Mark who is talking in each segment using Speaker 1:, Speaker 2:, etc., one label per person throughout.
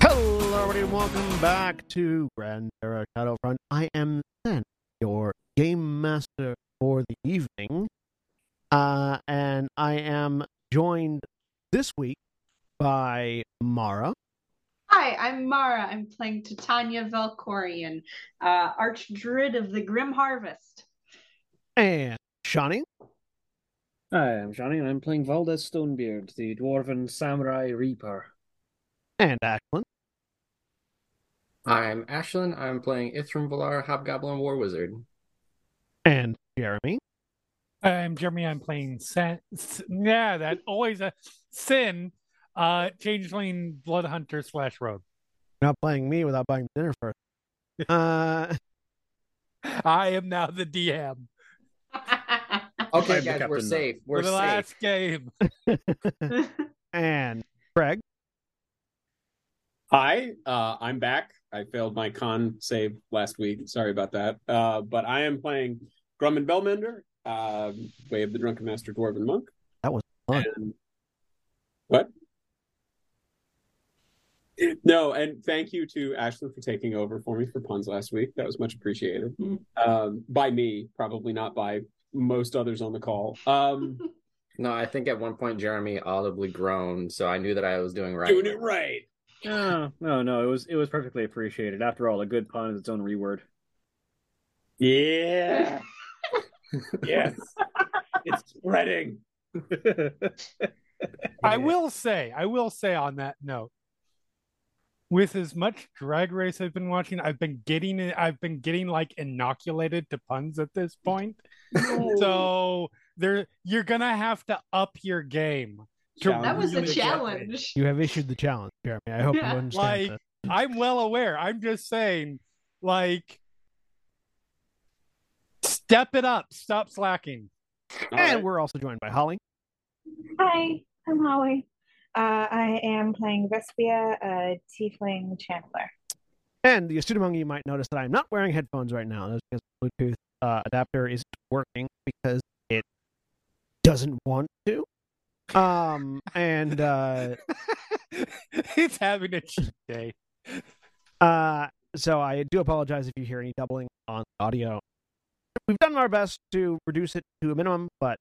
Speaker 1: Hello, everybody, and welcome back to Grand Era Shadowfront. I am Sen, your game master for the evening, uh, and I am joined this week by Mara.
Speaker 2: Hi, I'm Mara. I'm playing Titania Valkorian, uh, Archdruid of the Grim Harvest.
Speaker 1: And Shawnee.
Speaker 3: Hi, I'm Johnny, and I'm playing Valdez Stonebeard, the Dwarven Samurai Reaper.
Speaker 1: And Ashlyn.
Speaker 4: I'm Ashlyn. I'm playing Ithrim Valar, Hobgoblin War Wizard.
Speaker 1: And Jeremy.
Speaker 5: I'm Jeremy. I'm playing Sin. Yeah, that always a sin. Uh, changeling blood hunter slash road.
Speaker 1: Not playing me without buying dinner first. Uh,
Speaker 5: I am now the DM
Speaker 4: Okay,
Speaker 3: I'm the
Speaker 4: guys,
Speaker 3: captain
Speaker 4: we're
Speaker 3: now.
Speaker 4: safe.
Speaker 5: for
Speaker 4: We're
Speaker 5: the
Speaker 4: safe.
Speaker 5: last game.
Speaker 1: and Greg.
Speaker 6: Hi, uh, I'm back. I failed my con save last week. Sorry about that. Uh, but I am playing Grumman Bellmender, uh, Way of the Drunken Master Dwarven Monk.
Speaker 1: That was fun.
Speaker 6: And- What? No, and thank you to Ashley for taking over for me for puns last week. That was much appreciated. Um, by me, probably not by most others on the call. Um,
Speaker 4: No, I think at one point Jeremy audibly groaned, so I knew that I was doing right.
Speaker 6: doing it right.
Speaker 3: No, no, no, it was it was perfectly appreciated. After all, a good pun is its own reword.
Speaker 6: Yeah. yes. It's spreading.
Speaker 5: I will say, I will say on that note, with as much drag race I've been watching, I've been getting it. I've been getting like inoculated to puns at this point. So there, you're gonna have to up your game. to
Speaker 6: Challenge.
Speaker 2: that was a
Speaker 5: really get it.
Speaker 2: challenge.
Speaker 1: You have issued the challenge, Jeremy. I hope
Speaker 2: Yeah.
Speaker 1: you understand.
Speaker 5: Like-
Speaker 1: that.
Speaker 5: I'm well aware. I'm just saying, like, step it up. Stop slacking.
Speaker 1: and
Speaker 6: All right.
Speaker 1: we're also joined by Holly.
Speaker 7: Hi, I'm Holly. Uh, I am playing Vespia, a tiefling chandler.
Speaker 1: And the astute among you might notice that I'm not wearing headphones right now. That's because the Bluetooth uh, adapter isn't working because it doesn't want to. Um, and uh,
Speaker 5: it's having a cheat day.
Speaker 1: uh, so I do apologize if you hear any doubling on the audio. We've done our best to reduce it to a minimum, but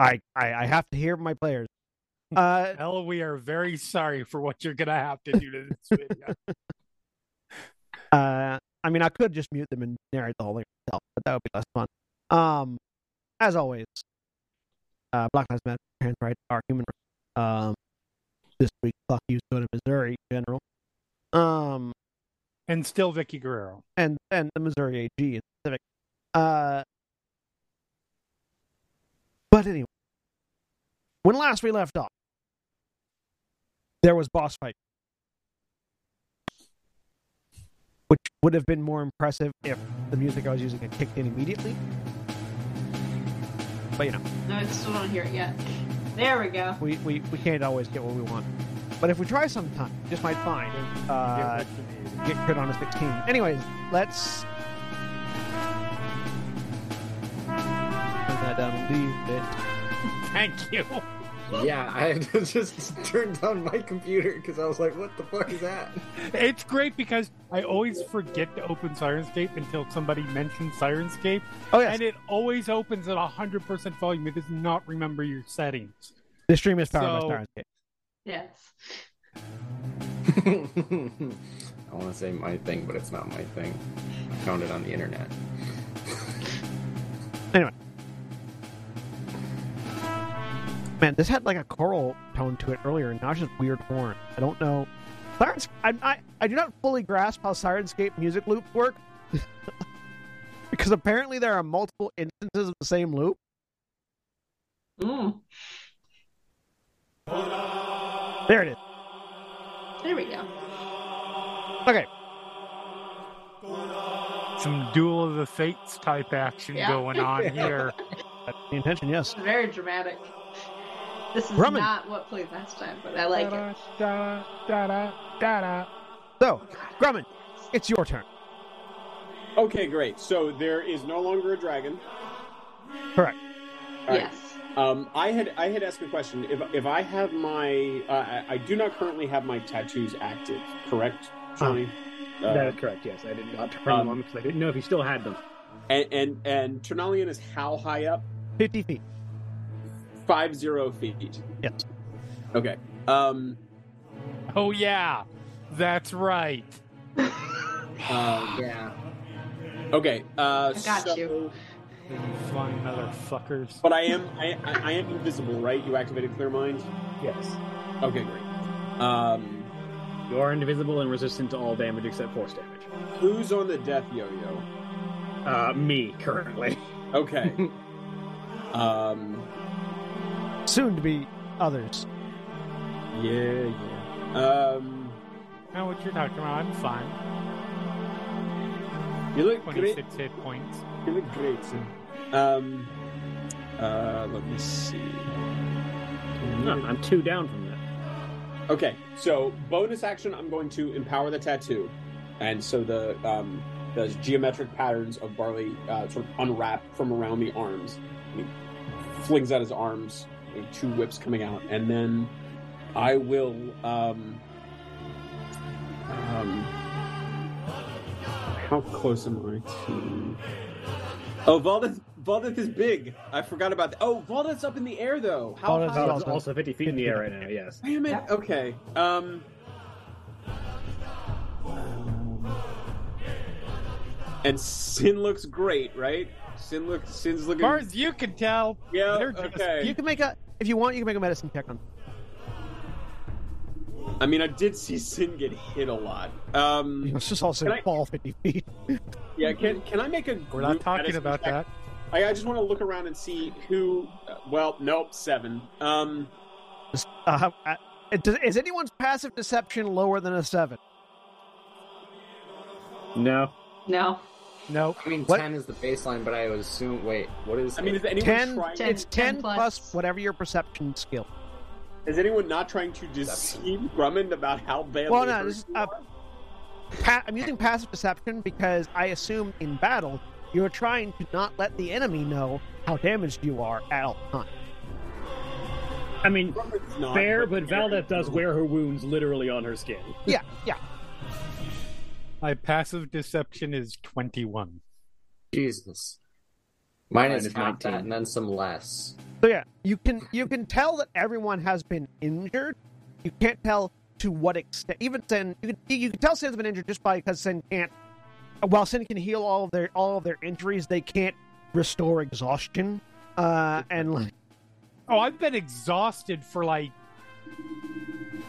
Speaker 1: I I, I have to hear my players. Uh,
Speaker 5: Ella, we are very sorry for what you're gonna have to do to this video.
Speaker 1: Uh, I mean, I could just mute them and narrate the whole thing myself, but that would be less fun. Um, as always, uh, Black Lives Matter, trans rights are human rights. Um, this week, fuck you, go to Missouri in general. Um,
Speaker 5: and still Vicky Guerrero.
Speaker 1: and and the Missouri AG in specific. Uh, but anyway, when last we left off, there was boss fight, which would have been more impressive if the music I was using had kicked in immediately. But you know,
Speaker 2: No, I still don't hear it yet. There we go.
Speaker 1: we we, we can't always get what we want. But if we try sometime, we just might find uh, get crit on a 16. Anyways, let's turn that down and leave it.
Speaker 5: Thank you.
Speaker 4: Yeah, I just turned on my computer because I was like, "What the fuck is that?"
Speaker 5: It's great because I always forget to open Sirenscape until somebody mentions Sirenscape,
Speaker 1: Oh yes,
Speaker 5: and it always opens at hundred percent volume. It does not remember your settings.
Speaker 1: the stream is powered
Speaker 5: so-
Speaker 1: by Sirenscape.
Speaker 2: Yes.
Speaker 4: I want to say my thing, but it's not my thing. I found it on the internet.
Speaker 1: Man, this had like a choral tone to it earlier, and now it's just weird horn. I don't know. Sirens, I, I, I do not fully grasp how Sirenscape music loops work. because apparently there are multiple instances of the same loop.
Speaker 2: Mm,
Speaker 1: There it is.
Speaker 2: there we go.
Speaker 1: Okay.
Speaker 5: Some duel of the fates type action
Speaker 2: Yeah.
Speaker 5: going on here.
Speaker 1: That's the intention, yes.
Speaker 2: Very dramatic. This is
Speaker 1: Grumman.
Speaker 2: not what played last time, but I like it.
Speaker 5: Da-da, da-da, da-da.
Speaker 1: So, Grumman, it's your turn.
Speaker 6: Okay, great. So there is no longer a dragon.
Speaker 1: Correct.
Speaker 6: All right.
Speaker 2: Yes.
Speaker 6: Um, I had I had asked a question. If if I have my, uh, I, I do not currently have my tattoos active. Correct, Johnny. Uh,
Speaker 3: that is correct, yes. I did not turn
Speaker 6: um,
Speaker 3: them on because I didn't know if you still had them.
Speaker 6: and and and Ternalian is how high up?
Speaker 1: 50 feet.
Speaker 6: Five zero feet.
Speaker 1: Yes.
Speaker 6: Okay. Um,
Speaker 5: Oh yeah, that's right.
Speaker 6: uh,
Speaker 4: Yeah.
Speaker 6: okay. Uh,
Speaker 2: I got
Speaker 6: so-
Speaker 2: you.
Speaker 5: You flying motherfuckers.
Speaker 6: But I am I, I I am invisible, right? You activated clear mind.
Speaker 3: Yes.
Speaker 6: Okay, great. Um,
Speaker 3: You are invisible and resistant to all damage except force damage.
Speaker 6: who's on the death yo-yo?
Speaker 3: Uh, me, currently.
Speaker 6: Okay. um.
Speaker 1: Soon to be others.
Speaker 6: Yeah. Yeah. Um.
Speaker 5: Now what you're talking about? I'm fine.
Speaker 6: You look great.
Speaker 5: 26 hit points.
Speaker 6: You look great. Sir. Um. Uh. Let me see.
Speaker 3: No, I'm two down from that.
Speaker 6: Okay. So bonus action, I'm going to empower the tattoo, and so the um the geometric patterns of barley uh, sort of unwrap from around the arms. And he flings out his arms, and two whips coming out, and then I will um um. How close am I to? Oh, Valdith, Valdith is big. I forgot about that. Oh, Valdith's up in the air though. How
Speaker 1: Valdith's
Speaker 6: high
Speaker 1: up.
Speaker 6: is
Speaker 3: Oh, it's also 50 feet in the air right now, yes.
Speaker 6: Damn it.
Speaker 2: Yeah.
Speaker 6: Okay. Um. And Sin looks great, right? Sin look, Sin's looking.
Speaker 5: Far as you can tell,
Speaker 6: yeah.
Speaker 5: they're just-
Speaker 6: Okay.
Speaker 1: You can make a, if you want, you can make a medicine check on.
Speaker 6: I mean, I did see Sin get hit a lot. Um.
Speaker 1: It's just also
Speaker 6: Can I-
Speaker 1: fall 50 feet.
Speaker 6: Yeah. Can Can I make a?
Speaker 5: we're not
Speaker 6: group
Speaker 5: talking
Speaker 6: medicine
Speaker 5: about
Speaker 6: check?
Speaker 5: that.
Speaker 6: I, I just want to look around and see who. uh, well, nope, seven. Um.
Speaker 1: Uh, uh, it does- is anyone's passive deception lower than a 7?
Speaker 3: No.
Speaker 2: No.
Speaker 5: Nope.
Speaker 4: I mean,
Speaker 1: What?
Speaker 4: ten is the baseline, but I would assume. Wait, what is?
Speaker 6: I mean, is anyone
Speaker 1: 10,
Speaker 6: trying?
Speaker 2: Ten-
Speaker 1: it's 10,
Speaker 2: ten
Speaker 1: plus.
Speaker 2: plus.
Speaker 1: whatever your perception skill.
Speaker 6: Is anyone not trying to deceive Grumman about how bad?
Speaker 1: Well,
Speaker 6: they
Speaker 1: no,
Speaker 6: hurt
Speaker 1: this is
Speaker 6: you
Speaker 1: up.
Speaker 6: are?
Speaker 1: Pa- I'm using passive deception because I assume in battle you're trying to not let the enemy know how damaged you are at all times.
Speaker 3: I mean,
Speaker 6: Grumman's not,
Speaker 3: fair, but
Speaker 6: Aaron
Speaker 3: Valdeth does
Speaker 6: will.
Speaker 3: wear her wounds literally on her skin.
Speaker 1: Yeah, yeah.
Speaker 5: My passive deception is 21.
Speaker 4: Jesus. Mine
Speaker 3: Mine
Speaker 4: is
Speaker 3: is
Speaker 4: half
Speaker 3: 19.
Speaker 4: that, and then some less.
Speaker 1: So yeah, you can you can tell that everyone has been injured. You can't tell to what extent. Even Sin, you can you can tell Sin's been injured just by because Sin can't. While Sin can heal all of their all of their injuries, they can't restore exhaustion. Uh, and like
Speaker 5: Oh, I've been exhausted for like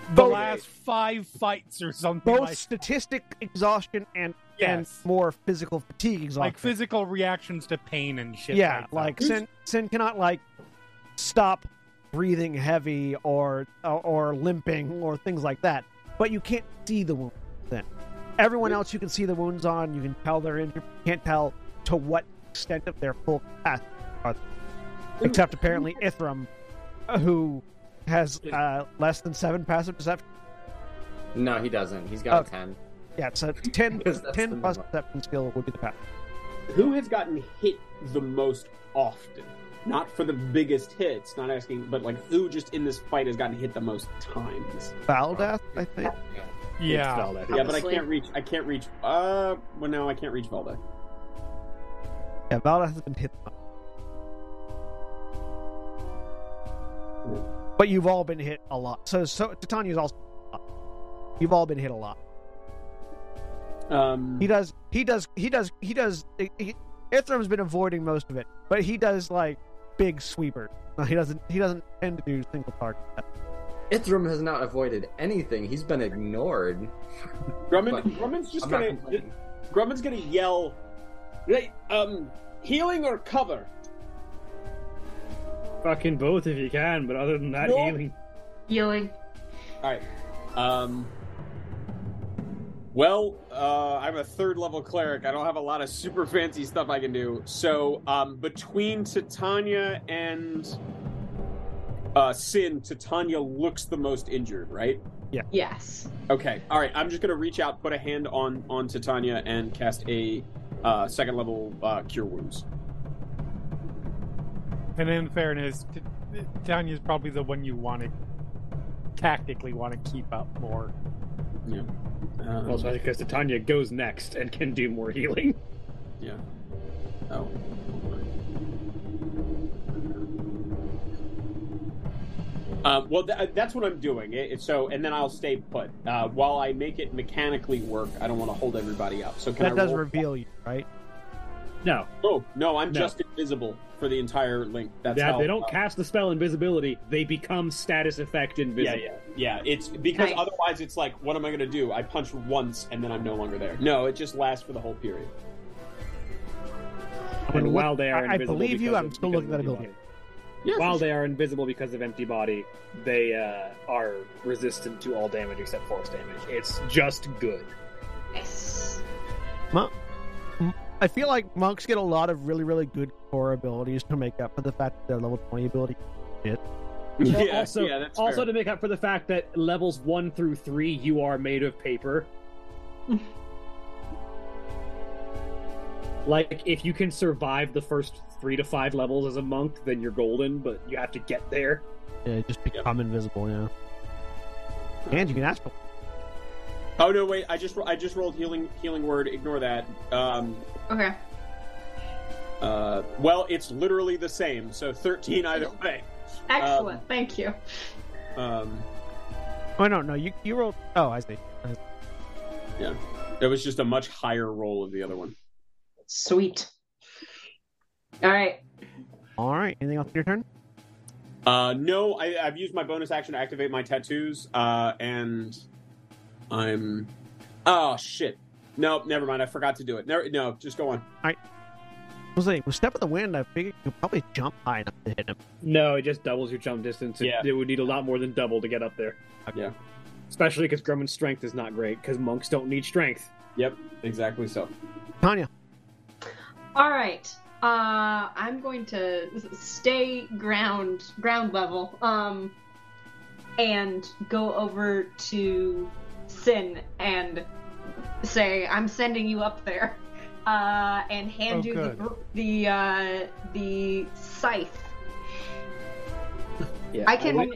Speaker 5: the
Speaker 1: Both-
Speaker 5: last five fights or something.
Speaker 1: both
Speaker 5: like,
Speaker 1: statistic exhaustion and
Speaker 5: yes.
Speaker 1: and more physical fatigue exhaustion.
Speaker 5: like physical reactions to pain and shit.
Speaker 1: yeah,
Speaker 5: like,
Speaker 1: like,
Speaker 5: that.
Speaker 1: Sin Sin cannot like stop breathing heavy or or limping or things like that. But you can't see the wound then. Everyone else you can see the wounds on, you can tell they're injured, you can't tell to what extent of their full capacity are they. Except apparently Ithram, uh, who has uh, less than seven passive deception.
Speaker 4: No, he doesn't. He's got
Speaker 1: Oh.
Speaker 4: a ten.
Speaker 1: Yeah, so 10,
Speaker 4: Because that's
Speaker 1: 10
Speaker 4: the
Speaker 1: plus
Speaker 4: minimum.
Speaker 1: deception skill would be the passive.
Speaker 6: Who has gotten hit the most often? Not for the biggest hits, not asking, but like who just in this fight has gotten hit the most times?
Speaker 1: Baldath, I think.
Speaker 5: yeah.
Speaker 3: It's Valdeth.
Speaker 6: Yeah, but I
Speaker 2: Honestly.
Speaker 6: can't reach. I can't reach. Uh, well, no, I can't reach Velda.
Speaker 1: Yeah, Valda has been hit. the most. But you've all been hit a lot. So, so Titania's also. You've all been hit a lot.
Speaker 6: Um,
Speaker 1: He does. He does. He does. He does. He, Ithram's been avoiding most of it, but he does like big sweeper. No, he doesn't. He doesn't tend to do single target.
Speaker 4: Ithram has not avoided anything. He's been ignored.
Speaker 6: Grumman,
Speaker 4: But-
Speaker 6: Grumman's just
Speaker 4: I'm not
Speaker 6: gonna
Speaker 4: complaining.
Speaker 6: Grumman's gonna yell, "Hey, um, healing or cover?
Speaker 3: Fucking both if you can, but other than that,
Speaker 6: No.
Speaker 3: healing.
Speaker 2: Healing.
Speaker 6: Um, well, uh, I'm a third level cleric. I don't have a lot of super fancy stuff I can do. So, um, between Titania and uh, Sin, Titania looks the most injured, right?
Speaker 2: Yes.
Speaker 6: Okay. All right. I'm just gonna reach out, put a hand on on Titania, and cast a uh, second level uh, cure wounds.
Speaker 5: And in fairness, T- Tanya's probably the one you want to tactically want to keep up more.
Speaker 6: Um,
Speaker 3: Also, because Titania goes next and can do more healing.
Speaker 6: Yeah. Oh. Um, well, tha- that's what I'm doing. It, it- so, and then I'll stay put. Uh, while I make it mechanically work, I don't want to hold everybody up. So, can I
Speaker 1: that does
Speaker 6: roll-
Speaker 1: reveal you, right?
Speaker 3: No,
Speaker 6: Oh no, I'm
Speaker 3: No.
Speaker 6: just invisible for the entire link. That's
Speaker 3: that,
Speaker 6: how
Speaker 3: they don't
Speaker 6: uh,
Speaker 3: cast the spell invisibility. They become status effect
Speaker 6: Yeah,
Speaker 3: invisible.
Speaker 6: yeah, yeah. It's because
Speaker 2: Nice.
Speaker 6: otherwise, it's like, what am I going to do? I punch once, and then I'm no longer there. No, it just lasts for the whole period.
Speaker 3: And
Speaker 1: When-
Speaker 3: while they are
Speaker 1: I- I
Speaker 3: invisible
Speaker 1: believe you,
Speaker 3: because
Speaker 1: I'm
Speaker 3: of-
Speaker 1: still
Speaker 3: because
Speaker 1: looking at
Speaker 3: of-
Speaker 1: ability.
Speaker 6: Yeah,
Speaker 3: While they are invisible because of empty body, they uh, are resistant to all damage except force damage. It's just good.
Speaker 2: Nice.
Speaker 1: I feel like monks get a lot of really, really good core abilities to make up for the fact that their level 20 ability.
Speaker 3: Well,
Speaker 6: yeah,
Speaker 3: also,
Speaker 6: yeah, that's
Speaker 3: also
Speaker 6: fair.
Speaker 3: to make up for the fact that levels one through three, you are made of paper. like, if you can survive the first three to five levels as a monk, then you're golden. But you have to get there.
Speaker 1: Yeah, uh, just become invisible, yeah. And you can ask for
Speaker 6: Oh no, wait! I just I just rolled healing healing word. Ignore that. Um,
Speaker 2: Okay.
Speaker 6: Uh, well, it's literally the same, so 13 either way.
Speaker 2: Excellent. Thank you.
Speaker 6: Um,
Speaker 1: Oh, no, no, you, you rolled. Oh, I see.
Speaker 6: it was just a much higher roll of the other one.
Speaker 2: Sweet. All right.
Speaker 1: All right, anything else for your turn?
Speaker 6: Uh, no, I, I've used my bonus action to activate my tattoos, uh, and I'm. Oh, shit. No, never mind. I forgot to do it. Never, no, just go on.
Speaker 1: I was like, with Step of the Wind, I figured you could probably jump high enough to hit him.
Speaker 3: No, it just doubles your jump distance. It,
Speaker 6: Yeah.
Speaker 3: it would need a lot more than double to get up there.
Speaker 6: Yeah.
Speaker 3: Especially because Grumman's strength is not great, because monks don't need strength.
Speaker 6: Yep, exactly so.
Speaker 1: Tanya,
Speaker 2: All right. Uh, I'm going to stay ground ground level. Um, and go over to Sin and say, "I'm sending you up there," uh, and hand
Speaker 5: Oh,
Speaker 2: you
Speaker 5: good.
Speaker 2: the the uh, the scythe.
Speaker 3: Yeah,
Speaker 2: I can.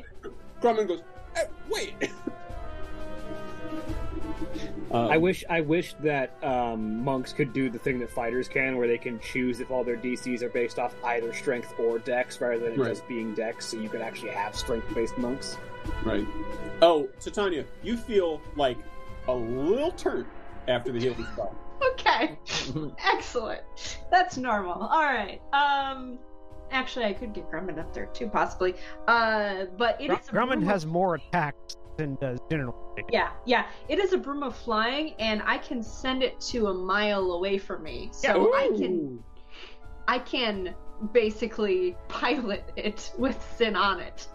Speaker 6: Grumman goes, "Eh, wait! Um,
Speaker 3: I wish I wish that um, monks could do the thing that fighters can, where they can choose if all their DCs are based off either strength or dex, rather than it
Speaker 6: Right.
Speaker 3: just being dex. So you could actually have strength-based monks.
Speaker 6: Right. Oh, Titania, you feel like a little turn after the healing spell.
Speaker 2: Okay. Excellent. That's normal. All right. Um actually I could get Grumman up there too possibly. Uh but it is a
Speaker 1: Grumman
Speaker 2: broom
Speaker 1: has
Speaker 2: of,
Speaker 1: more attacks than does general.
Speaker 2: Yeah, yeah. It is a broom of flying and I can send it to a mile away from me. So I can
Speaker 6: Ooh.
Speaker 2: I can basically pilot it with sin on it.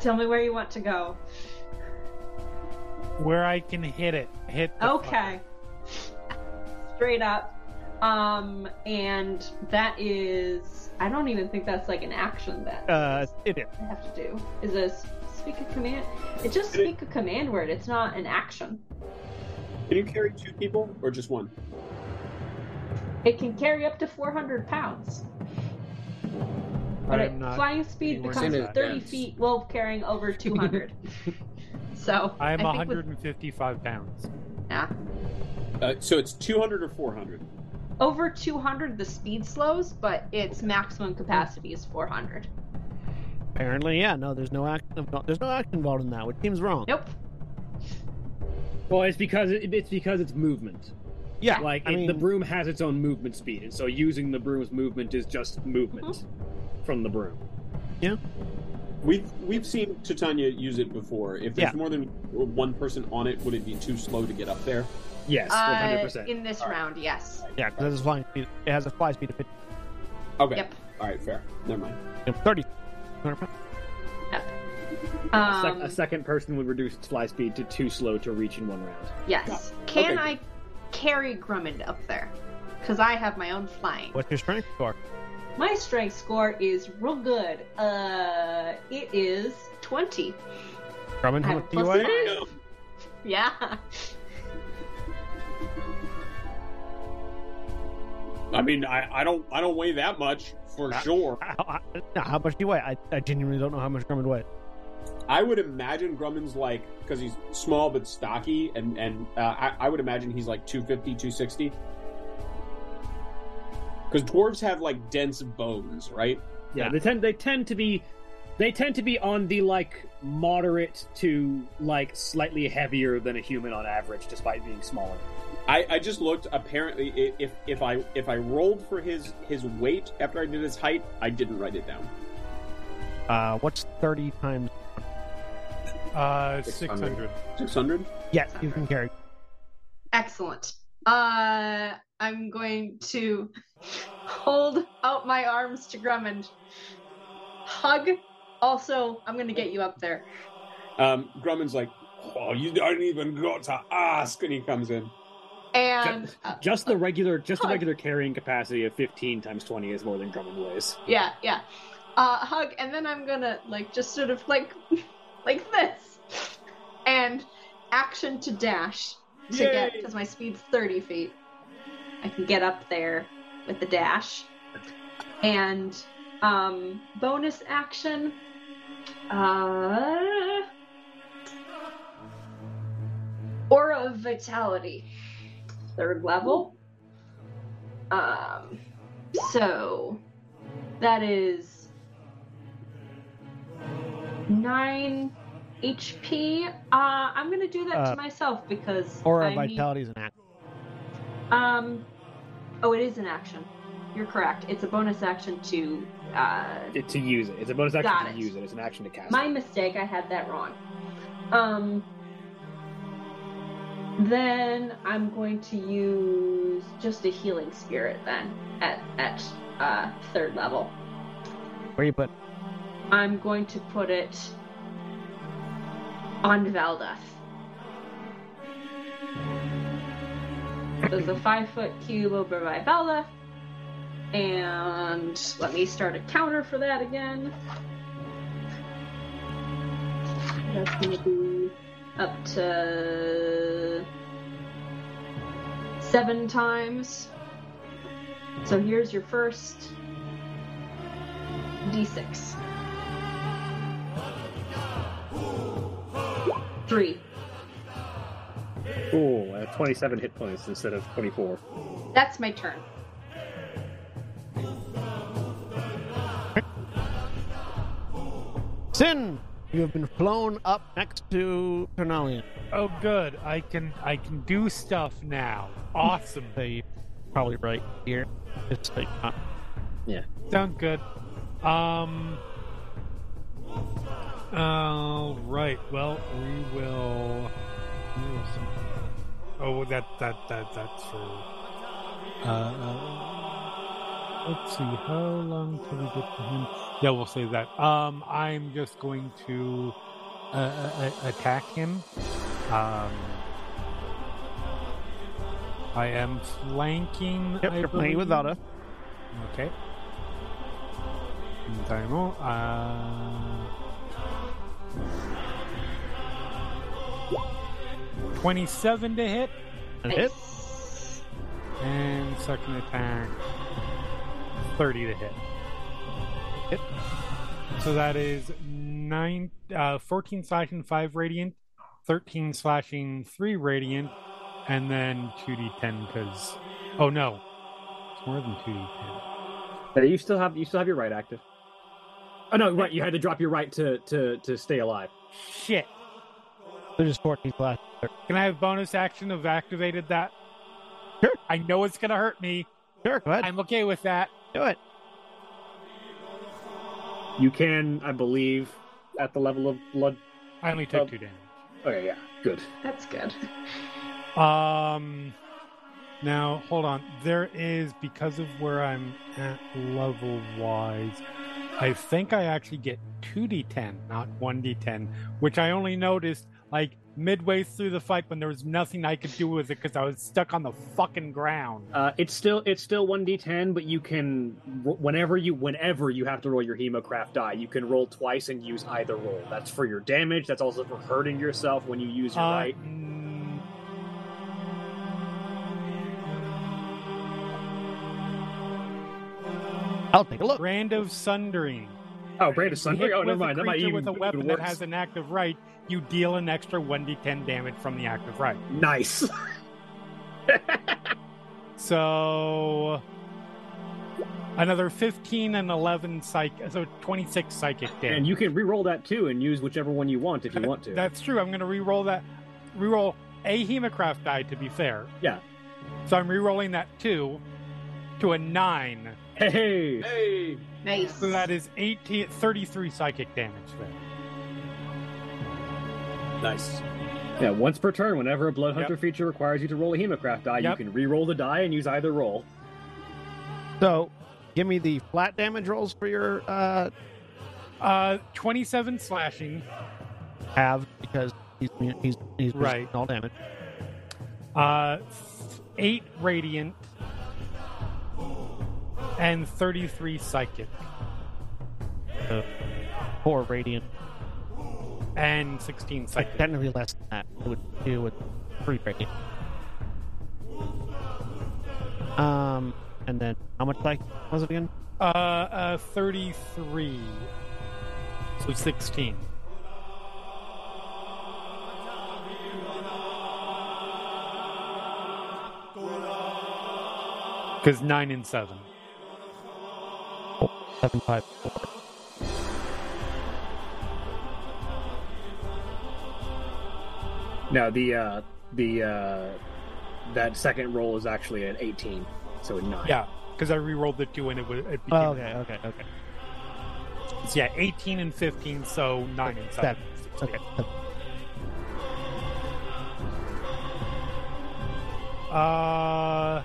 Speaker 2: Tell me where you want to go.
Speaker 5: Where I can hit it, hit. the
Speaker 2: Okay. Straight up. Um, and that is. I don't even think that's like an action that
Speaker 1: Uh, it is.
Speaker 2: I have to do. Is a s- speak a command? It's just speak a command word. It's not an action.
Speaker 6: Can you carry two people or just one?
Speaker 2: It can carry up to 400 pounds.
Speaker 5: fucker.
Speaker 2: But
Speaker 5: I
Speaker 2: it,
Speaker 5: am not.
Speaker 2: flying speed
Speaker 5: anywhere
Speaker 2: becomes
Speaker 4: near that.
Speaker 2: 30 feet while carrying over 200. so
Speaker 5: I am
Speaker 2: think with-
Speaker 5: 155 pounds.
Speaker 2: yeah.
Speaker 6: Uh, so it's 200 or 400.
Speaker 2: over 200 the speed slows, but its maximum capacity is 400.
Speaker 1: Apparently, yeah. No, there's no action. involved- There's no action involved in that, which seems wrong.
Speaker 2: Nope.
Speaker 3: Well, it's because it, it's because it's movement.
Speaker 1: Yeah,
Speaker 3: Like
Speaker 1: I
Speaker 3: it-
Speaker 1: mean,
Speaker 3: the broom has its own movement speed, and so using the broom's movement is just movement from the broom.
Speaker 6: We've we've seen Titania use it before. If there's
Speaker 1: Yeah.
Speaker 6: more than one person on it, would it be too slow to get up there?
Speaker 3: Yes, one hundred
Speaker 2: Uh,
Speaker 3: percent.
Speaker 2: in this
Speaker 6: All right.
Speaker 2: round, yes.
Speaker 1: Yeah, because it's flying speed. It has a fly speed of 50,
Speaker 6: Okay.
Speaker 2: Yep.
Speaker 6: All right. Fair. Never mind.
Speaker 1: you know, 30.
Speaker 2: Um,
Speaker 3: a second person would reduce its fly speed to too slow to reach in one round.
Speaker 2: yes. Can
Speaker 6: Okay.
Speaker 2: I carry Grummond up there? Because I have my own flying.
Speaker 1: What's your strength score?
Speaker 2: My strength score is real good. Uh, it is twenty.
Speaker 1: Grumman,
Speaker 2: I
Speaker 1: how
Speaker 2: have
Speaker 1: much do you
Speaker 2: plus
Speaker 1: weigh?
Speaker 2: nine. Yeah.
Speaker 6: I mean, I, I don't I don't weigh that much for
Speaker 1: Ah.
Speaker 6: sure.
Speaker 1: How, how, no, how much do you weigh? I, I genuinely don't know how much Grumman weighs.
Speaker 6: I would imagine Grumman's like because he's small but stocky, and and uh, I, I would imagine he's like 250, 260. Because dwarves have like dense bones, right?
Speaker 3: Yeah,
Speaker 1: Yeah.
Speaker 3: they tend they tend to be they tend to be on the like moderate to like slightly heavier than a human on average, despite being smaller.
Speaker 6: I, I just looked. Apparently, i- if if I if I rolled for his his weight after I did his height, I didn't write it down.
Speaker 1: Uh, what's 30 times?
Speaker 5: Uh,
Speaker 4: 600.
Speaker 5: 600.
Speaker 6: Six hundred.
Speaker 1: Yes, you can carry.
Speaker 2: Excellent. Uh, I'm going to hold out my arms to Grummond. Hug. Also, I'm going to get you up there.
Speaker 6: Um, Grumman's like, oh, you don't even got to ask, and he comes in.
Speaker 2: And uh,
Speaker 3: Just the regular just the
Speaker 2: Hi.
Speaker 3: regular carrying capacity of fifteen times twenty is more than Drummond weighs.
Speaker 2: yeah, yeah. Uh, hug, and then I'm gonna like just sort of like, like this, and action to dash to get
Speaker 6: Yay!
Speaker 2: because my speed's 30 feet. I can get up there with the dash, and um, bonus action. Uh, aura of vitality, third level. Um, so that is 9 HP. Uh, I'm going to do that
Speaker 1: Uh,
Speaker 2: to myself because.
Speaker 1: Aura
Speaker 2: I
Speaker 1: of Vitality is an act.
Speaker 2: Need, um, oh, it is an action. You're correct. It's a bonus action to. Uh,
Speaker 3: It- to use it. It's a bonus action
Speaker 2: Got
Speaker 3: to
Speaker 2: it.
Speaker 3: use it. It's an action to cast.
Speaker 2: my mistake. I had that wrong. Um, then I'm going to use just a healing spirit then at, at uh, third level.
Speaker 1: Where you put?
Speaker 2: I'm going to put it on Valdoth. There's a five foot cube over by Valdoth. And let me start a counter for that again. That's going to be up to seven times. So here's your first d6. Three.
Speaker 3: Cool. I have twenty-seven hit points instead of twenty-four.
Speaker 2: That's my turn.
Speaker 1: Sin! You have been flown up next to Ternalian.
Speaker 5: Oh, good. I can I can do stuff now. Awesome.
Speaker 1: They probably right here. It's like not
Speaker 5: Sounds good. Um. All right. Well, we will. we will see. Oh, well, that that that that's for. Uh, uh, let's see. How long till we get to him? Yeah, we'll save that. Um, I'm just going to uh, uh, uh, attack him. Um, I am flanking.
Speaker 1: Yep,
Speaker 5: I
Speaker 1: you're playing with
Speaker 5: believe.
Speaker 1: Valda.
Speaker 5: Okay. Un timer. Uh, 27 to hit.
Speaker 1: And hit.
Speaker 2: Nice.
Speaker 5: And second attack, 30 to hit.
Speaker 1: Hit.
Speaker 5: So that is nine, uh, 14 slashing, 5 radiant, 13 slashing, 3 radiant, and then 2d10 because. Oh no. It's more than 2d10.
Speaker 3: you still have you still have your right active. Oh no, right. You had to drop your right to to to stay alive.
Speaker 5: Shit.
Speaker 1: There's just 14 left.
Speaker 5: Can I have bonus action of activated that?
Speaker 1: Sure.
Speaker 5: I know it's gonna hurt me.
Speaker 1: Sure, go ahead.
Speaker 5: I'm okay with that.
Speaker 1: Do it.
Speaker 3: You can, I believe, at the level of blood?
Speaker 5: I only took
Speaker 3: Um,
Speaker 5: two damage.
Speaker 3: Okay, yeah, good.
Speaker 2: That's good.
Speaker 5: Um, now hold on. There is because of where I'm at level wise. I think I actually get two d10, not one d10, which I only noticed like midway through the fight when there was nothing I could do with it because I was stuck on the fucking ground.
Speaker 3: Uh, it's still it's still one d10, but you can whenever you whenever you have to roll your hemocraft die, you can roll twice and use either roll. That's for your damage. That's also for hurting yourself when you use your
Speaker 5: Uh,
Speaker 3: right.
Speaker 5: mm,
Speaker 1: I'll take a look.
Speaker 5: Brand of sundering.
Speaker 3: Oh, Brand of Sundering.
Speaker 5: Hit
Speaker 3: Oh, never
Speaker 5: with a
Speaker 3: mind. That might
Speaker 5: creature
Speaker 3: even
Speaker 5: with a
Speaker 3: even
Speaker 5: weapon that
Speaker 3: worse.
Speaker 5: has an active right, you deal an extra 1d10 damage from the active right.
Speaker 3: nice.
Speaker 5: So another 15 and 11 psychic, so 26 psychic damage.
Speaker 3: and you can re-roll that too and use whichever one you want if you want to.
Speaker 5: That's true. I'm going to re-roll that, re-roll a hemocraft die to be fair.
Speaker 3: Yeah.
Speaker 5: So I'm re-rolling that two to a nine.
Speaker 3: hey, hey.
Speaker 6: Hey,
Speaker 2: Nice.
Speaker 5: So that is 18, 33 psychic damage there.
Speaker 6: nice.
Speaker 3: Yeah, once per turn, whenever a Blood
Speaker 5: Yep.
Speaker 3: Hunter feature requires you to roll a Hemocraft die,
Speaker 5: Yep.
Speaker 3: you can re-roll the die and use either roll.
Speaker 1: So, give me the flat damage rolls for your uh,
Speaker 5: Uh, 27 slashing,
Speaker 1: have because he's he's, he's
Speaker 5: Right.
Speaker 1: all damage.
Speaker 5: uh, eight radiant, and 33 psychic,
Speaker 1: Four radiant.
Speaker 5: and 16
Speaker 1: Like
Speaker 5: psychic.
Speaker 1: technically less than that. It would do with three radiant. Um, and then how much like was it again?
Speaker 5: Uh, uh, 33. So 16. Because 9 and 7.
Speaker 1: Seven five four.
Speaker 3: Now the uh, the uh, that second roll is actually an 18, so a nine.
Speaker 5: Yeah, because I re-rolled the 2 and it, was, it became...
Speaker 1: Oh, okay, okay, okay.
Speaker 5: So yeah, 18 and 15, so 9 and 7.
Speaker 1: Seven. Okay.
Speaker 5: Uh,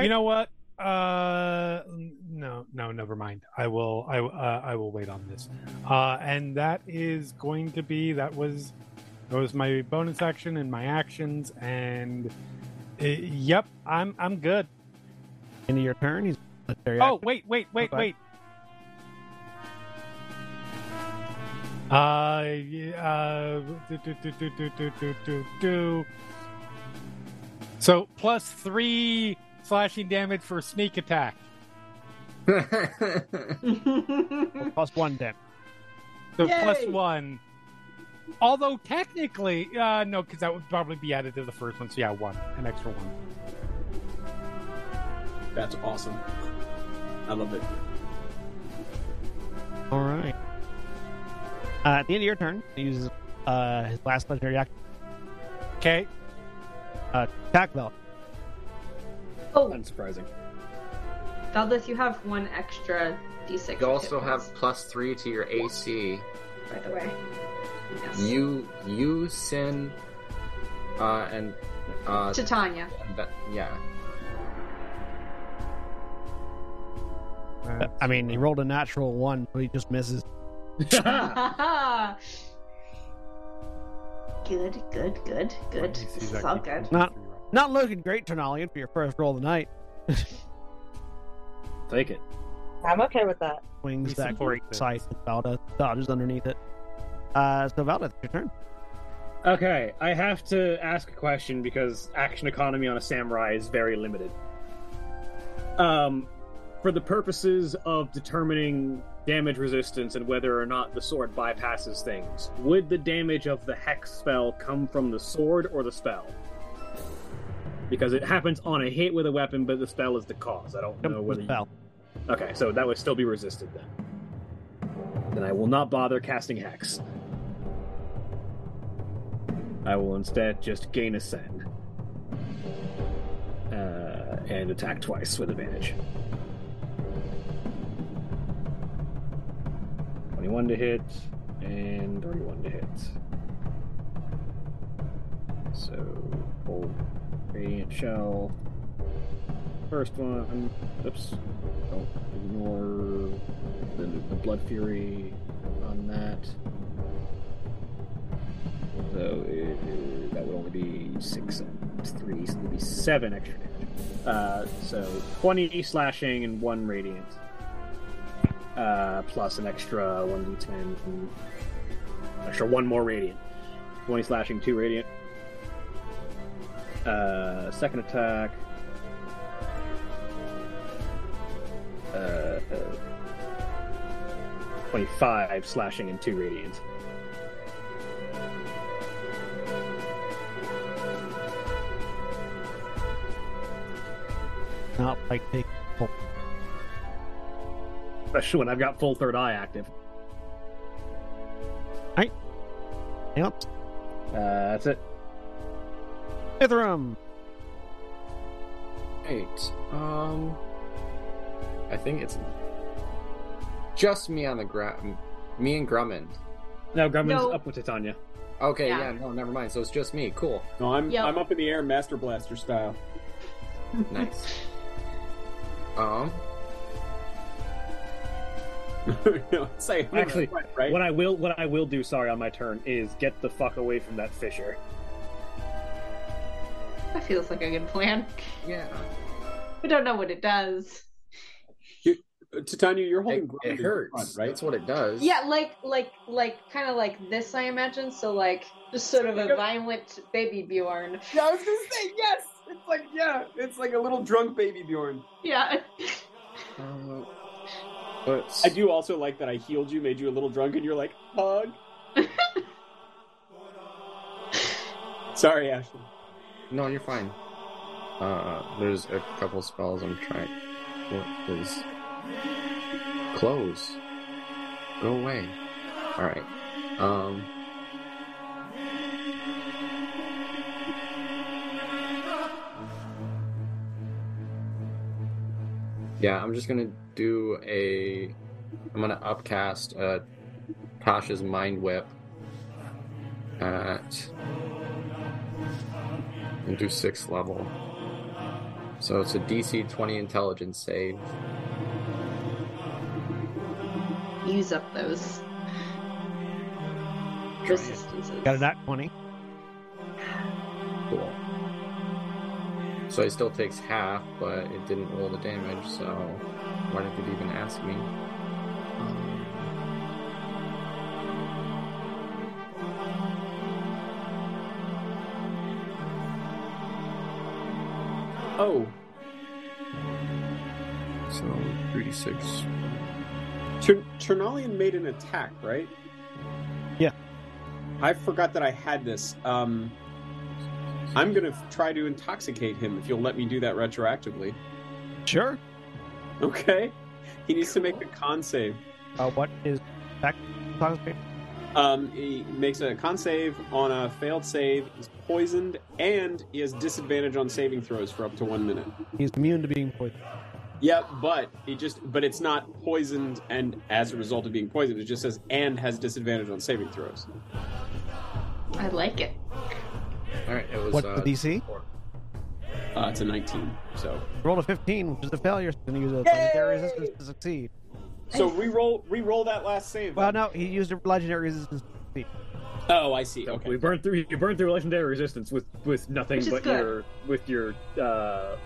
Speaker 5: you know what? Uh, no, no, never mind. I will. I uh, I will wait on this. Uh, and that is going to be that was that was my bonus action and my actions and uh, yep, I'm I'm good.
Speaker 1: End of your turn. He's legendary.
Speaker 5: Oh, wait, wait, wait,
Speaker 1: Okay.
Speaker 5: wait. Uh, yeah, uh, do, do, do, do, do, do, do, do, do. So plus three slashing damage for sneak attack.
Speaker 1: action. plus one damage.
Speaker 5: So plus
Speaker 2: Yay!
Speaker 5: one. Although technically, uh, no, because that would probably be added to the first one. So yeah, one, an extra one.
Speaker 6: That's awesome. I love it.
Speaker 1: All right. Uh, at the end of your turn, he uses uh, his last legendary action,
Speaker 5: Okay.
Speaker 1: uh, attack bell.
Speaker 2: oh,
Speaker 3: Unsurprising.
Speaker 2: Valdez, you have one extra d6.
Speaker 4: You also have
Speaker 2: difference,
Speaker 4: plus three to your AC.
Speaker 2: by the way. Yes.
Speaker 4: You, you, Sin, uh, and uh,
Speaker 2: to Tanya.
Speaker 4: that, yeah.
Speaker 1: Uh, I mean, he rolled a natural one, so he just misses.
Speaker 2: good, good, good, good. This is all good.
Speaker 1: Not- Not looking great, Ternalian, for your first roll of the night.
Speaker 3: Take it.
Speaker 7: I'm okay with that.
Speaker 1: Wings
Speaker 5: We
Speaker 1: that
Speaker 5: support
Speaker 1: great
Speaker 5: this.
Speaker 1: sight that Valda dodges underneath it. Uh, so Valda, it's your turn.
Speaker 3: Okay, I have to ask a question because action economy on a samurai is very limited. Um, for the purposes of determining damage resistance and whether or not the sword bypasses things, would the damage of the hex spell come from the sword or the spell? Because it happens on a hit with a weapon, but the spell is the cause. I don't
Speaker 1: Come
Speaker 3: know
Speaker 1: with
Speaker 3: whether.
Speaker 1: the
Speaker 3: you-
Speaker 1: bell.
Speaker 3: Okay, so that would still be resisted then. Then I will not bother casting hex. I will instead just gain ascend. Uh, and attack twice with advantage. 21 to hit, and 31 to hit. So, full radiant shell. First one. Oops. Don't ignore the, the blood fury on that. So it, that would only be six and three, so it would be seven extra damage. Uh, so 20 slashing and one radiant. Uh, plus an extra 1d10 from extra one more radiant. 20 slashing, two radiant. Uh, second attack. Uh, uh, 25 slashing and two radiant.
Speaker 1: Not like big.
Speaker 3: Especially when I've got full third eye active.
Speaker 1: Hang on.
Speaker 3: Uh, that's it.
Speaker 1: Ithram.
Speaker 4: Right. Um, I think it's just me on the ground. Me and Grumman.
Speaker 3: No, Grumman's
Speaker 2: No.
Speaker 3: up with Titania.
Speaker 4: Okay,
Speaker 2: Yeah.
Speaker 4: yeah. no, never mind. So it's just me. Cool.
Speaker 6: No, I'm
Speaker 2: Yep.
Speaker 6: I'm up in the air, Master Blaster style.
Speaker 4: Nice. um,
Speaker 6: No, say I'm
Speaker 3: Actually,
Speaker 6: right, right?
Speaker 3: What I will, what I will do, sorry, on my turn is get the fuck away from that fissure.
Speaker 2: That feels like a good plan.
Speaker 4: yeah.
Speaker 2: We don't know what it does.
Speaker 6: Uh, Titania, you're holding.
Speaker 4: It,
Speaker 6: Grumman in
Speaker 4: it
Speaker 6: the
Speaker 4: hurts.
Speaker 6: front,
Speaker 4: right? That's what it does.
Speaker 2: Yeah, like like like kind of like this, I imagine. So like just sort of a violent baby Bjorn.
Speaker 6: Yeah, I was gonna say yes. It's like yeah, it's like a little drunk baby Bjorn.
Speaker 2: Yeah.
Speaker 4: Um, but
Speaker 6: I do also like that I healed you, made you a little drunk, and you're like hug. Sorry, Ashley.
Speaker 4: No, you're fine. Uh, there's a couple spells I'm trying. What is close? Go away. All right. Um. Yeah, I'm just gonna do a. I'm gonna upcast uh, Tasha's Mind Whip at and do sixth level. So it's a DC 20 intelligence save.
Speaker 2: Use up those resistances.
Speaker 1: Got a nat 20.
Speaker 4: Cool. So it still takes half, but it didn't roll the damage, so why did it even ask me? Um,
Speaker 6: Oh,
Speaker 4: So 3d6.
Speaker 6: Tr- Ternalian made an attack, right?
Speaker 1: Yeah.
Speaker 6: I forgot that I had this. Um, I'm gonna f- try to intoxicate him if you'll let me do that retroactively.
Speaker 1: Sure.
Speaker 6: Okay. He needs to make a con save.
Speaker 1: Uh, what is that?
Speaker 6: Um, he makes a con save on a failed save. He's poisoned, and he has disadvantage on saving throws for up to one minute.
Speaker 1: He's immune to being poisoned.
Speaker 6: Yep, but he just but it's not poisoned, and as a result of being poisoned, it just says and has disadvantage on saving throws.
Speaker 2: I like it.
Speaker 4: Alright, it was.
Speaker 1: What's
Speaker 4: uh,
Speaker 1: the DC?
Speaker 4: four.
Speaker 6: Uh, it's a 19. So
Speaker 1: Roll a 15, which is a failure. So he's going to use a legendary resistance to succeed.
Speaker 6: so re-roll re-roll that last save.
Speaker 1: Well, no,
Speaker 6: then.
Speaker 1: he used a legendary resistance.
Speaker 6: Oh, I see. Okay.
Speaker 3: We burned through. You burned through legendary resistance with with nothing
Speaker 2: Which is
Speaker 3: but
Speaker 2: good.
Speaker 3: your with your uh,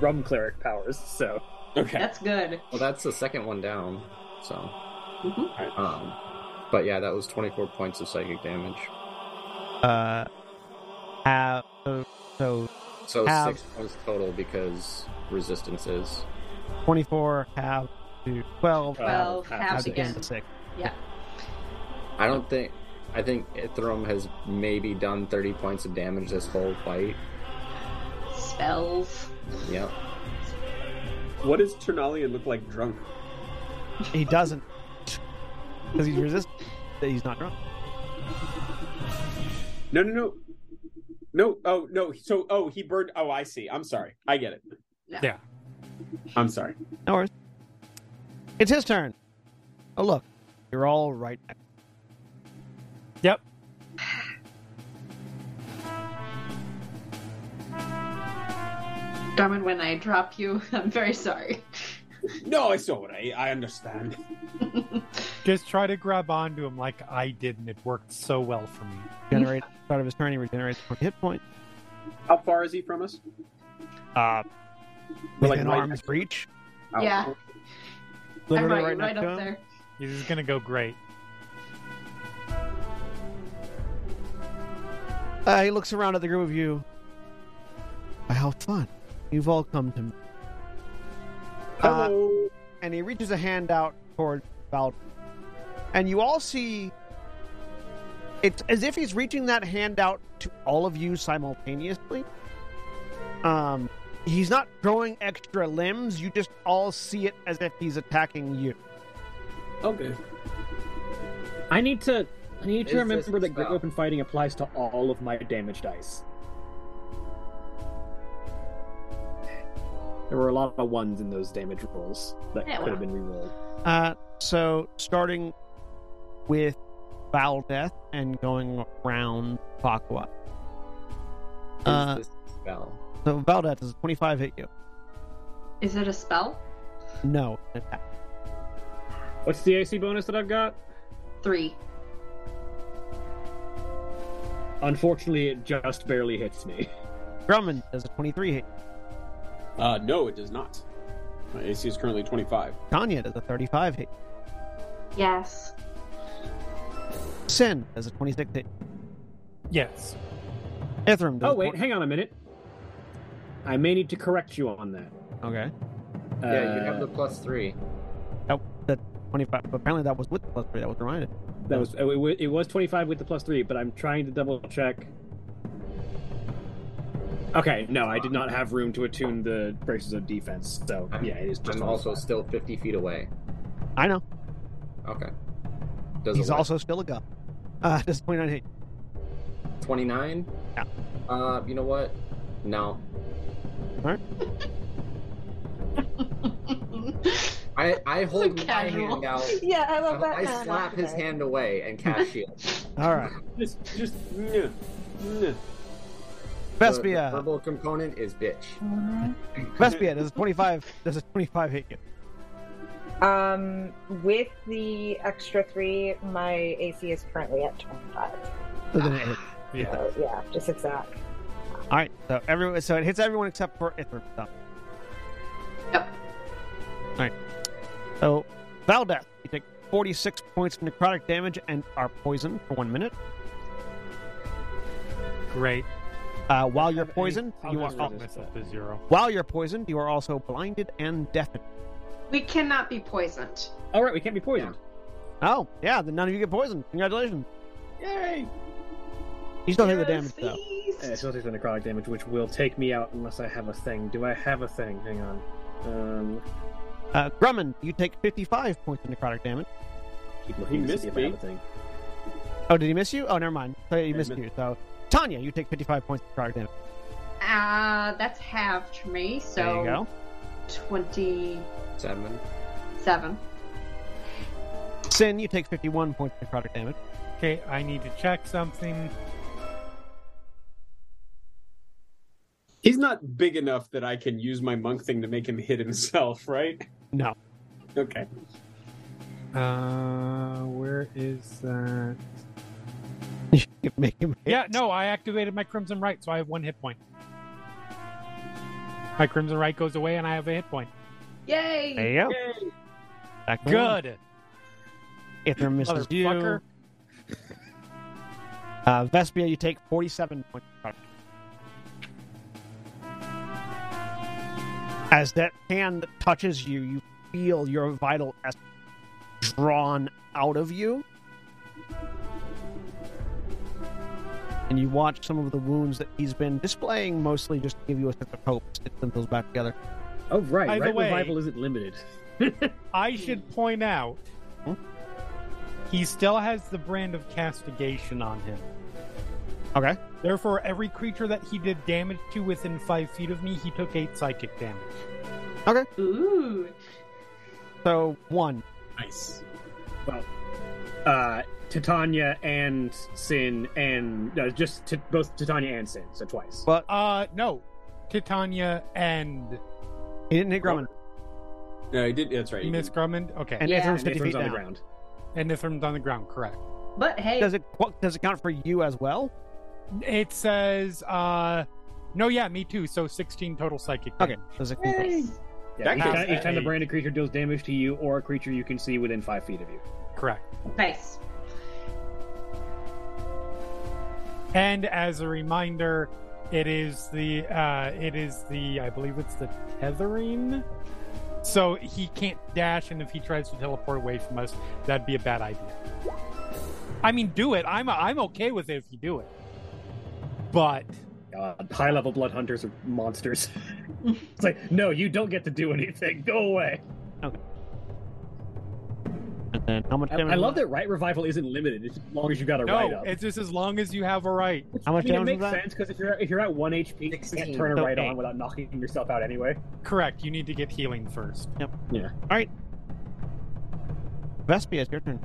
Speaker 3: rum cleric powers. So
Speaker 6: Okay.
Speaker 2: That's good.
Speaker 4: Well, that's the second one down, so.
Speaker 2: Mhm.
Speaker 4: Um, but yeah, that was 24 points of psychic damage.
Speaker 1: Uh, have, so, so
Speaker 4: So
Speaker 1: Have-
Speaker 4: 6 points total because resistances.
Speaker 1: 24, half to 12,
Speaker 3: Uh,
Speaker 2: Twelve
Speaker 3: half
Speaker 2: halves
Speaker 3: six.
Speaker 2: again.
Speaker 1: against 6.
Speaker 4: I don't think. I think Ithram has maybe done 30 points of damage this whole fight.
Speaker 2: Spells.
Speaker 4: Yeah.
Speaker 6: What does Ternalian look like drunk?
Speaker 1: He doesn't. Because he's resistant. He's not drunk.
Speaker 6: No, no, no. No, oh, no. So, oh, he burned. Oh, I see. I'm sorry. I get it.
Speaker 2: No.
Speaker 5: Yeah.
Speaker 6: I'm sorry.
Speaker 1: No worries. It's his turn. Oh, look. You're all right.
Speaker 5: Yep.
Speaker 2: Darwin, when I drop you, I'm very sorry.
Speaker 6: No, it's all right. I understand.
Speaker 5: Just try to grab onto him like I did, and it worked so well for me.
Speaker 1: Generate start of his turn. He regenerates one hit point.
Speaker 6: How far is he from us?
Speaker 1: Uh,
Speaker 6: We're,
Speaker 1: within
Speaker 6: right
Speaker 1: arm's
Speaker 6: next-
Speaker 1: reach.
Speaker 6: Oh,
Speaker 2: Yeah. I'm
Speaker 1: Literally
Speaker 2: right,
Speaker 1: right,
Speaker 2: right,
Speaker 1: next to
Speaker 2: up
Speaker 1: him.
Speaker 2: there.
Speaker 5: This is gonna go great.
Speaker 1: Uh, he looks around at the group of you. Why, How fun! You've all come to me.
Speaker 2: Oh,
Speaker 1: Uh,
Speaker 6: Hello.
Speaker 1: and he reaches a hand out toward Val. And you all see it's as if he's reaching that hand out to all of you simultaneously. Um he's not growing extra limbs, you just all see it as if he's attacking you.
Speaker 6: okay.
Speaker 3: I need to. I need
Speaker 4: Is
Speaker 3: to
Speaker 4: this
Speaker 3: remember
Speaker 4: the
Speaker 3: that great
Speaker 4: spell?
Speaker 3: weapon fighting applies to all of my damage dice. There were a lot of ones in those damage rolls that
Speaker 2: Yeah,
Speaker 3: could have
Speaker 2: well.
Speaker 3: been rerolled.
Speaker 1: Uh so starting with Val Death and going around clockwise.
Speaker 4: Is
Speaker 1: Uh,
Speaker 4: this spell?
Speaker 1: so Val Death is 25 hit you.
Speaker 2: Is it a spell?
Speaker 1: No, an attack.
Speaker 3: What's the AC bonus that I've got?
Speaker 2: Three.
Speaker 3: Unfortunately, it just barely hits me.
Speaker 1: Drummond does a 23 hit.
Speaker 6: Uh, no, it does not. My AC is currently 25.
Speaker 1: Tanya does a 35 hit.
Speaker 2: Yes.
Speaker 1: Sin does a 26 hit.
Speaker 5: Yes.
Speaker 1: Ithram does
Speaker 3: Oh
Speaker 1: a
Speaker 3: wait, hang on a minute. I may need to correct you on that.
Speaker 1: Okay.
Speaker 4: yeah, you
Speaker 3: Uh,
Speaker 4: have the plus three.
Speaker 1: That 25. But apparently that was with the plus three. That was reminded.
Speaker 3: That was oh, it, wa- it was 25 with the plus 3, but I'm trying to double check. Okay, no, I did not have room to attune the braces of defense. So, yeah, it is just
Speaker 4: I'm
Speaker 3: 25.
Speaker 4: also still 50 feet away.
Speaker 1: I know.
Speaker 4: Okay. Does
Speaker 1: He's
Speaker 4: it work?
Speaker 1: also still a god. Uh, does 29 hit.
Speaker 4: 29?
Speaker 1: Yeah.
Speaker 4: Uh, you know what? No. I, I hold my
Speaker 2: casual.
Speaker 4: hand out.
Speaker 7: Yeah, I love that.
Speaker 4: I slap his hand away and cast shield.
Speaker 1: All right.
Speaker 6: Just, just, no, no.
Speaker 4: The- The
Speaker 1: Vespia.
Speaker 4: verbal component is bitch.
Speaker 7: Mm-hmm.
Speaker 1: Vespia does a 25. Does a 25 hit you?
Speaker 7: Um, with the extra three, my AC is currently at 25.
Speaker 1: Doesn't it hit?
Speaker 5: Yeah.
Speaker 7: So, yeah, just exact.
Speaker 1: All right. So everyone. So it hits everyone except for Ithram. So.
Speaker 2: Yep.
Speaker 1: All right. So Valdeth, you take 46 points of necrotic damage and are poisoned for one minute.
Speaker 5: Great.
Speaker 1: Uh, while you're
Speaker 5: Have any-
Speaker 1: poisoned,
Speaker 5: I'll
Speaker 1: you
Speaker 5: just
Speaker 1: are
Speaker 5: roll myself to zero.
Speaker 1: while you're poisoned, you are also blinded and deafened.
Speaker 2: We cannot be poisoned.
Speaker 3: All right, we can't be poisoned.
Speaker 1: Oh, yeah, then none of you get poisoned. Congratulations.
Speaker 3: Yay!
Speaker 1: You still take the
Speaker 2: Yes,
Speaker 1: damage, though.
Speaker 2: feast.
Speaker 3: Uh, so take the necrotic damage, which will take me out unless I have a thing. Do I have a thing? Hang on. Um,
Speaker 1: Uh, Grumman, you take 55 points of necrotic damage.
Speaker 3: keep
Speaker 6: He
Speaker 3: looking to
Speaker 6: missed
Speaker 3: see if
Speaker 6: me.
Speaker 3: I have a thing.
Speaker 1: Oh, did he miss you? Oh, never mind. So he
Speaker 6: I
Speaker 1: missed
Speaker 6: missed-
Speaker 1: you. So, Tanya, you take 55 points of necrotic damage.
Speaker 2: Uh, that's halved for me, so
Speaker 1: There you go.
Speaker 2: 27.
Speaker 4: Seven.
Speaker 1: Sin, you take 51 points of necrotic damage.
Speaker 5: Okay, I need to check something.
Speaker 6: He's not big enough that I can use my monk thing to make him hit himself, right?
Speaker 1: No.
Speaker 6: Okay.
Speaker 5: Uh, where is that?
Speaker 1: You can make him hit.
Speaker 5: Yeah, no, I activated my Crimson Right, so I have one hit point. My Crimson Right goes away, and I have a hit point.
Speaker 2: Yay!
Speaker 1: There you go. Back to one.
Speaker 5: Good.
Speaker 1: Ithram misses you.
Speaker 5: Motherfucker.
Speaker 1: Uh, Vespia, you take 47 points of necrotic damage. As that hand touches you, you feel your vital essence drawn out of you. And you watch some of the wounds that he's been displaying, mostly just to give you a sense of hope. Stitch those back together.
Speaker 3: Oh, right.
Speaker 5: By the
Speaker 3: right
Speaker 5: way-
Speaker 3: revival isn't limited.
Speaker 5: I should point out
Speaker 1: Hmm?
Speaker 5: he still has the brand of castigation on him.
Speaker 1: Okay.
Speaker 5: Therefore, every creature that he did damage to within five feet of me, he took eight psychic damage.
Speaker 2: Ooh.
Speaker 1: So, one.
Speaker 6: Nice.
Speaker 3: uh, Titania and Sin, and no, just t- both Titania and Sin, so twice.
Speaker 8: But
Speaker 5: Uh, no, Titania and
Speaker 8: he didn't hit Grumman.
Speaker 6: No, he did. That's right. he
Speaker 5: Miss
Speaker 6: did.
Speaker 5: Grummond. Okay,
Speaker 8: And
Speaker 5: and,
Speaker 2: Yeah.
Speaker 8: Nathan's
Speaker 3: And
Speaker 8: 50
Speaker 3: Nathan's
Speaker 8: feet
Speaker 3: on the
Speaker 8: down.
Speaker 3: ground.
Speaker 5: and Nithrim's on the ground. Correct.
Speaker 2: But hey,
Speaker 8: Does it what, does it count for you as well?
Speaker 5: It says, uh, no, yeah, me too. So 16 total psychic.
Speaker 8: Okay.
Speaker 5: damage.
Speaker 8: Does it
Speaker 2: nice.
Speaker 3: Yeah,
Speaker 6: That
Speaker 3: each,
Speaker 6: counts
Speaker 3: time, each
Speaker 6: as
Speaker 3: time the
Speaker 6: a-
Speaker 3: branded creature deals damage to you or a creature you can see within five feet of you.
Speaker 5: Correct.
Speaker 2: nice.
Speaker 5: And as a reminder, it is the, uh, it is the, I believe it's the tethering. So he can't dash, and if he tries to teleport away from us, that'd be a bad idea. I mean, do it. I'm, I'm okay with it if you do it. But
Speaker 3: Uh, high level blood hunters are monsters. it's like, no, you don't get to do anything. Go away.
Speaker 8: And then how much
Speaker 3: I,
Speaker 8: damage?
Speaker 3: I love that right revival isn't limited as long as you got a right
Speaker 5: no,
Speaker 3: up.
Speaker 5: it's just as long as you have a right.
Speaker 8: How
Speaker 3: I
Speaker 8: much
Speaker 3: mean, it
Speaker 8: damage
Speaker 3: makes
Speaker 8: was that?
Speaker 3: sense because if you're if you're at one HP, you can
Speaker 4: 16.
Speaker 3: turn a
Speaker 8: So
Speaker 3: right
Speaker 8: eight.
Speaker 3: on without knocking yourself out anyway.
Speaker 5: Correct. You need to get healing first.
Speaker 8: Vespia, it's your turn.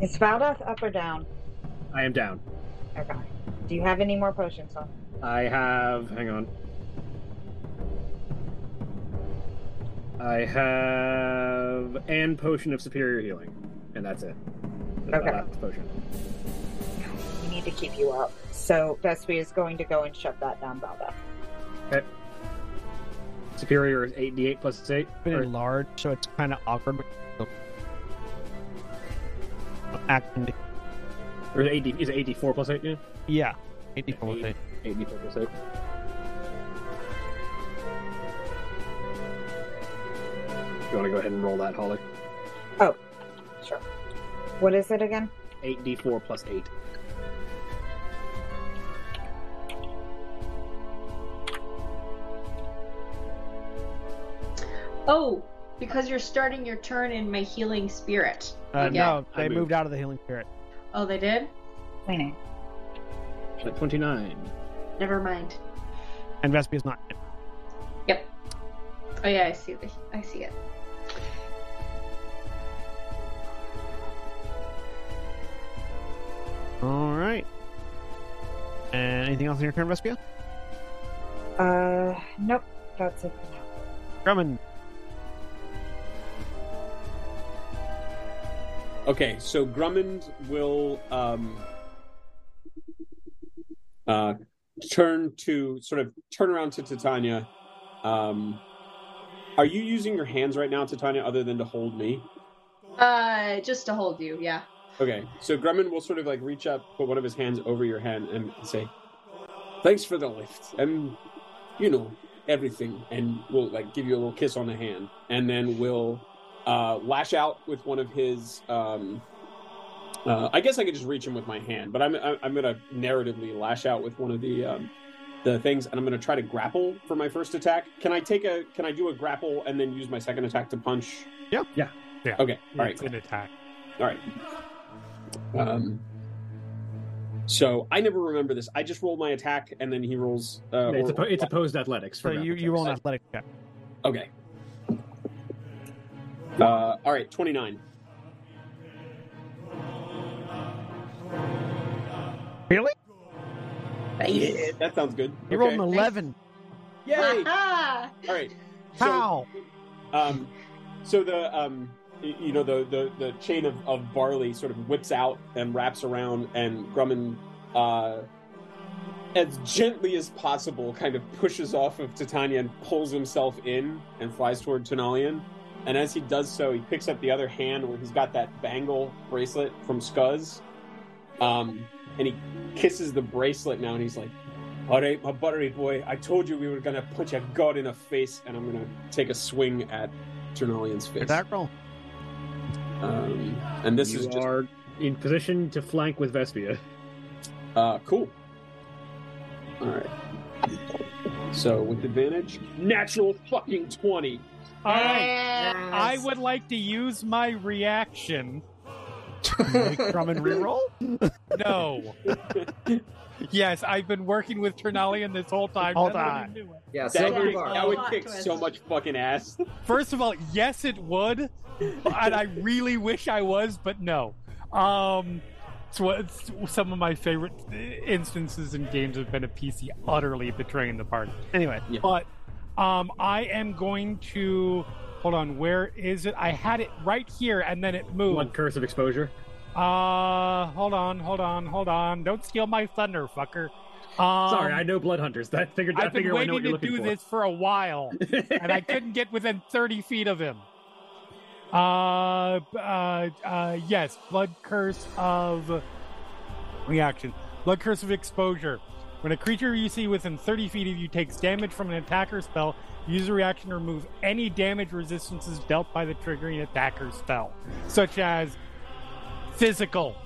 Speaker 7: Is Valdoth up or down?
Speaker 3: I am down.
Speaker 7: Okay. Do you have any more potions on?
Speaker 3: I have. Hang on. I have an potion of superior healing, and that's it. That's my
Speaker 7: Okay.
Speaker 3: last potion.
Speaker 7: We need to keep you up. So Vespi is going to go and shove that down Valdoth.
Speaker 3: Superior is eight d eight plus its eight.
Speaker 8: Been
Speaker 3: or-
Speaker 8: enlarged, so it's kind of awkward. but- Action.
Speaker 3: Or is it 8D, is it 8d4 plus 8? Yeah?
Speaker 8: Yeah. 84 with it.
Speaker 3: 8d4 plus 8. You want to go ahead and roll that, Holly?
Speaker 7: Sure. What is it again?
Speaker 3: 8d4 plus 8.
Speaker 2: Oh, because you're starting your turn in my healing spirit.
Speaker 8: Uh,
Speaker 2: Okay.
Speaker 8: no,
Speaker 3: I
Speaker 8: they
Speaker 3: moved.
Speaker 8: moved out of the healing spirit.
Speaker 2: Oh, they did.
Speaker 7: Cleaning.
Speaker 3: Like 29.
Speaker 2: Never mind.
Speaker 8: And Vespia's not.
Speaker 2: Oh yeah, I see the, I see it.
Speaker 8: All right. And anything else in your turn, Vespia?
Speaker 7: Uh, nope. That's it for now.
Speaker 8: Grumman.
Speaker 6: Okay, so Grummond will um, uh, turn to sort of turn around to Titania. Um, are you using your hands right now, Titania, other than to hold me?
Speaker 2: Uh, just to hold you, yeah.
Speaker 6: Okay, so Grumman will sort of like reach up, put one of his hands over your hand, and say, "Thanks for the lift, and you know everything." And we'll like give you a little kiss on the hand, and then we'll uh, lash out with one of his. Um, uh, I guess I could just reach him with my hand, but I'm I'm I'm gonna narratively lash out with one of the um, the things, and I'm gonna try to grapple for my first attack. Can I take a? Can I do a grapple and then use my second attack to punch?
Speaker 8: Yeah.
Speaker 5: Yeah. Yeah.
Speaker 6: Okay. All right.
Speaker 5: it's an attack.
Speaker 6: All right. Um, so I never remember this. I just roll my attack, and then he rolls.
Speaker 5: Oh,
Speaker 6: Uh,
Speaker 3: it's,
Speaker 6: or-
Speaker 3: oppo- it's opposed athletics.
Speaker 8: So
Speaker 3: For
Speaker 8: you,
Speaker 3: grapple
Speaker 8: you roll an
Speaker 3: checks.
Speaker 8: athletic check.
Speaker 6: okay. Uh, all right, twenty nine.
Speaker 8: Really?
Speaker 2: Nice.
Speaker 6: That sounds good.
Speaker 8: You rolled an
Speaker 6: Okay.
Speaker 8: 11.
Speaker 6: Yay!
Speaker 2: Ah,
Speaker 6: All right. So,
Speaker 8: How?
Speaker 6: um, so the um, y- you know the the, the chain of, of barley sort of whips out and wraps around, and Grumman, uh, as gently as possible, kind of pushes off of Titania and pulls himself in and flies toward Tenalian. And as he does so, he picks up the other hand where he's got that bangle bracelet from Scuzz, um, and he kisses the bracelet now, and he's like. All right, my buttery boy. I told you we were gonna punch a god in the face, and I'm gonna take a swing at Ternolian's face.
Speaker 8: Attack roll.
Speaker 6: Um, and this
Speaker 3: you
Speaker 6: is just
Speaker 3: are in position to flank with Vespia.
Speaker 6: uh, cool. All right. So with advantage, natural fucking twenty.
Speaker 5: All right.
Speaker 2: yes.
Speaker 5: I would like to use my reaction.
Speaker 8: Make Grumman reroll?
Speaker 5: No. Yes, I've been working with Ternalian this whole time.
Speaker 8: All
Speaker 5: None of you knew it.
Speaker 4: Yeah,
Speaker 6: That,
Speaker 4: Silver
Speaker 2: is-
Speaker 4: Bar.
Speaker 6: that would
Speaker 2: Plot
Speaker 6: kick
Speaker 2: twist.
Speaker 6: so much fucking ass.
Speaker 5: First of all, yes, it would, and I really wish I was, but no. Um, it's what it's some of my favorite instances in games have been a PC utterly betraying the party.
Speaker 8: Anyway,
Speaker 5: But um, I am going to hold on. Where is it? I had it right here, and then it moved.
Speaker 3: One curse of exposure.
Speaker 5: Uh, hold on, hold on, hold on. Don't steal my thunder, fucker. Um,
Speaker 3: Sorry, I know blood hunters. I figured. I
Speaker 5: I've been
Speaker 3: figured I know
Speaker 5: waiting
Speaker 3: what you're looking
Speaker 5: to do
Speaker 3: for.
Speaker 5: this for a while, and I couldn't get within 30 feet of him. Uh, b- uh, uh, yes, blood curse of reaction, blood curse of exposure. When a creature you see within 30 feet of you takes damage from an attacker spell, use a reaction to remove any damage resistances dealt by the triggering attacker spell, such as physical.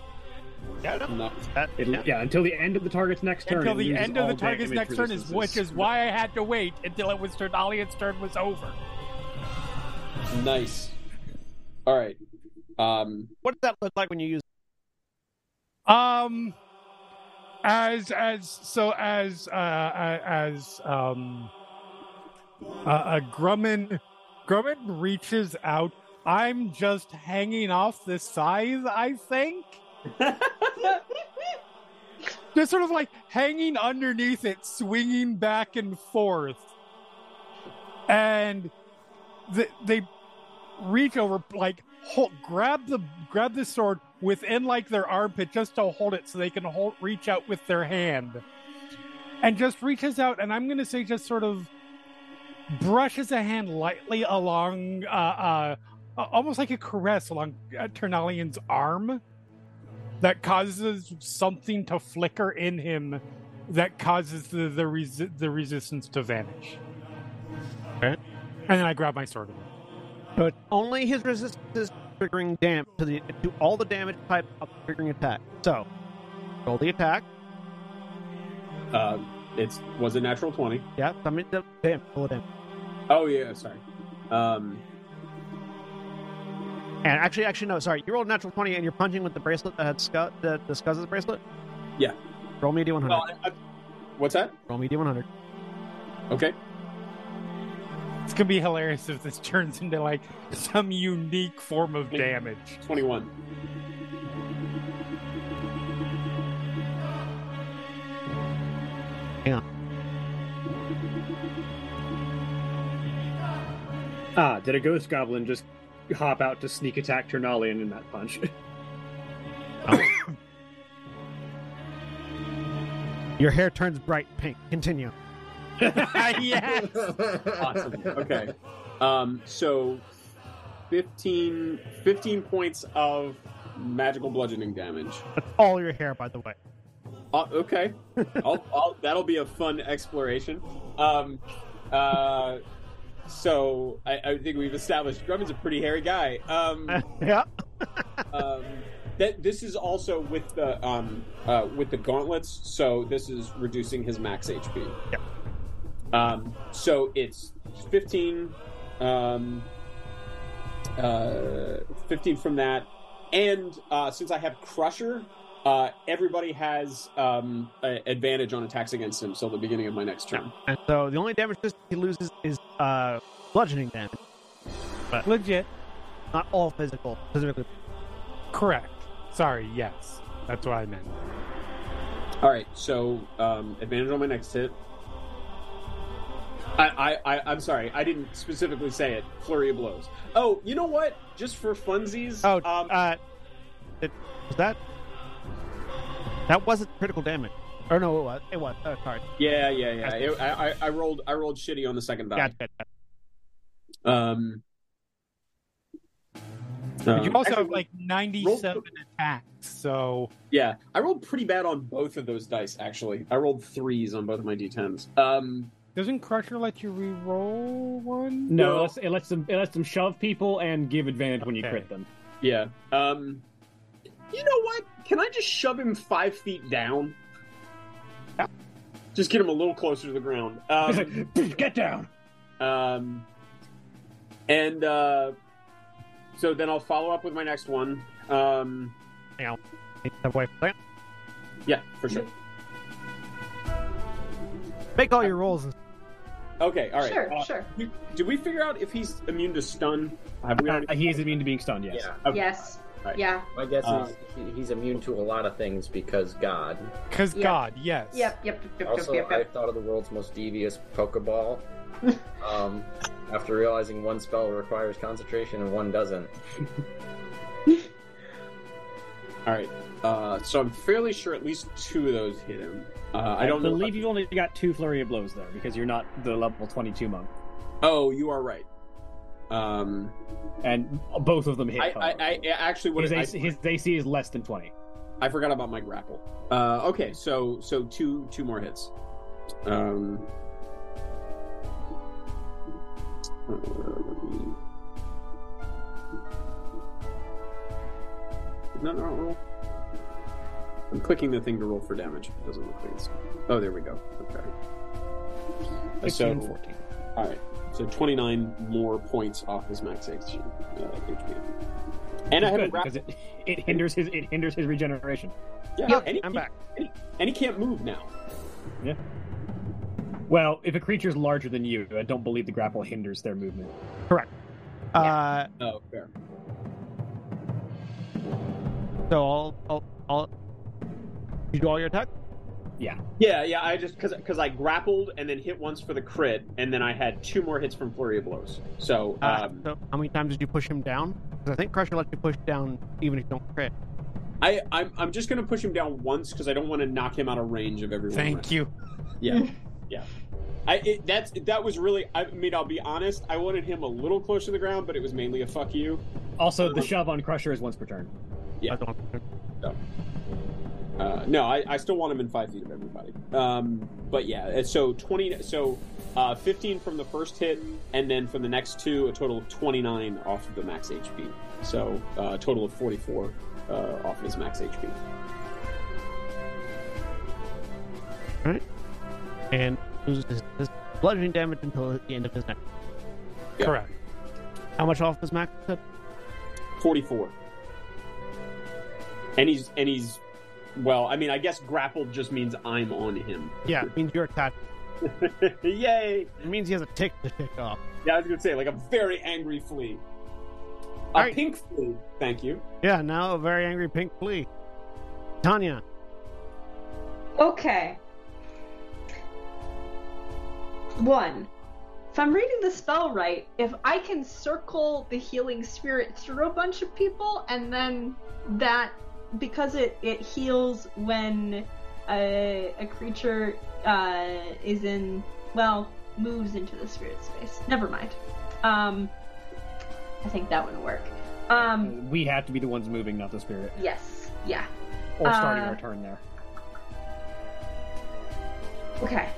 Speaker 6: No.
Speaker 8: that,
Speaker 3: It'll- yeah, until the end of the target's next turn.
Speaker 5: until
Speaker 3: it
Speaker 5: the
Speaker 3: loses
Speaker 5: end of the
Speaker 3: all
Speaker 5: target's
Speaker 3: damage
Speaker 5: next turn is
Speaker 3: resistances.
Speaker 5: which is why I had to wait until it was Ternalian's turn was over.
Speaker 6: Nice. All right. Um,
Speaker 8: what did that look like when you used?
Speaker 5: Um as as so as uh uh, as um uh, uh Grumman Grumman reaches out. I'm just hanging off the scythe, I think. Just sort of like hanging underneath it, swinging back and forth. And th- they reach over, like hold, grab the grab the sword within like their armpit just to hold it, so they can hold reach out with their hand, and just reaches out, and I'm gonna say just sort of brushes a hand lightly along, uh, uh, a- almost like a caress along uh, Ternalian's arm, that causes something to flicker in him, that causes the the, resi- the resistance to vanish.
Speaker 8: Okay.
Speaker 5: And then I grab my sword.
Speaker 8: But only his resistance is triggering damage to the to all the damage type of the triggering attack. So roll the attack.
Speaker 6: uh, it's was a natural twenty.
Speaker 8: Yeah, I mean the damage, roll the damage.
Speaker 6: Oh yeah, sorry. Um,
Speaker 8: And actually, actually no, sorry, you rolled a natural twenty and you're punching with the bracelet that had scu- that the Scuzz's bracelet.
Speaker 6: Yeah.
Speaker 8: Roll me a d100.
Speaker 6: well, I- I- what's that?
Speaker 8: roll me a d100.
Speaker 6: Okay.
Speaker 5: It's gonna be hilarious if this turns into like some unique form of damage.
Speaker 6: Twenty-one.
Speaker 3: Ah, did a ghost goblin just hop out to sneak attack Ternalian in that punch?
Speaker 8: Your hair turns bright pink. Continue.
Speaker 5: yes.
Speaker 6: Awesome. okay. Um, so 15, 15 points of magical bludgeoning damage.
Speaker 8: That's all your hair, by the way.
Speaker 6: Uh, okay. I'll, I'll, that'll be a fun exploration. Um, uh, so I, I think we've established Grumman's a pretty hairy guy. Um,
Speaker 8: Yeah.
Speaker 6: um, that this is also with the um, uh, with the gauntlets, so this is reducing his max HP.
Speaker 8: Yep.
Speaker 6: Um, so it's fifteen, um, uh, fifteen from that, and uh, since I have Crusher, uh, everybody has um, a- advantage on attacks against him. So the beginning of my next turn.
Speaker 8: And so the only damage resistance he loses is uh bludgeoning damage,
Speaker 5: Legit.
Speaker 8: not all physical. Specifically,
Speaker 5: Correct. Sorry, yes. That's what I meant.
Speaker 6: All right, so um, advantage on my next hit. I, I, I, I'm sorry, I didn't specifically say it. Flurry of blows. Oh, you know what? Just for funsies.
Speaker 8: Oh,
Speaker 6: um,
Speaker 8: uh, it, was that that wasn't critical damage? Or no, it was. It was. Oh, sorry.
Speaker 6: yeah, yeah, yeah. It- I, I, I rolled, I rolled shitty on the second die.
Speaker 8: Gotcha.
Speaker 6: Um,
Speaker 5: But you
Speaker 6: um,
Speaker 5: also have
Speaker 6: actually,
Speaker 5: like 97 attacks, so
Speaker 6: yeah, I rolled pretty bad on both of those dice. Actually, I rolled threes on both of my d10s. Um,
Speaker 5: doesn't Crusher let you re-roll one?
Speaker 3: No, it lets, it lets them it lets them shove people and give advantage when you
Speaker 5: Okay.
Speaker 3: crit them.
Speaker 6: yeah. Um, you know what? Can I just shove him five feet down? Just get him a little closer to the ground.
Speaker 3: It's
Speaker 6: Um,
Speaker 3: like, "Pff, get down.
Speaker 6: Um, and uh, so then I'll follow up with my next one. Um,
Speaker 8: Step away from that.
Speaker 6: yeah, for sure.
Speaker 8: Make all your rolls. And...
Speaker 6: Okay, all right.
Speaker 2: Sure,
Speaker 6: Uh,
Speaker 2: sure.
Speaker 6: you- Did we figure out if he's immune to stun? Have we already?
Speaker 3: Uh, He is immune to being stunned. Yes.
Speaker 4: Yeah.
Speaker 6: okay.
Speaker 2: Yes.
Speaker 6: Right.
Speaker 2: Yeah.
Speaker 4: My guess
Speaker 6: Uh,
Speaker 4: is he- he's immune to a lot of things because God.
Speaker 5: Because
Speaker 2: Yeah.
Speaker 5: God, yes.
Speaker 2: Yep. Yep. Yep. Yep.
Speaker 4: Also,
Speaker 2: yep,
Speaker 4: I
Speaker 2: yep.
Speaker 4: thought of the world's most devious Pokeball. um, after realizing one spell requires concentration and one doesn't.
Speaker 6: All right. Uh, so I'm fairly sure at least two of those hit him. Uh, I don't know if
Speaker 3: believe you've only got two flurry of blows there because you're not the level 22 monk,
Speaker 6: Oh, you are right. Um,
Speaker 3: and both of them hit.
Speaker 6: I,
Speaker 3: Connor.
Speaker 6: I, I I actually what
Speaker 3: his,
Speaker 6: I,
Speaker 3: AC, his AC is less than 20.
Speaker 6: I forgot about my grapple. Uh, okay, so so two two more hits. Um, uh, let me- Did that not roll? I'm clicking the thing to roll for damage. It doesn't look like it's. Oh, there we go. Okay. Uh,
Speaker 1: 16
Speaker 6: So,
Speaker 1: and 14.
Speaker 6: all right. So 29 more points off his max HP. Uh, HP. And I
Speaker 3: It's
Speaker 6: have a
Speaker 3: good,
Speaker 6: grapple.
Speaker 3: because it, it hinders his it hinders his regeneration.
Speaker 6: Yeah,
Speaker 2: Yep.
Speaker 6: and he,
Speaker 8: I'm back.
Speaker 6: and he can't move now.
Speaker 3: Well, if a creature's larger than you, I don't believe the grapple hinders their movement.
Speaker 8: Uh,
Speaker 6: Oh, fair.
Speaker 8: so I'll, I'll, I'll. You do all your attack.
Speaker 6: Yeah, Uh, yeah. I just because because I grappled and then hit once for the crit, and then I had two more hits from flurry of blows. So,
Speaker 8: Uh,
Speaker 6: um,
Speaker 8: so how many times did you push him down? 'Cause I think Crusher lets you push down even if you don't crit.
Speaker 6: I I'm, I'm just gonna push him down once because I don't want to knock him out of range of everyone.
Speaker 5: Thank you.
Speaker 6: Yeah, yeah. I it, that's that was really. I mean, I'll be honest. I wanted him a little closer to the ground, but it was mainly a fuck you.
Speaker 3: Also, the shove on Crusher is once per turn.
Speaker 6: Yeah.
Speaker 8: I don't-
Speaker 6: Uh, no, I, I still want him in five feet of everybody. Um, but yeah, and so twenty, so uh, fifteen from the first hit, and then from the next two, a total of twenty nine off of the max HP. So uh, a total of forty four uh, off his max HP.
Speaker 8: and loses his, his bludgeoning damage until the end of his next.
Speaker 6: Yeah.
Speaker 5: Correct.
Speaker 8: How much off his max?
Speaker 6: Forty four. And he's and he's, well, I mean, I guess grappled just means I'm on him.
Speaker 8: Yeah, it means you're attached.
Speaker 6: Yay!
Speaker 8: It means he has a tick to tick off.
Speaker 6: Yeah, I was gonna say like a very angry flea. A
Speaker 8: Alright.
Speaker 6: pink flea. Thank you.
Speaker 8: Yeah, now a very angry pink flea. Tanya,
Speaker 2: Okay. One. If I'm reading the spell right, if I can circle the healing spirit through a bunch of people, and then that because it it heals when a, a creature uh, is in well moves into the spirit space. Never mind. Um, I think that would work. Um,
Speaker 3: We have to be the ones moving, not the spirit,
Speaker 2: yes, yeah.
Speaker 3: or starting
Speaker 2: Uh,
Speaker 3: our turn there.
Speaker 2: Okay.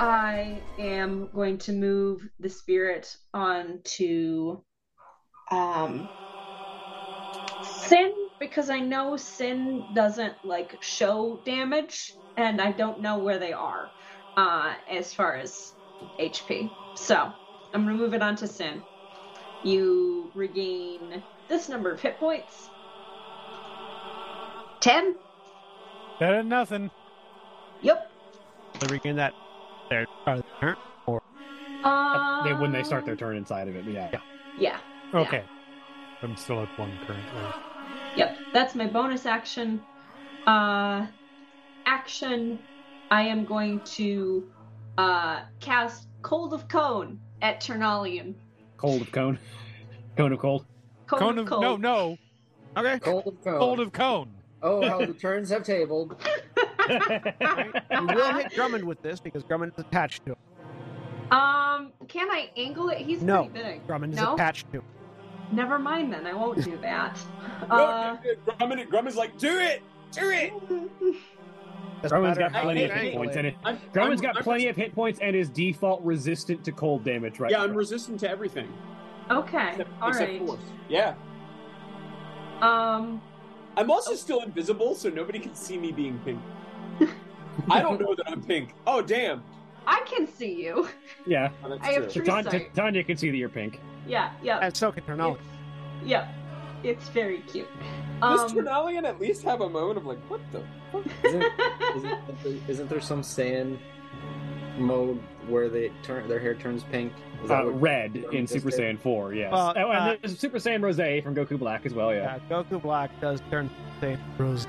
Speaker 2: I am going to move the spirit on to um Sin because I know Sin doesn't like show damage and I don't know where they are uh as far as HP. So, I'm going to move it on to Sin. You regain this number of hit points. 10?
Speaker 5: That ain't nothing.
Speaker 2: Yep.
Speaker 8: so regain that. There, part of the turn.
Speaker 2: Uh,
Speaker 3: they, when they start their turn inside of it, but yeah.
Speaker 2: Um, Yeah.
Speaker 5: Okay. I'm still at one currently.
Speaker 2: Yep, that's my bonus action. Uh, action. I am going to uh, cast Cold of Cone at Ternalian.
Speaker 3: Cold of cone, cone of cold.
Speaker 2: Cone,
Speaker 5: Cone
Speaker 2: of
Speaker 5: of
Speaker 2: Cold.
Speaker 5: no, no.
Speaker 8: Okay.
Speaker 4: Cold of cone.
Speaker 5: Cold of cone.
Speaker 4: Oh, how the turns have tabled.
Speaker 8: You will hit Drummond with this because Drummond is attached to him.
Speaker 2: Um, can I angle it? He's
Speaker 8: No.
Speaker 2: pretty big.
Speaker 8: Drummond is
Speaker 2: No?
Speaker 8: attached to him.
Speaker 2: Never mind then. I won't do that.
Speaker 6: Uh,
Speaker 2: uh,
Speaker 6: Grumman, Grumman's like, do it, do it.
Speaker 8: Doesn't
Speaker 3: Grumman's
Speaker 8: matter
Speaker 3: got
Speaker 8: how
Speaker 3: plenty
Speaker 8: you
Speaker 3: of hit
Speaker 8: angle
Speaker 3: points,
Speaker 8: it.
Speaker 3: and it,
Speaker 6: I'm,
Speaker 3: Grumman's
Speaker 6: I'm-
Speaker 3: got
Speaker 6: I'm
Speaker 3: plenty of hit points and is default resistant to cold damage right
Speaker 6: Yeah,
Speaker 3: now.
Speaker 6: I'm resistant to everything.
Speaker 2: okay.
Speaker 6: Except,
Speaker 2: All
Speaker 6: except
Speaker 2: right.
Speaker 6: force. Yeah.
Speaker 2: Um,
Speaker 6: I'm also still invisible, so nobody can see me being pink. I don't know that I'm pink. Oh, damn.
Speaker 2: I can see you.
Speaker 3: yeah.
Speaker 6: Oh, that's
Speaker 2: I have
Speaker 6: true.
Speaker 2: true
Speaker 3: Tan-
Speaker 2: sight.
Speaker 3: Tanya can see that you're pink.
Speaker 2: Yeah, yeah,
Speaker 8: And so can Ternal.
Speaker 2: yeah. It's very cute.
Speaker 6: Does
Speaker 2: Um,
Speaker 6: Trinalian at least have a moment of like, what the?
Speaker 4: Isn't, isn't, there, isn't there some saying mode where they turn their hair turns pink? Is
Speaker 3: Uh,
Speaker 4: that what-
Speaker 3: red in
Speaker 4: Just
Speaker 3: Super
Speaker 4: did?
Speaker 3: Saiyan 4, yes.
Speaker 1: Well,
Speaker 3: oh, and
Speaker 1: uh,
Speaker 3: there's Super Saiyan Rosé from Goku Black as well, yeah.
Speaker 1: Yeah, Goku Black does turn Saint Rose.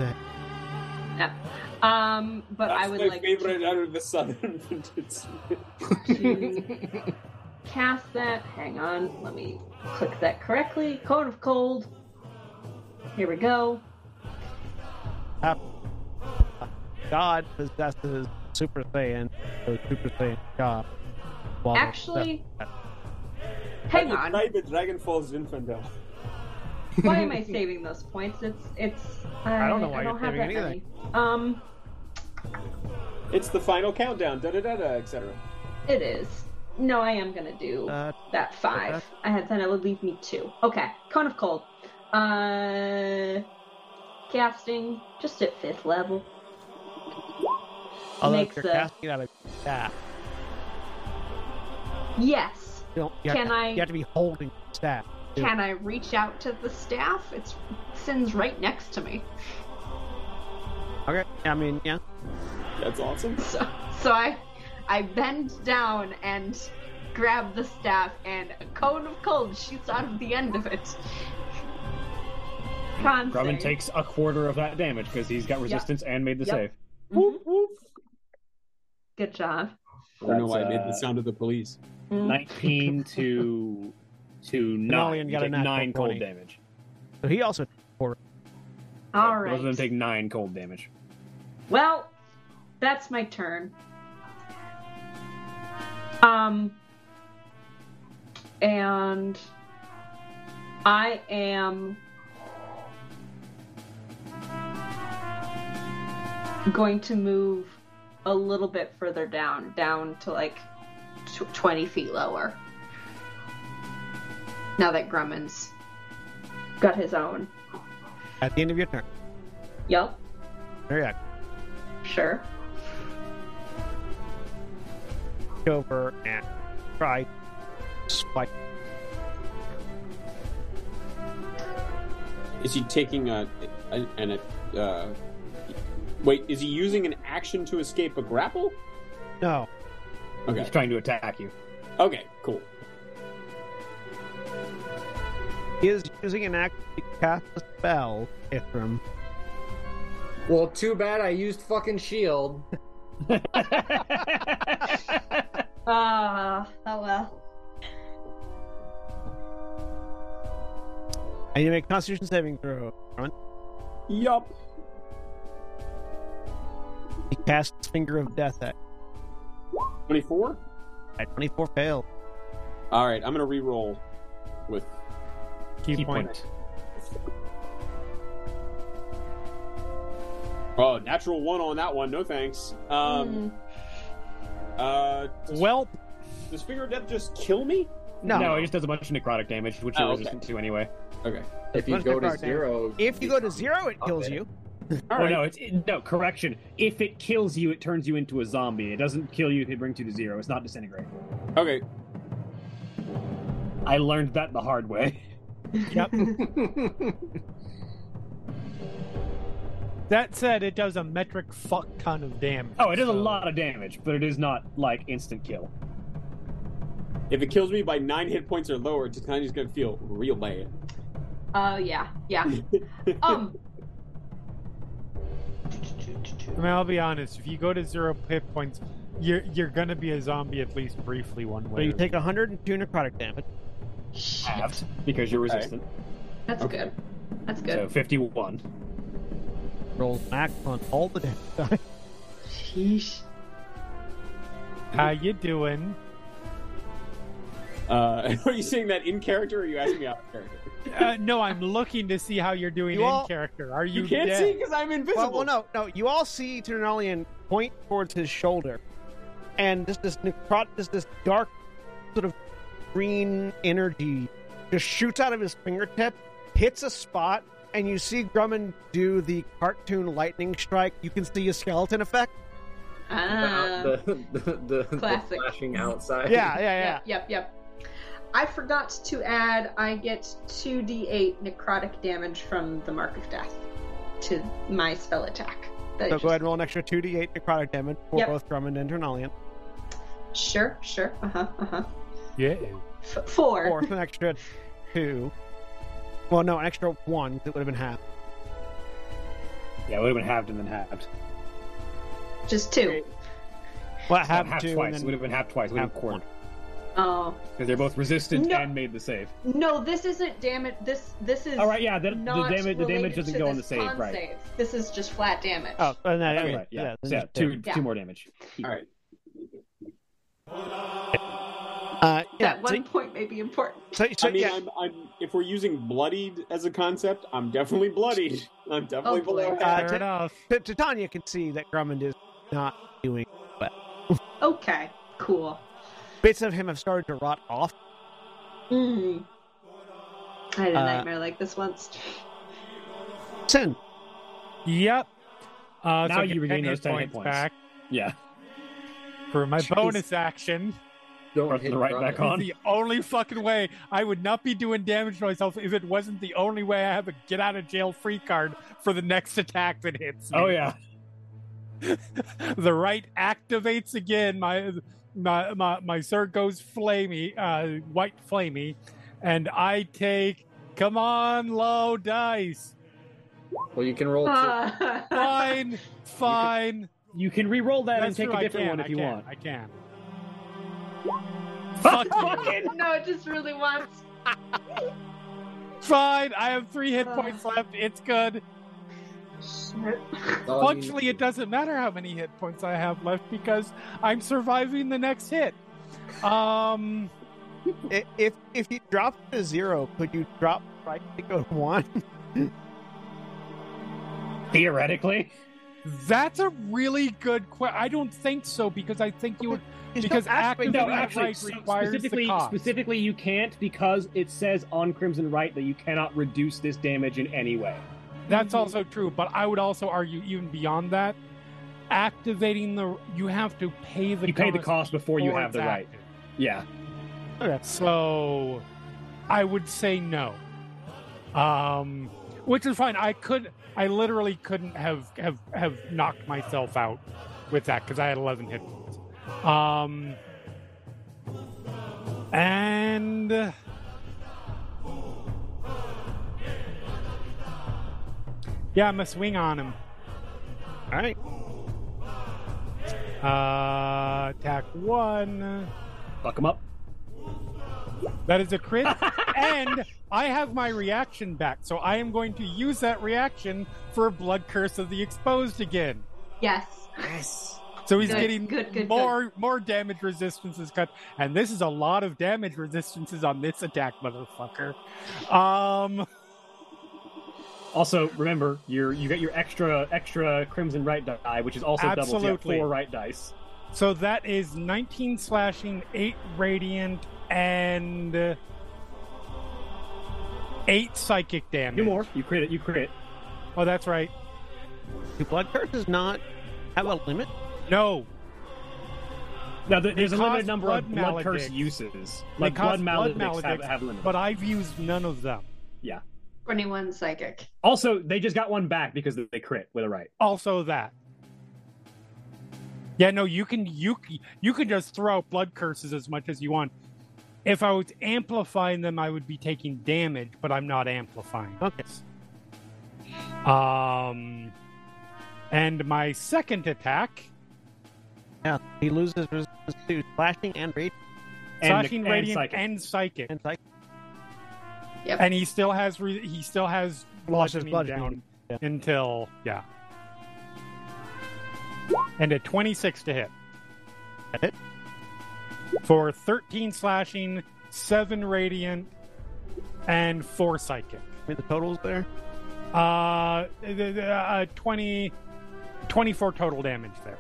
Speaker 2: Um, but
Speaker 6: That's
Speaker 2: I would
Speaker 6: my
Speaker 2: like
Speaker 6: favorite out of the southern vintages.
Speaker 2: to cast that. Hang on, let me click that correctly. Cone of Cold. Here we go.
Speaker 1: God possesses Super Saiyan, so Super Saiyan God. Well,
Speaker 2: Actually, hang on.
Speaker 6: Private Dragon Falls Infandel.
Speaker 2: Why am I saving those points? It's it's. I,
Speaker 1: I don't know why
Speaker 2: I
Speaker 1: you're
Speaker 2: don't have
Speaker 1: saving
Speaker 2: that
Speaker 1: anything.
Speaker 2: many. Um,
Speaker 6: It's the final countdown. Da da da da, etc.
Speaker 2: it is. No, I am gonna do
Speaker 1: uh,
Speaker 2: that five.
Speaker 1: okay.
Speaker 2: I had then it would leave me two. Okay, cone of cold. Uh, casting just at fifth level.
Speaker 1: although if
Speaker 2: makes
Speaker 1: you're
Speaker 2: a-
Speaker 1: casting out of staff,
Speaker 2: Yes.
Speaker 1: you don't. You have
Speaker 2: Can
Speaker 1: to,
Speaker 2: I-
Speaker 1: You have to be holding staff. Yeah.
Speaker 2: Can I reach out to the staff? It's Sin's right next to me.
Speaker 1: Okay. I mean, yeah.
Speaker 6: That's awesome.
Speaker 2: So, so I, I bend down and grab the staff, and a cone of cold shoots out of the end of it. Con
Speaker 3: Grumman
Speaker 2: save.
Speaker 3: takes a quarter of that damage because he's got resistance and made the
Speaker 2: Yep.
Speaker 3: save.
Speaker 2: Mhm. Good job.
Speaker 6: I don't know why I
Speaker 3: That's,
Speaker 6: made
Speaker 3: uh,
Speaker 6: the sound of the police.
Speaker 2: Mm.
Speaker 3: 19 to to nine.
Speaker 1: Nolian
Speaker 3: You
Speaker 1: got a
Speaker 3: take
Speaker 1: natural
Speaker 3: nine cold
Speaker 1: 20.
Speaker 3: damage.
Speaker 1: So he also
Speaker 2: All
Speaker 3: Both
Speaker 2: right.
Speaker 3: of them take nine cold damage.
Speaker 2: Well, that's my turn. Um, and I am going to move a little bit further down, down to like tw- 20 feet lower. Now that Grumman's got his own.
Speaker 1: at the end of your turn.
Speaker 2: Yup.
Speaker 1: Very active.
Speaker 2: Sure.
Speaker 1: Go Over and try spike.
Speaker 6: Is he taking a, a an a, uh, wait? Is he using an action to escape a grapple?
Speaker 1: No.
Speaker 6: Okay.
Speaker 3: He's trying to attack you.
Speaker 6: Okay. Cool.
Speaker 1: He is using an action to cast a spell, Ithram.
Speaker 4: Well, too bad I used fucking shield.
Speaker 2: Ah, oh well.
Speaker 1: And you make Constitution saving throw.
Speaker 6: Yup.
Speaker 1: He casts Finger of Death at,
Speaker 6: Twenty-four.
Speaker 1: at 24 fail.
Speaker 6: All right. I'm gonna re-roll with
Speaker 5: Key,
Speaker 3: Key
Speaker 5: point.
Speaker 3: point.
Speaker 6: oh natural one on that one. No thanks. Um. Uh. Does,
Speaker 5: Well,
Speaker 6: does finger of death just kill me?
Speaker 1: No.
Speaker 3: no, it just does a bunch of necrotic damage, which
Speaker 6: Oh,
Speaker 3: you're
Speaker 6: okay.
Speaker 3: resistant to anyway.
Speaker 6: Okay.
Speaker 4: If you
Speaker 1: Let's
Speaker 4: go
Speaker 1: get
Speaker 4: to
Speaker 1: back down.
Speaker 4: zero,
Speaker 1: If you go to zero, it kills you.
Speaker 6: All
Speaker 3: oh
Speaker 6: right.
Speaker 3: no, it's it, no correction. If it kills you, it turns you into a zombie. It doesn't kill you if it brings you to zero. It's not disintegrate.
Speaker 6: Okay.
Speaker 3: I learned that the hard way.
Speaker 5: that said, it does a metric fuck ton of damage.
Speaker 3: Oh, it does a
Speaker 5: so-
Speaker 3: lot of damage, but it is not like instant kill.
Speaker 6: If it kills me by nine hit points or lower, it's kind of just gonna feel real bad.
Speaker 2: Oh yeah, yeah. Um.
Speaker 5: I mean, I'll be honest. If you go to zero hit points, you're you're gonna be a zombie at least briefly one
Speaker 1: So
Speaker 5: way.
Speaker 1: you
Speaker 5: or
Speaker 1: take 102 necrotic damage.
Speaker 3: Halved because you're
Speaker 6: Okay.
Speaker 3: resistant.
Speaker 2: That's
Speaker 6: Okay.
Speaker 2: good. That's
Speaker 3: So
Speaker 2: good.
Speaker 3: 51.
Speaker 1: Roll max on all the damage.
Speaker 2: Sheesh.
Speaker 5: the- How you doing?
Speaker 6: Uh, are you saying that in character or are you asking me out of character?
Speaker 5: Uh, no, I'm looking to see how you're doing
Speaker 1: You
Speaker 5: in
Speaker 1: all-
Speaker 5: character. Are you,
Speaker 6: You can't
Speaker 5: dead?
Speaker 6: see because I'm invisible.
Speaker 1: well, well, no, no. You all see Ternolian point towards his shoulder, and just this necrot, just this dark sort of green energy just shoots out of his fingertip, hits a spot, and you see Grumman do the cartoon lightning strike. You can see a skeleton effect.
Speaker 2: Ah.
Speaker 4: the, the, the, the
Speaker 2: Classic.
Speaker 4: flashing outside.
Speaker 1: Yeah, yeah,
Speaker 2: Yep, yep, yep. I forgot to add. I get two d8 necrotic damage from the mark of death to my spell attack. That
Speaker 1: yeah. So
Speaker 2: just-
Speaker 1: go ahead and roll an extra 2d8 necrotic damage for
Speaker 2: Yep.
Speaker 1: both Grumman and Ternolian.
Speaker 2: Sure, sure. Uh huh. Uh huh.
Speaker 5: Yeah.
Speaker 2: F- four.
Speaker 8: Or an extra two. Well, no, an extra one. 'cause It would have been half.
Speaker 3: Yeah, it would have been halved and then halved.
Speaker 2: Just two.
Speaker 8: Well,
Speaker 3: Not
Speaker 8: half
Speaker 3: halved
Speaker 8: two.
Speaker 3: Oh, twice.
Speaker 8: And
Speaker 3: It would
Speaker 8: then,
Speaker 3: have been halved twice. It would have been corn.
Speaker 2: Oh
Speaker 3: Because they're both resistant
Speaker 2: No.
Speaker 3: and made the save.
Speaker 2: no, this isn't damage. This this is.
Speaker 3: All right, yeah, the, the
Speaker 2: not
Speaker 3: damage the
Speaker 2: related
Speaker 3: damage doesn't
Speaker 2: to
Speaker 3: go on the
Speaker 2: this
Speaker 3: save,
Speaker 2: con
Speaker 3: right?
Speaker 2: save. This is just flat damage.
Speaker 8: oh, and then,
Speaker 3: Okay,
Speaker 8: yeah,
Speaker 3: right, yeah,
Speaker 8: yeah,
Speaker 3: So, yeah, two
Speaker 2: Yeah.
Speaker 3: two more damage.
Speaker 6: All right.
Speaker 8: Uh, yeah.
Speaker 2: that
Speaker 8: So,
Speaker 2: one point may be important.
Speaker 8: so, so
Speaker 6: I mean, um,
Speaker 8: yeah.
Speaker 6: I'm, I'm, if we're using bloodied as a concept, I'm definitely bloodied. I'm definitely
Speaker 2: Oh,
Speaker 6: below
Speaker 1: Uh,
Speaker 2: boy.
Speaker 6: half.
Speaker 5: Fair
Speaker 8: t-
Speaker 5: enough.
Speaker 8: T- Titania can see that Drummond is not doing.
Speaker 2: Okay, cool.
Speaker 8: Bits of him have started to rot off.
Speaker 2: Mm. I had a
Speaker 8: Uh,
Speaker 2: nightmare like this once.
Speaker 8: Sin.
Speaker 5: Yep.
Speaker 3: Now
Speaker 5: Uh, so I
Speaker 3: you
Speaker 5: get
Speaker 3: regain
Speaker 5: 10
Speaker 3: those
Speaker 5: hit
Speaker 3: 10 hit points.
Speaker 5: back
Speaker 3: Yeah,
Speaker 5: for my
Speaker 4: Jeez.
Speaker 5: bonus action.
Speaker 4: Don't
Speaker 3: Press
Speaker 4: hit
Speaker 3: the right
Speaker 4: Grummett.
Speaker 3: back
Speaker 5: It's
Speaker 3: on.
Speaker 5: the only fucking way I would not be doing damage to myself if it wasn't the only way I have a get out of jail free card for the next attack that hits. me.
Speaker 3: Oh yeah.
Speaker 5: the right activates again. My my my, my sword goes flamey, uh, white flamey, and I take. Come on, low dice.
Speaker 4: Well, you can roll two.
Speaker 2: Uh,
Speaker 5: Fine, fine.
Speaker 3: You can re-roll that
Speaker 5: That's
Speaker 3: and take
Speaker 5: true,
Speaker 3: a
Speaker 5: I
Speaker 3: different
Speaker 5: can,
Speaker 3: one if
Speaker 5: I
Speaker 3: you
Speaker 5: can,
Speaker 3: want.
Speaker 5: I can. Fuck you.
Speaker 2: no, it just really wants.
Speaker 5: Fine. I have three
Speaker 3: Uh.
Speaker 5: hit points left. It's good.
Speaker 2: Shit.
Speaker 4: That's all you need.
Speaker 5: Functionally, it doesn't matter how many hit points I have left because I'm surviving the next hit. Um,
Speaker 8: I- If if you drop to zero, could you drop right to go to one?
Speaker 3: Theoretically,
Speaker 5: that's a really good question. I don't think so because I think you would
Speaker 8: You still
Speaker 5: Because
Speaker 8: activate
Speaker 5: activate-
Speaker 3: no,
Speaker 8: the-
Speaker 5: Right
Speaker 3: actually,
Speaker 5: requires the
Speaker 3: specifically,
Speaker 5: cost.
Speaker 3: specifically, you can't because it says on Crimson Right that you cannot reduce this damage in any way. Mm-hmm.
Speaker 5: That's also true, but I would also argue even beyond that, activating the you have to pay the
Speaker 3: You pay the cost before you
Speaker 5: before
Speaker 3: have
Speaker 5: it's
Speaker 3: the right.
Speaker 5: active.
Speaker 3: Yeah.
Speaker 5: So I would say no. Um which is fine. I could I literally couldn't have have have knocked myself out with that cuz I had 11 hit points. Um and Yeah, I'm gonna swing on him.
Speaker 8: All right.
Speaker 5: Uh attack 1.
Speaker 3: Fuck them up.
Speaker 5: That is a crit. and I have my reaction back, so I am going to use that reaction for Blood Curse of the Exposed again.
Speaker 2: Yes.
Speaker 5: So he's
Speaker 2: Good,
Speaker 5: getting
Speaker 2: good, good,
Speaker 5: more more damage resistances cut, and this is a lot of damage resistances on this attack, motherfucker. Um,
Speaker 3: Also, remember your you get your extra extra Crimson Right die, which is also double. So you have
Speaker 5: Absolutely.
Speaker 3: four right dice.
Speaker 5: so that is 19 slashing, 8 radiant, and uh, 8 psychic damage.
Speaker 3: You more. You crit it. You crit.
Speaker 5: Oh, that's right.
Speaker 8: Do blood curses not have a limit?
Speaker 5: No,
Speaker 3: Now th- there's a
Speaker 5: They
Speaker 3: limited
Speaker 5: cause
Speaker 3: number of
Speaker 5: blood
Speaker 3: blood curse
Speaker 5: maledicts.
Speaker 3: uses. Like blood
Speaker 5: cause blood
Speaker 3: maledicts have,
Speaker 5: maledicts,
Speaker 3: have limits.
Speaker 5: but I've used none of them.
Speaker 2: Twenty-one psychic.
Speaker 3: Also, they just got one back because they crit with a right.
Speaker 5: also that. Yeah, no, you can you c- you can just throw out blood curses as much as you want. If I was amplifying them, I would be taking damage, but I'm not amplifying.
Speaker 8: Okay.
Speaker 5: Um, and my second attack,
Speaker 8: Yeah. He loses resistance to slashing and rage.
Speaker 5: slashing
Speaker 3: and
Speaker 5: radiant
Speaker 3: psychic.
Speaker 5: and psychic,
Speaker 8: And like,
Speaker 5: and he still has re- he still has
Speaker 8: Lost his
Speaker 5: bludgeoning
Speaker 8: bludgeoning, yeah.
Speaker 5: down until yeah, and a twenty six to hit.
Speaker 8: That it?
Speaker 5: for 13 slashing, 7 radiant, and 4 psychic.
Speaker 8: I mean, the totals there.
Speaker 5: Uh, th- th- uh 20, 24 total damage there.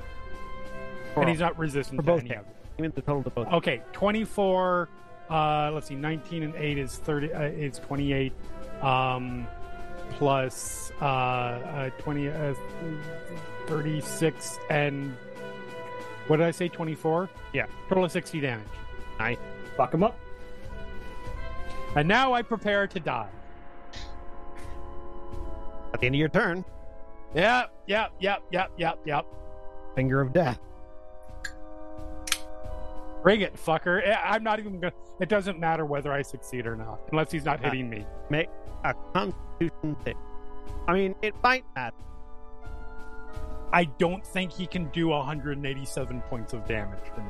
Speaker 8: For,
Speaker 5: and he's not resistant
Speaker 8: for
Speaker 5: to
Speaker 8: both
Speaker 5: any of
Speaker 8: hits.
Speaker 5: it.
Speaker 8: I mean, the total to both. Oh,
Speaker 5: Okay, 24, uh, let's see, 19 and 8 is 30, uh, is 28, um, plus, uh, uh 20, uh, 36 and, what did I say, 24? Yeah, total of 60 damage.
Speaker 3: Fuck them up.
Speaker 5: And now I prepare to die.
Speaker 8: At the end of your turn,
Speaker 5: Yep, yep, yep, yep, yep, yep.
Speaker 8: finger of death.
Speaker 5: Bring it, fucker. I- I'm not even gonna. It doesn't matter whether I succeed or not, unless he's not
Speaker 1: Yeah.
Speaker 5: hitting me.
Speaker 1: A constitution thing. I mean, it might matter.
Speaker 5: I don't think he can do 187 points of damage to me.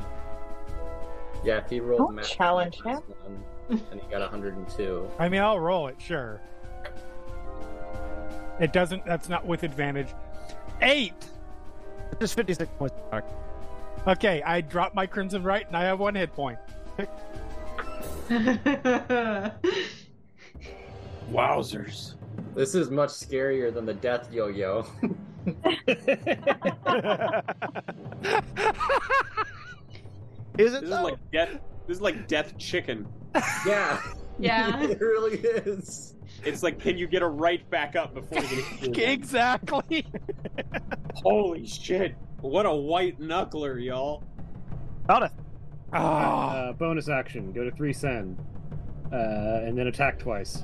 Speaker 4: Yeah, if he rolled
Speaker 7: Don't
Speaker 4: max
Speaker 7: challenge
Speaker 4: minus one, and he got 102.
Speaker 5: I mean, I'll roll it, sure. It doesn't. That's not with advantage. Eight.
Speaker 1: Just 56 points.
Speaker 5: Okay, I drop my crimson right, and I have one hit point.
Speaker 6: Wowzers.
Speaker 4: This is much scarier than the death yo-yo.
Speaker 1: Is it
Speaker 6: This is
Speaker 1: though?
Speaker 6: like death. This is like death chicken.
Speaker 4: yeah,
Speaker 2: yeah.
Speaker 4: it really is.
Speaker 6: It's like, can you get a right back up before you get hit?
Speaker 5: exactly.
Speaker 6: Holy shit! What a white knuckler, y'all.
Speaker 5: Oh,
Speaker 3: Uh, bonus action. Go to three sen, uh, and then attack twice.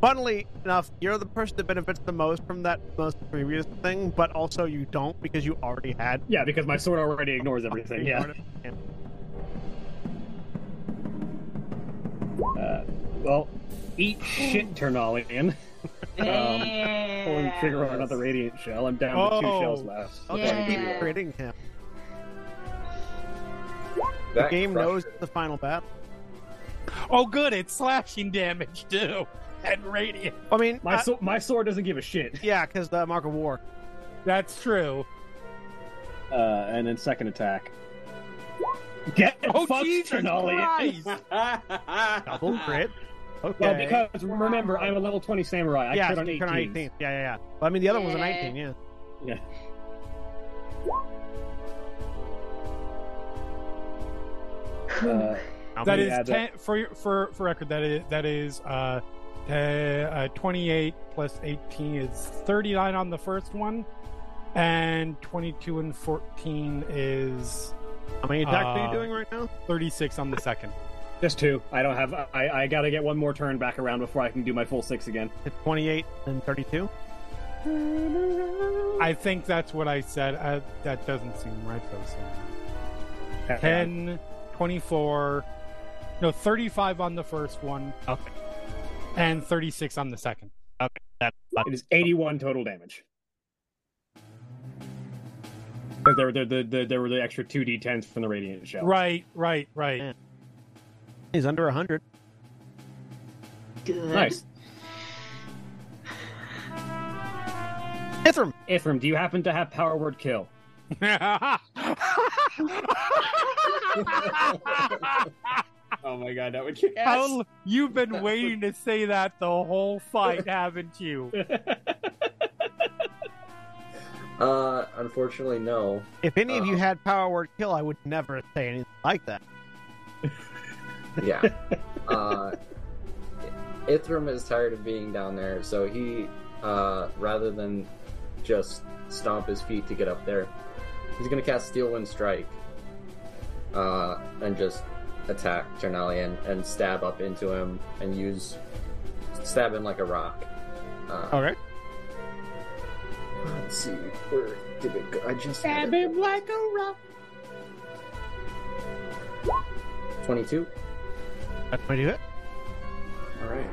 Speaker 1: Funnily enough, you're the person that benefits the most from that most previous thing, but also you don't because you already had.
Speaker 3: Yeah, because my sword already ignores everything. Yeah. Uh, well, eat shit, Ternalian. Um, Before we
Speaker 2: Yeah.
Speaker 3: figure out another radiant shell, I'm down to two
Speaker 5: Oh.
Speaker 3: shells left.
Speaker 1: Okay,
Speaker 2: Yeah.
Speaker 1: keep creating him.
Speaker 4: That
Speaker 1: Game
Speaker 4: crusher.
Speaker 1: knows the final battle.
Speaker 5: oh, good. It's slashing damage too, and radiant.
Speaker 1: I mean,
Speaker 3: My
Speaker 1: uh,
Speaker 3: so- my sword doesn't give a shit.
Speaker 1: yeah, because the mark of war.
Speaker 5: That's true.
Speaker 3: Uh, and then second attack. Get
Speaker 5: Oh,
Speaker 3: fucked,
Speaker 5: Jesus
Speaker 3: Ternalian.
Speaker 5: Christ!
Speaker 1: Double crit. Okay.
Speaker 3: Well, because remember, I'm a level 20 samurai. I
Speaker 1: yeah,
Speaker 3: crit on
Speaker 1: so
Speaker 3: 18.
Speaker 1: you crit on 18. Yeah, yeah, yeah. Well, I mean, the other one was a
Speaker 2: Yeah.
Speaker 1: 19. Yeah.
Speaker 3: Yeah. Uh,
Speaker 1: How
Speaker 5: That
Speaker 1: many-
Speaker 5: is
Speaker 3: Yeah, that-
Speaker 5: ten for your- for for record. That is that is uh, te- uh twenty eight plus eighteen is thirty nine on the first one, and twenty two and fourteen is
Speaker 1: how many attacks are
Speaker 5: uh,
Speaker 1: you doing right now?
Speaker 5: thirty six on the second.
Speaker 3: just two. I don't have. I, I gotta get one more turn back around before I can do my full six again.
Speaker 1: It's 28 and 32.
Speaker 5: I think that's what I said. Uh, that doesn't seem right though. So. 10, 24, no thirty five on the first one.
Speaker 1: Okay.
Speaker 5: And thirty six on the second.
Speaker 3: It is 81 total damage. But there, there, there, there, there were the extra two d10s from the radiant shell.
Speaker 5: Right, right, right.
Speaker 1: Yeah. He's under 100.
Speaker 2: Good.
Speaker 3: Nice.
Speaker 1: Ithram.
Speaker 3: Ithram, do you happen to have power word kill?
Speaker 6: Oh my god, that would kick ass.
Speaker 5: How, you've been waiting to say that the whole fight, haven't you?
Speaker 4: Uh, unfortunately, no.
Speaker 1: If any of you
Speaker 4: Uh-huh.
Speaker 1: had power word kill, I would never say anything like that.
Speaker 4: Yeah. uh, Ithram is tired of being down there, so he, uh, rather than just stomp his feet to get up there, he's gonna cast Steel Wind Strike, uh, and just attack Ternalian and stab up into him and use stab him like a rock. Uh,
Speaker 1: Okay.
Speaker 4: Let's see, where did it go? I just stab him like a rock. Twenty-two.
Speaker 1: That's how I do it.
Speaker 4: All right.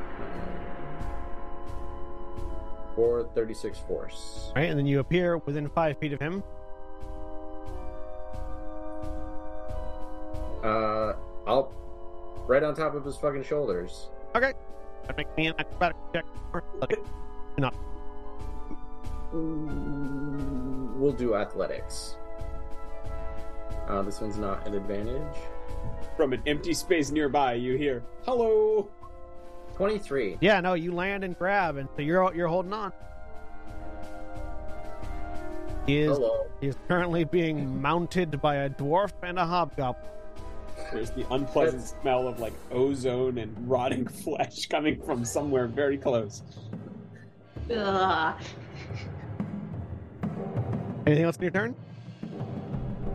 Speaker 4: Or 36 force.
Speaker 1: All right, and then you appear within five feet of him.
Speaker 4: Uh, I'll right on top of his fucking shoulders.
Speaker 1: That makes me an acrobatic check. or athletics.
Speaker 4: Mm, We'll do athletics. Uh, this one's not an advantage.
Speaker 6: From an empty space nearby, you hear, "Hello."
Speaker 4: 23.
Speaker 1: Yeah, no, you land and grab, and so you're you're holding on. He is
Speaker 4: Hello.
Speaker 1: he is currently being mounted by a dwarf and a hobgoblin.
Speaker 6: There's the unpleasant smell of like ozone and rotting flesh coming from somewhere very close.
Speaker 2: Ugh.
Speaker 1: Anything else in your turn?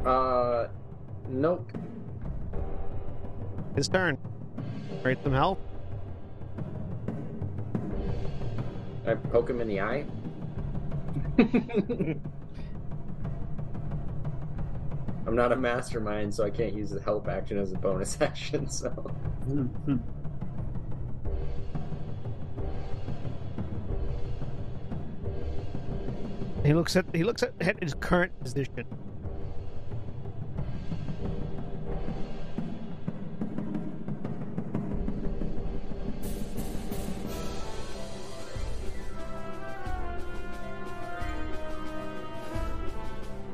Speaker 4: Uh, nope.
Speaker 1: His turn. Rate some health.
Speaker 4: I poke him in the eye. I'm not a mastermind, so I can't use the help action as a bonus action. So
Speaker 1: He looks at he looks at, at his current position.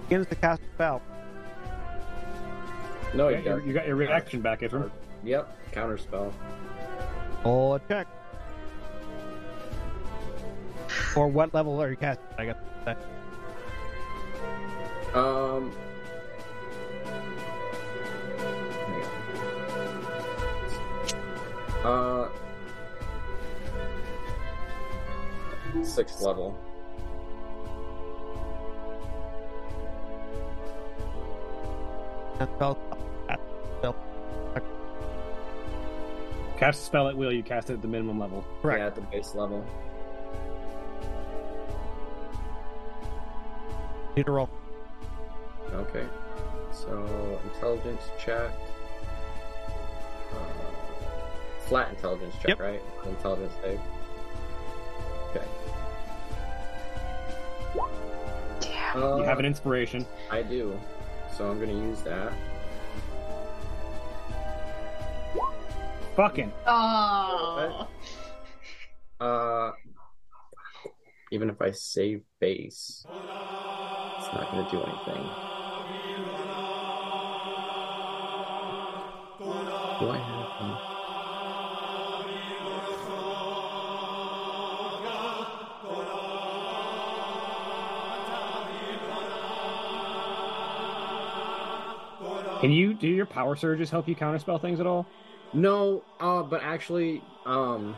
Speaker 1: Begins to cast a spell.
Speaker 4: no,
Speaker 3: You
Speaker 4: you
Speaker 3: got your,
Speaker 4: don't.
Speaker 3: you got your reaction back, Ithram.
Speaker 4: Yep, counter spell.
Speaker 1: Or check. Or what level are you casting? I got that.
Speaker 4: Um. hang on. Uh, sixth level.
Speaker 1: that spell.
Speaker 3: Cast a spell at will. You cast it at the minimum level.
Speaker 1: Correct.
Speaker 4: Yeah, at the base level.
Speaker 1: Need to roll.
Speaker 4: Okay. So intelligence check. Uh, flat intelligence check,
Speaker 1: Yep.
Speaker 4: right? Intelligence save. Okay. Uh,
Speaker 3: You have an inspiration.
Speaker 4: I do. So I'm gonna use that.
Speaker 3: Fucking.
Speaker 2: Oh.
Speaker 4: Uh, even if I save base, it's not gonna do anything. Do I have?
Speaker 3: Can you do your power surges help you counterspell things at all?
Speaker 4: No, uh, but actually, um,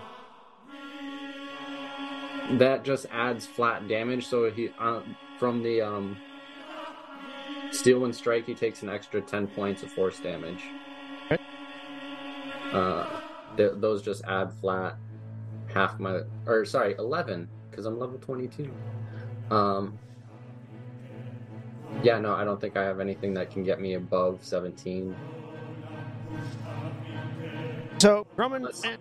Speaker 4: that just adds flat damage. So he uh, from the um, steel and strike, he takes an extra ten points of force damage.
Speaker 1: Okay.
Speaker 4: Uh, th- those just add flat half my, or sorry, eleven because I'm level twenty-two. Um, yeah, no, I don't think I have anything that can get me above seventeen.
Speaker 1: So Grumman
Speaker 4: Let's-
Speaker 1: and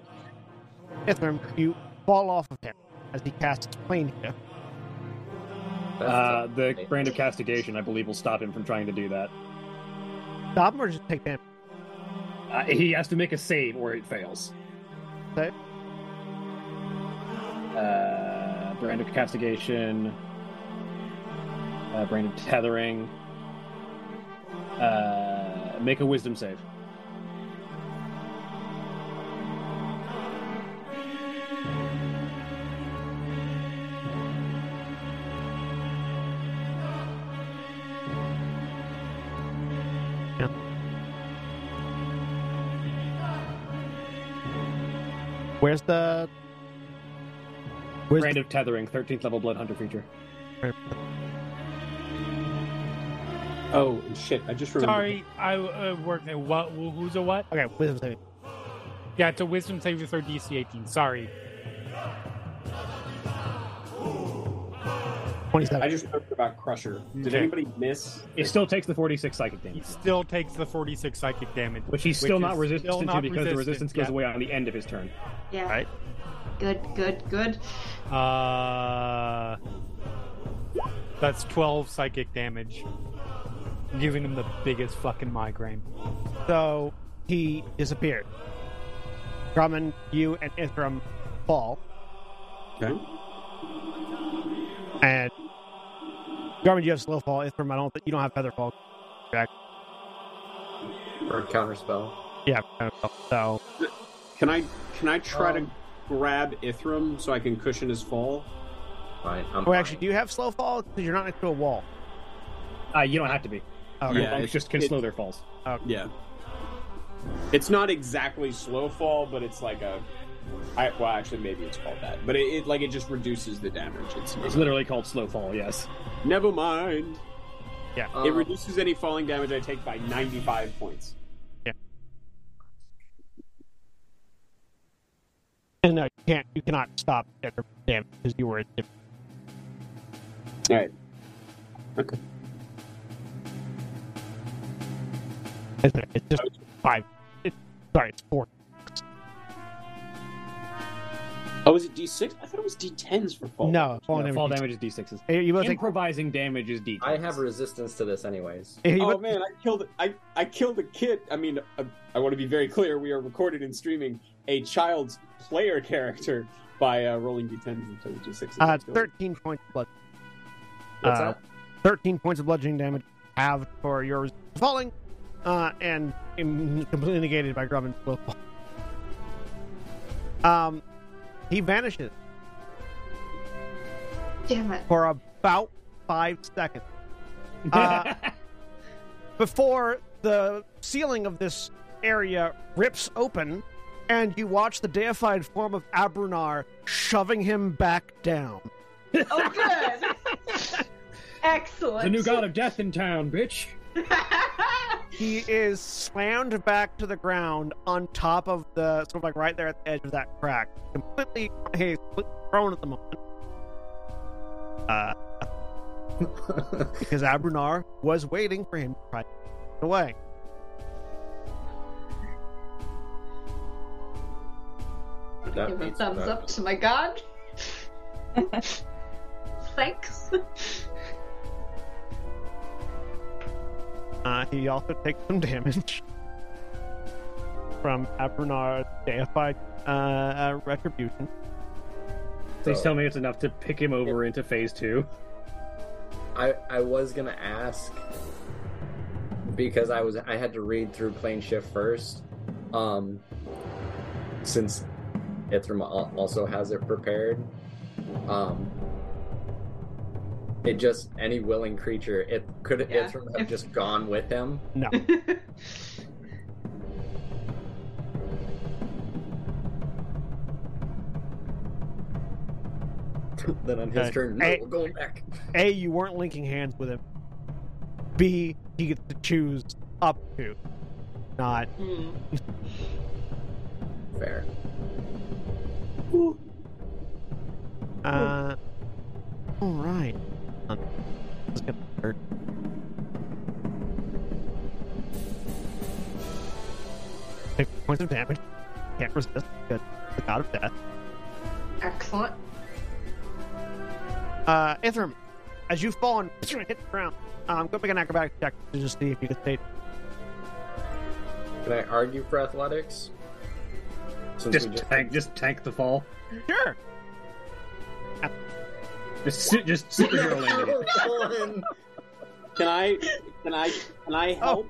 Speaker 1: Ithrim, you fall off of him as he casts plane shift.
Speaker 4: That's
Speaker 3: Uh, the
Speaker 4: Okay.
Speaker 3: brand of castigation, I believe, will stop him from trying to do that.
Speaker 1: Stop him or just take damage.
Speaker 3: Uh, he has to make a save or it fails.
Speaker 1: Okay.
Speaker 3: Uh, brand of castigation. Uh, brand of tethering. Uh, make a wisdom save.
Speaker 1: Where's the where's
Speaker 3: Brand of tethering, 13th level blood hunter feature.
Speaker 1: the,
Speaker 6: Oh shit! I just remembered.
Speaker 5: Sorry, I uh, worked at what? who- Who's a what?
Speaker 1: Okay, wisdom saving.
Speaker 5: Yeah, it's a wisdom saving throw DC 18. Sorry.
Speaker 1: Twenty seven.
Speaker 6: I just remembered about Crusher. Did
Speaker 5: Okay.
Speaker 6: anybody miss?
Speaker 3: It still takes the 46 psychic
Speaker 5: He
Speaker 3: damage,
Speaker 5: still takes the 46 psychic damage.
Speaker 3: which he's still
Speaker 5: Which
Speaker 3: not
Speaker 5: is
Speaker 3: resistant
Speaker 5: still
Speaker 3: to
Speaker 5: not
Speaker 3: because the
Speaker 5: resistant,
Speaker 3: resistance goes
Speaker 5: yeah.
Speaker 3: away on the end of his turn.
Speaker 2: Yeah.
Speaker 1: Right.
Speaker 2: Good, good, good.
Speaker 5: Uh, that's 12 psychic damage. Giving him the biggest fucking migraine.
Speaker 1: So he disappeared. Grumman, you and Ithram fall.
Speaker 6: Okay.
Speaker 1: And Grumman, you have slow fall. Ithram, I don't think you don't have feather fall.
Speaker 4: or counter spell.
Speaker 1: Yeah, feather fall. so
Speaker 6: Can I can I try to
Speaker 4: Um,
Speaker 6: grab Ithram so I can cushion his fall?
Speaker 4: Fine. I'm
Speaker 1: Oh,
Speaker 4: fine.
Speaker 1: actually, do you have slow fall? Because you're not next to a wall.
Speaker 3: Uh, you don't have to be.
Speaker 1: Okay.
Speaker 6: Yeah,
Speaker 3: It's
Speaker 6: it's-
Speaker 3: just can
Speaker 6: it-
Speaker 3: slow their falls.
Speaker 6: Yeah. It's not exactly slow fall, but it's like a. I, well, actually, maybe it's called that, but it, it like it just reduces the damage. It's,
Speaker 3: It's literally called slow fall, yes.
Speaker 6: never mind.
Speaker 4: Um,
Speaker 6: It reduces any falling damage I take by ninety-five points.
Speaker 1: And no, you can't. You cannot stop Ithram damage because you were. in-
Speaker 6: All right. Okay.
Speaker 1: It's it's just five. It, sorry, it's four.
Speaker 6: Oh, is it D6? I thought it was D10s for fall.
Speaker 1: No, fall
Speaker 3: No,
Speaker 1: damage.
Speaker 3: fall damage is d6s.
Speaker 1: Eh, You both take.
Speaker 3: Improvising damage is d.
Speaker 4: I have resistance to this, anyways.
Speaker 1: eh, You
Speaker 6: Oh
Speaker 1: both,
Speaker 6: man, I killed I I killed a kid. I mean, I, I want to be very clear. We are recorded and streaming a child's player character by uh, rolling d10s instead of d6s.
Speaker 1: uh, thirteen points of blood.
Speaker 4: What's
Speaker 1: uh,
Speaker 4: that?
Speaker 1: Thirteen points of bludgeoning damage have for your falling, uh, and im- completely negated by Grubbin's willful. Um, he vanishes
Speaker 2: Damn it.
Speaker 1: for about five seconds. Uh, before the ceiling of this area rips open, and you watch the deified form of Abrunar shoving him back down.
Speaker 2: Oh, good. Excellent.
Speaker 3: The new god of death in town, bitch.
Speaker 1: He is slammed back to the ground on top of the sort of like right there at the edge of that crack. Completely, he's completely thrown at the moment. Uh, because Abrunar was waiting for him to try to get away.
Speaker 4: That
Speaker 2: Give a
Speaker 4: beats
Speaker 2: thumbs
Speaker 4: that.
Speaker 2: up to my god. Thanks.
Speaker 1: Uh, he also takes some damage from Apernar's deified uh, uh, retribution.
Speaker 3: Please
Speaker 4: So-
Speaker 3: tell me it's enough to pick him over into phase two.
Speaker 4: I I was gonna ask because I was I had to read through plane shift first. Um, since Ithrim al- also has it prepared, um, it just any willing creature. It could
Speaker 2: Yeah.
Speaker 4: Ithrim have just gone with him.
Speaker 1: No,
Speaker 4: then on his
Speaker 1: Okay.
Speaker 4: turn, no,
Speaker 1: Hey.
Speaker 4: we're going back.
Speaker 1: a you weren't linking hands with him. B he gets to choose up to, not
Speaker 2: Hmm.
Speaker 4: Fair.
Speaker 1: Uh, Oh. all right. Um, let's get the third. Six points of damage. Can't resist. Good. The god of death.
Speaker 2: Excellent.
Speaker 1: Uh, Ithrim, as you fall and hit the ground, um, go make an acrobatic check to just see if you can stay.
Speaker 4: Can I argue for athletics? Since
Speaker 3: Just
Speaker 4: we just-
Speaker 3: tank, just tank the fall.
Speaker 1: Sure.
Speaker 3: Just, su- just superhero landing.
Speaker 4: One.
Speaker 6: Can I can I can I help?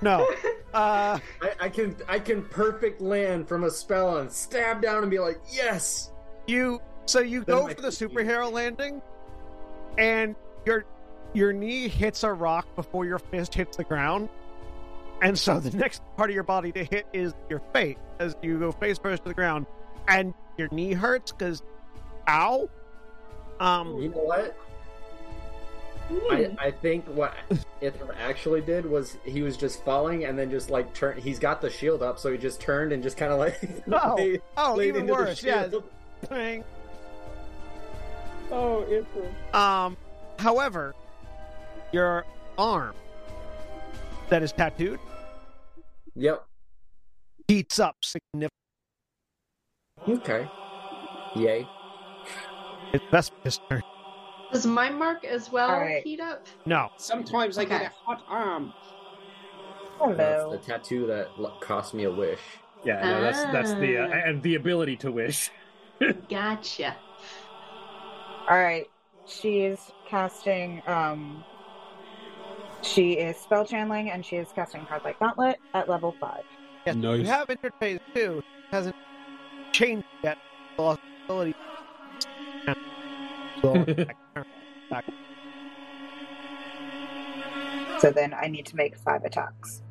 Speaker 1: No. Uh,
Speaker 4: I, I can I can perfect land from a spell and stab down and be like, yes.
Speaker 1: you so you
Speaker 4: Then
Speaker 1: go
Speaker 4: I
Speaker 1: for the
Speaker 4: can-
Speaker 1: superhero landing, and your your knee hits a rock before your fist hits the ground, and so the next part of your body to hit is your face as you go face first to the ground, and your knee hurts because, ow, um,
Speaker 4: You know what? I, I think what Ithram actually did was he was just falling and then just like turn. He's got the shield up, so he just turned and just kind of like
Speaker 1: No.
Speaker 4: laid-
Speaker 1: oh,
Speaker 4: laid
Speaker 1: even
Speaker 4: into the
Speaker 1: worse, yeah,
Speaker 4: shield.
Speaker 1: thing.
Speaker 6: Oh, April.
Speaker 1: Um, however, your arm that is tattooed
Speaker 4: Yep.
Speaker 1: heats up significantly.
Speaker 4: Okay. Yay.
Speaker 1: It's Vesper's turn.
Speaker 2: Does my mark as well
Speaker 7: All right.
Speaker 2: heat up?
Speaker 1: No,
Speaker 6: Sometimes I
Speaker 2: Okay.
Speaker 6: get a hot arm.
Speaker 4: That's the
Speaker 7: Hello.
Speaker 4: tattoo that l- cost me a wish.
Speaker 3: Yeah, no, that's that's the uh,
Speaker 2: Ah.
Speaker 3: and the ability to wish.
Speaker 2: Gotcha.
Speaker 7: All right. She is casting. Um, she is spell channeling, and she is casting Hard Light Gauntlet at level five.
Speaker 1: Yes,
Speaker 6: Nice.
Speaker 1: you have entered phase two. It hasn't changed yet. The lost ability. So,
Speaker 7: So then I need to make five attacks.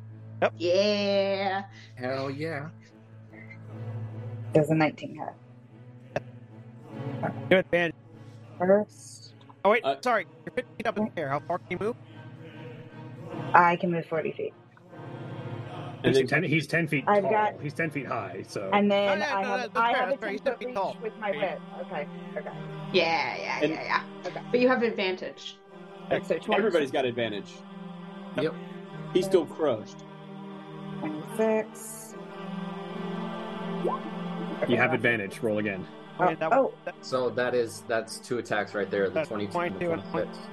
Speaker 2: Yeah.
Speaker 4: Hell yeah.
Speaker 7: Does a nineteen hit?
Speaker 1: Good advantage.
Speaker 7: First,
Speaker 1: Oh wait,
Speaker 6: Uh,
Speaker 1: sorry. You're 50 feet up in the air. How far can you move?
Speaker 7: I can move forty feet,
Speaker 6: And
Speaker 3: He's
Speaker 6: then
Speaker 3: ten, he's ten feet
Speaker 7: I've
Speaker 3: tall.
Speaker 7: got-
Speaker 3: He's ten feet high. So
Speaker 7: and then
Speaker 1: Oh, no,
Speaker 7: I
Speaker 1: no,
Speaker 7: have
Speaker 1: no,
Speaker 7: I
Speaker 1: that's fair, that's
Speaker 7: have a ten
Speaker 1: fair.
Speaker 7: foot
Speaker 1: You
Speaker 7: reach
Speaker 1: said be tall.
Speaker 7: with my whip. Okay, okay.
Speaker 2: Yeah, yeah,
Speaker 6: And-
Speaker 2: yeah, yeah.
Speaker 7: Okay.
Speaker 2: But you have advantage.
Speaker 7: So 20,
Speaker 6: everybody's got advantage.
Speaker 4: Yep.
Speaker 6: He's still crushed.
Speaker 7: six.
Speaker 3: You have advantage. Roll again.
Speaker 7: Oh,
Speaker 1: Wait, that
Speaker 7: oh,
Speaker 4: So that is that's two attacks right there. The
Speaker 1: That's
Speaker 4: twenty-two and the
Speaker 1: 22 and
Speaker 4: twenty-six.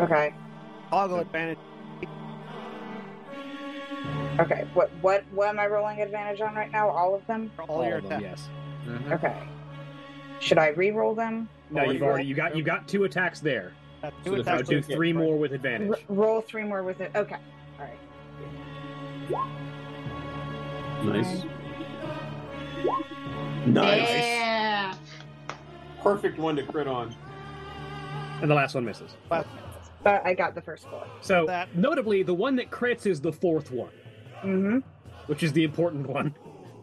Speaker 7: okay,
Speaker 1: I'll go advantage.
Speaker 7: okay. What what what am I rolling advantage on right now? All of them.
Speaker 1: for
Speaker 3: All
Speaker 1: All your
Speaker 3: of them.
Speaker 1: attacks.
Speaker 3: Yes.
Speaker 4: Mhm.
Speaker 7: Okay. Should I re-roll them?
Speaker 3: No,
Speaker 1: All
Speaker 3: you've
Speaker 1: your-
Speaker 3: already you got you got two attacks there.
Speaker 1: That's
Speaker 3: So there's now
Speaker 1: attacks
Speaker 3: do
Speaker 1: to hit,
Speaker 3: three
Speaker 1: right?
Speaker 3: more with
Speaker 7: R-
Speaker 3: advantage.
Speaker 7: roll three more with it. Okay. All right.
Speaker 6: Nice. Nice.
Speaker 2: Yeah.
Speaker 6: Perfect one to crit on.
Speaker 3: And the last one misses.
Speaker 7: But I got the first four.
Speaker 3: So
Speaker 1: That-
Speaker 3: notably, the one that crits is the fourth one,
Speaker 7: Mm-hmm.
Speaker 3: which is the important one.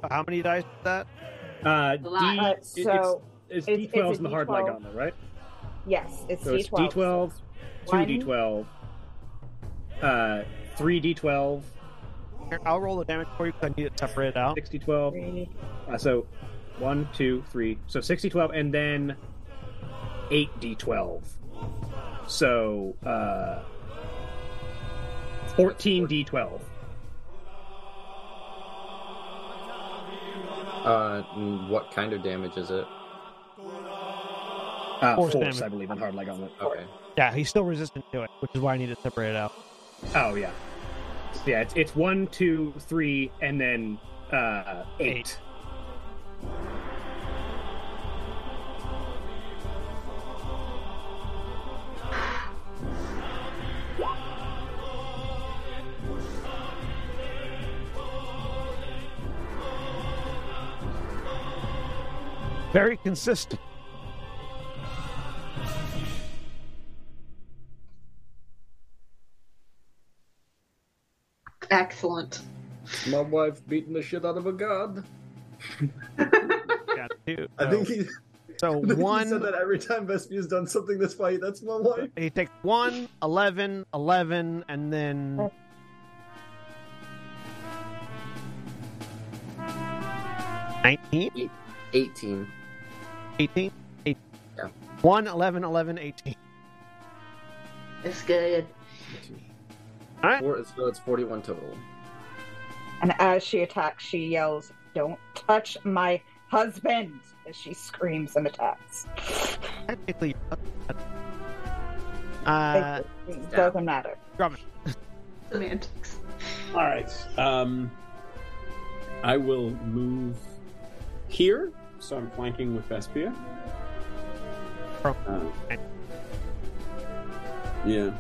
Speaker 1: How many dice is that?
Speaker 3: Uh,
Speaker 2: A lot.
Speaker 3: D,
Speaker 7: Uh,
Speaker 3: it-
Speaker 7: so
Speaker 3: it's,
Speaker 7: it's-
Speaker 3: it's
Speaker 7: it's
Speaker 3: D12
Speaker 7: a
Speaker 3: in the hard light
Speaker 7: D12.
Speaker 3: gauntlet, right?
Speaker 7: yes, it's
Speaker 3: So
Speaker 7: D12.
Speaker 3: it's D12, two
Speaker 7: One.
Speaker 3: D12, uh, three D12,
Speaker 1: Here, I'll roll the damage for you because I need it separated out.
Speaker 3: six D12.
Speaker 7: Three.
Speaker 3: Uh, so one, two, three. So six D12, and then eight D12. So uh, fourteen D12.
Speaker 4: Uh, mm, what kind of damage is it?
Speaker 3: Uh,
Speaker 1: Force
Speaker 3: force,
Speaker 1: damage.
Speaker 3: I believe, in hard light gauntlet.
Speaker 4: Okay.
Speaker 1: Yeah, he's still resistant to it, which is why I need it separated out.
Speaker 3: Oh yeah, So, yeah. It's, it's one, two, three, and then uh, eight.
Speaker 1: Very consistent.
Speaker 2: Excellent.
Speaker 4: My wife beating the shit out of a god.
Speaker 1: Got two.
Speaker 9: I think he,
Speaker 1: so.
Speaker 9: I think he
Speaker 1: One.
Speaker 9: said that every time Vespia's done something this fight. That's my wife.
Speaker 1: He takes one, 11, 11, and then. Nineteen,
Speaker 4: Eighteen.
Speaker 1: eighteen, eight.
Speaker 4: Yeah.
Speaker 1: One, 11, 11, 18.
Speaker 2: It's good.
Speaker 1: Alright.
Speaker 4: Four, so it's forty-one total.
Speaker 7: And as she attacks, she yells, "Don't touch my husband!" As she screams and attacks.
Speaker 1: Technically. Uh,
Speaker 7: it doesn't matter.
Speaker 2: Semantics.
Speaker 6: All right. Um, I will move here, so I'm flanking with Vespia.
Speaker 1: From-
Speaker 6: Uh, yeah.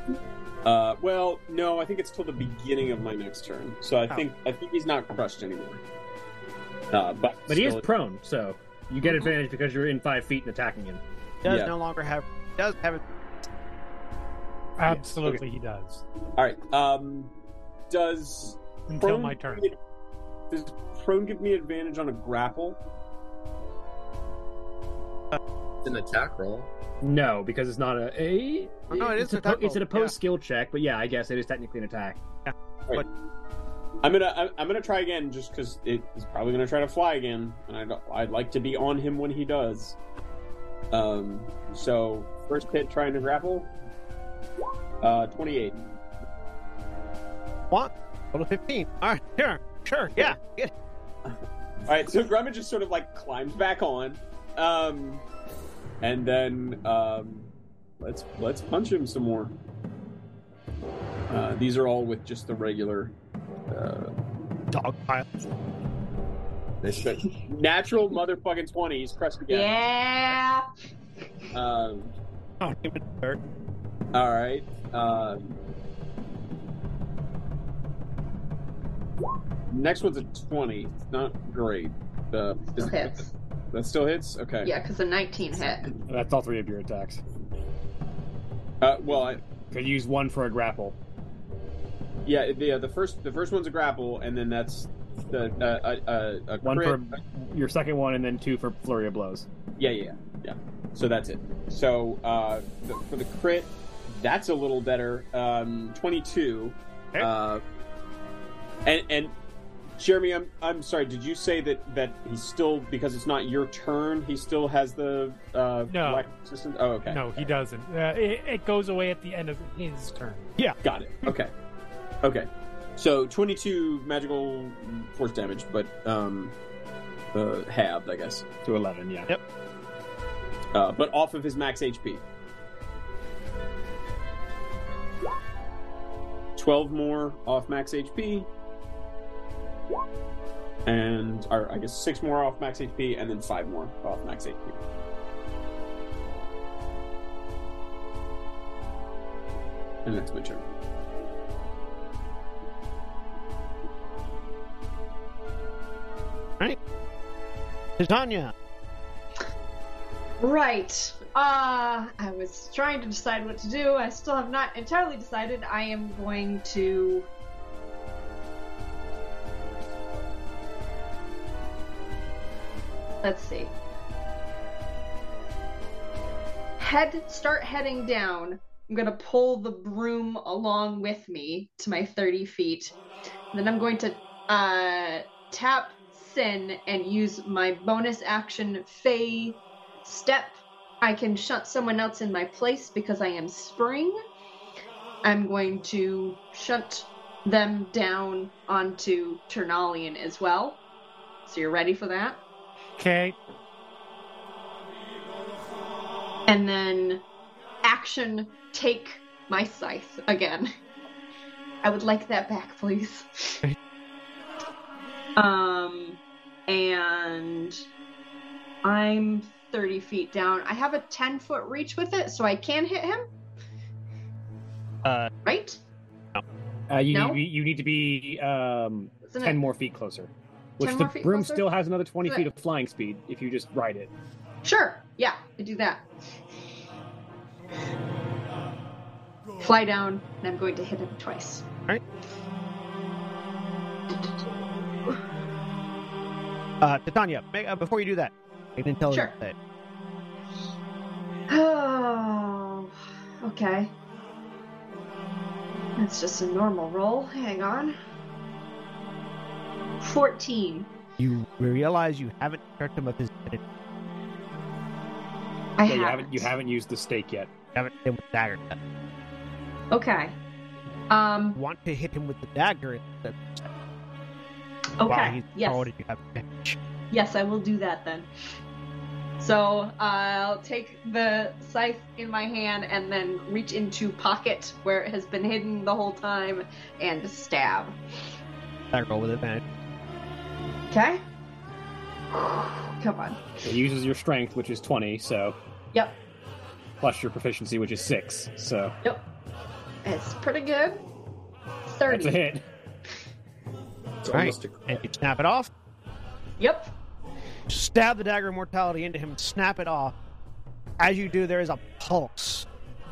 Speaker 6: Uh, well, no, I think it's till the beginning of my next turn, so I
Speaker 1: Oh.
Speaker 6: think I think he's not crushed anymore. Uh, but
Speaker 3: But he is
Speaker 6: still-
Speaker 3: prone, so you
Speaker 7: Mhm.
Speaker 3: get advantage because you're in five feet and attacking him.
Speaker 1: does
Speaker 6: Yeah.
Speaker 1: no longer have. Does have it.
Speaker 5: Absolutely, he does.
Speaker 6: all right. Um, does
Speaker 5: Until
Speaker 6: prone
Speaker 5: my
Speaker 6: give
Speaker 5: turn.
Speaker 6: me- Does prone give me advantage on a grapple?
Speaker 4: It's an attack roll.
Speaker 3: No, because it's not a. a
Speaker 1: No, it is
Speaker 3: it's,
Speaker 1: an
Speaker 3: oppo-
Speaker 1: attack
Speaker 3: it's Oh, an
Speaker 1: roll,
Speaker 3: opposed
Speaker 1: yeah.
Speaker 3: skill check, but yeah, I guess it is technically an attack.
Speaker 6: I'm gonna I'm- I'm gonna try again just because it is probably gonna try to fly again, and I'd I'd like to be on him when he does. Um, so first hit trying to grapple. Uh, 28.
Speaker 1: One. Total 15. Alright, sure. Sure. Yeah. Get it.
Speaker 6: All right, so Grumman just sort of like climbs back on, um, and then um, let's let's punch him some more. Uh, these are all with just the regular. Uh,
Speaker 1: Dog pile.
Speaker 9: They should.
Speaker 6: natural motherfucking 20s, crest
Speaker 2: Yeah.
Speaker 6: again. Um,
Speaker 1: Oh, even dirt.
Speaker 6: All right. Um, next one's a twenty. It's not great. Uh, is-
Speaker 2: Still hits.
Speaker 6: That still hits. Okay.
Speaker 2: Yeah, because a 19 hit.
Speaker 3: That's all three of your attacks.
Speaker 6: Uh, well, I,
Speaker 3: Could use one for a grapple.
Speaker 6: yeah, it- yeah. The first, the first one's a grapple, and then that's the uh, a, a, a
Speaker 3: One
Speaker 6: crit.
Speaker 3: for your second one, and then two for flurry of blows.
Speaker 6: Yeah, yeah, yeah, yeah. So that's it. So uh, the, for the crit, that's a little better. Um, Twenty-two.
Speaker 1: Okay.
Speaker 6: Uh, and and Jeremy, I'm I'm sorry. Did you say that that he's still because it's not your turn? He still has the uh,
Speaker 5: No.
Speaker 6: lack of resistance? Oh, okay.
Speaker 5: No, he doesn't. Uh, it, it goes away at the end of his turn.
Speaker 6: Got it. Okay. Okay. So 22 magical force damage, but um, uh, halved, I guess, to 11. Yeah.
Speaker 1: Yep.
Speaker 6: Uh, but off of his max HP. 12 more off max HP. And, or I guess six more off max HP, and then five more off max HP. And that's my turn.
Speaker 1: Titania.
Speaker 2: Right. Uh, I was trying to decide what to do. I still have not entirely decided. I am going to. Let's see. Head, start heading down. I'm gonna pull the broom along with me to my 30 feet. Then I'm going to uh, tap Sin and use my bonus action Fey step. I can shut someone else in my place because I am spring. I'm going to shunt them down onto Ternalian as well. So you're ready for that?
Speaker 5: Okay.
Speaker 2: And then action take my scythe again. I would like that back, please. um, and I'm 30 feet down. I have a 10 foot reach with it, so I can hit him.
Speaker 1: Uh,
Speaker 2: Right?
Speaker 3: Uh, you,
Speaker 2: No?
Speaker 3: need to be, you need to be um,
Speaker 2: Isn't it-
Speaker 3: 10 more feet closer. Which
Speaker 2: 10
Speaker 3: the
Speaker 2: more feet
Speaker 3: broom
Speaker 2: closer?
Speaker 3: still has another 20
Speaker 2: Good.
Speaker 3: feet of flying speed if you just ride it.
Speaker 2: Sure. Yeah, I do that. Fly down, and I'm going to hit him twice.
Speaker 1: Alright. Uh, Titania, ma- uh, before you do that, make an intelligence save.
Speaker 2: Oh, okay. That's just a normal roll. Hang on. 14.
Speaker 1: You realize you haven't tricked him of his you
Speaker 2: I
Speaker 3: Yeah,
Speaker 2: haven't.
Speaker 3: you haven't you haven't used the stake yet.
Speaker 1: haven't hit him with the dagger. yet.
Speaker 2: Okay.
Speaker 1: You
Speaker 2: Um,
Speaker 1: want to hit him with the dagger instead.
Speaker 2: okay.
Speaker 1: While he's
Speaker 2: yes.
Speaker 1: prone and you have advantage.
Speaker 2: Yes, I will do that then. So I'll take the scythe in my hand and then reach into pocket where it has been hidden the whole time and stab.
Speaker 1: Dagger roll with advantage.
Speaker 2: Okay. Come on.
Speaker 3: It uses your strength, which is 20, so
Speaker 2: Yep.
Speaker 3: plus your proficiency, which is six. So
Speaker 2: Yep. It's pretty good.
Speaker 3: that's a
Speaker 2: Thirty.
Speaker 3: hit.
Speaker 4: It's
Speaker 1: Right.
Speaker 4: almost a
Speaker 1: And you snap it off.
Speaker 2: Yep.
Speaker 1: Stab the dagger of mortality into him. Snap it off. As you do, there is a pulse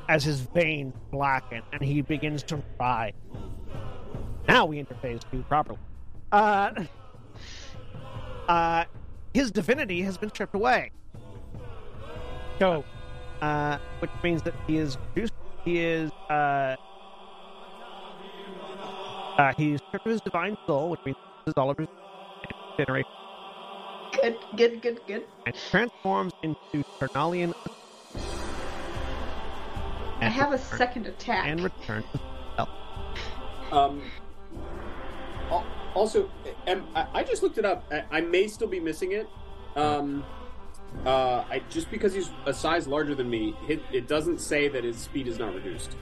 Speaker 1: as his veins blacken and he begins to rise. Now we interface you properly. Uh, uh, his divinity has been stripped away.
Speaker 5: Go.
Speaker 1: uh, which means that he is reduced. He is uh, uh, he's stripped of his divine soul, which means this is all of his generation,
Speaker 2: Good. Good. Good. Good.
Speaker 1: and transforms into Ternalian. And
Speaker 2: I have a
Speaker 1: return-
Speaker 2: second attack.
Speaker 1: And return.
Speaker 6: Um, al- also, am, I I just looked it up. I, I may still be missing it. Um, uh, I, just because he's a size larger than me, it, it doesn't say that his speed is not reduced.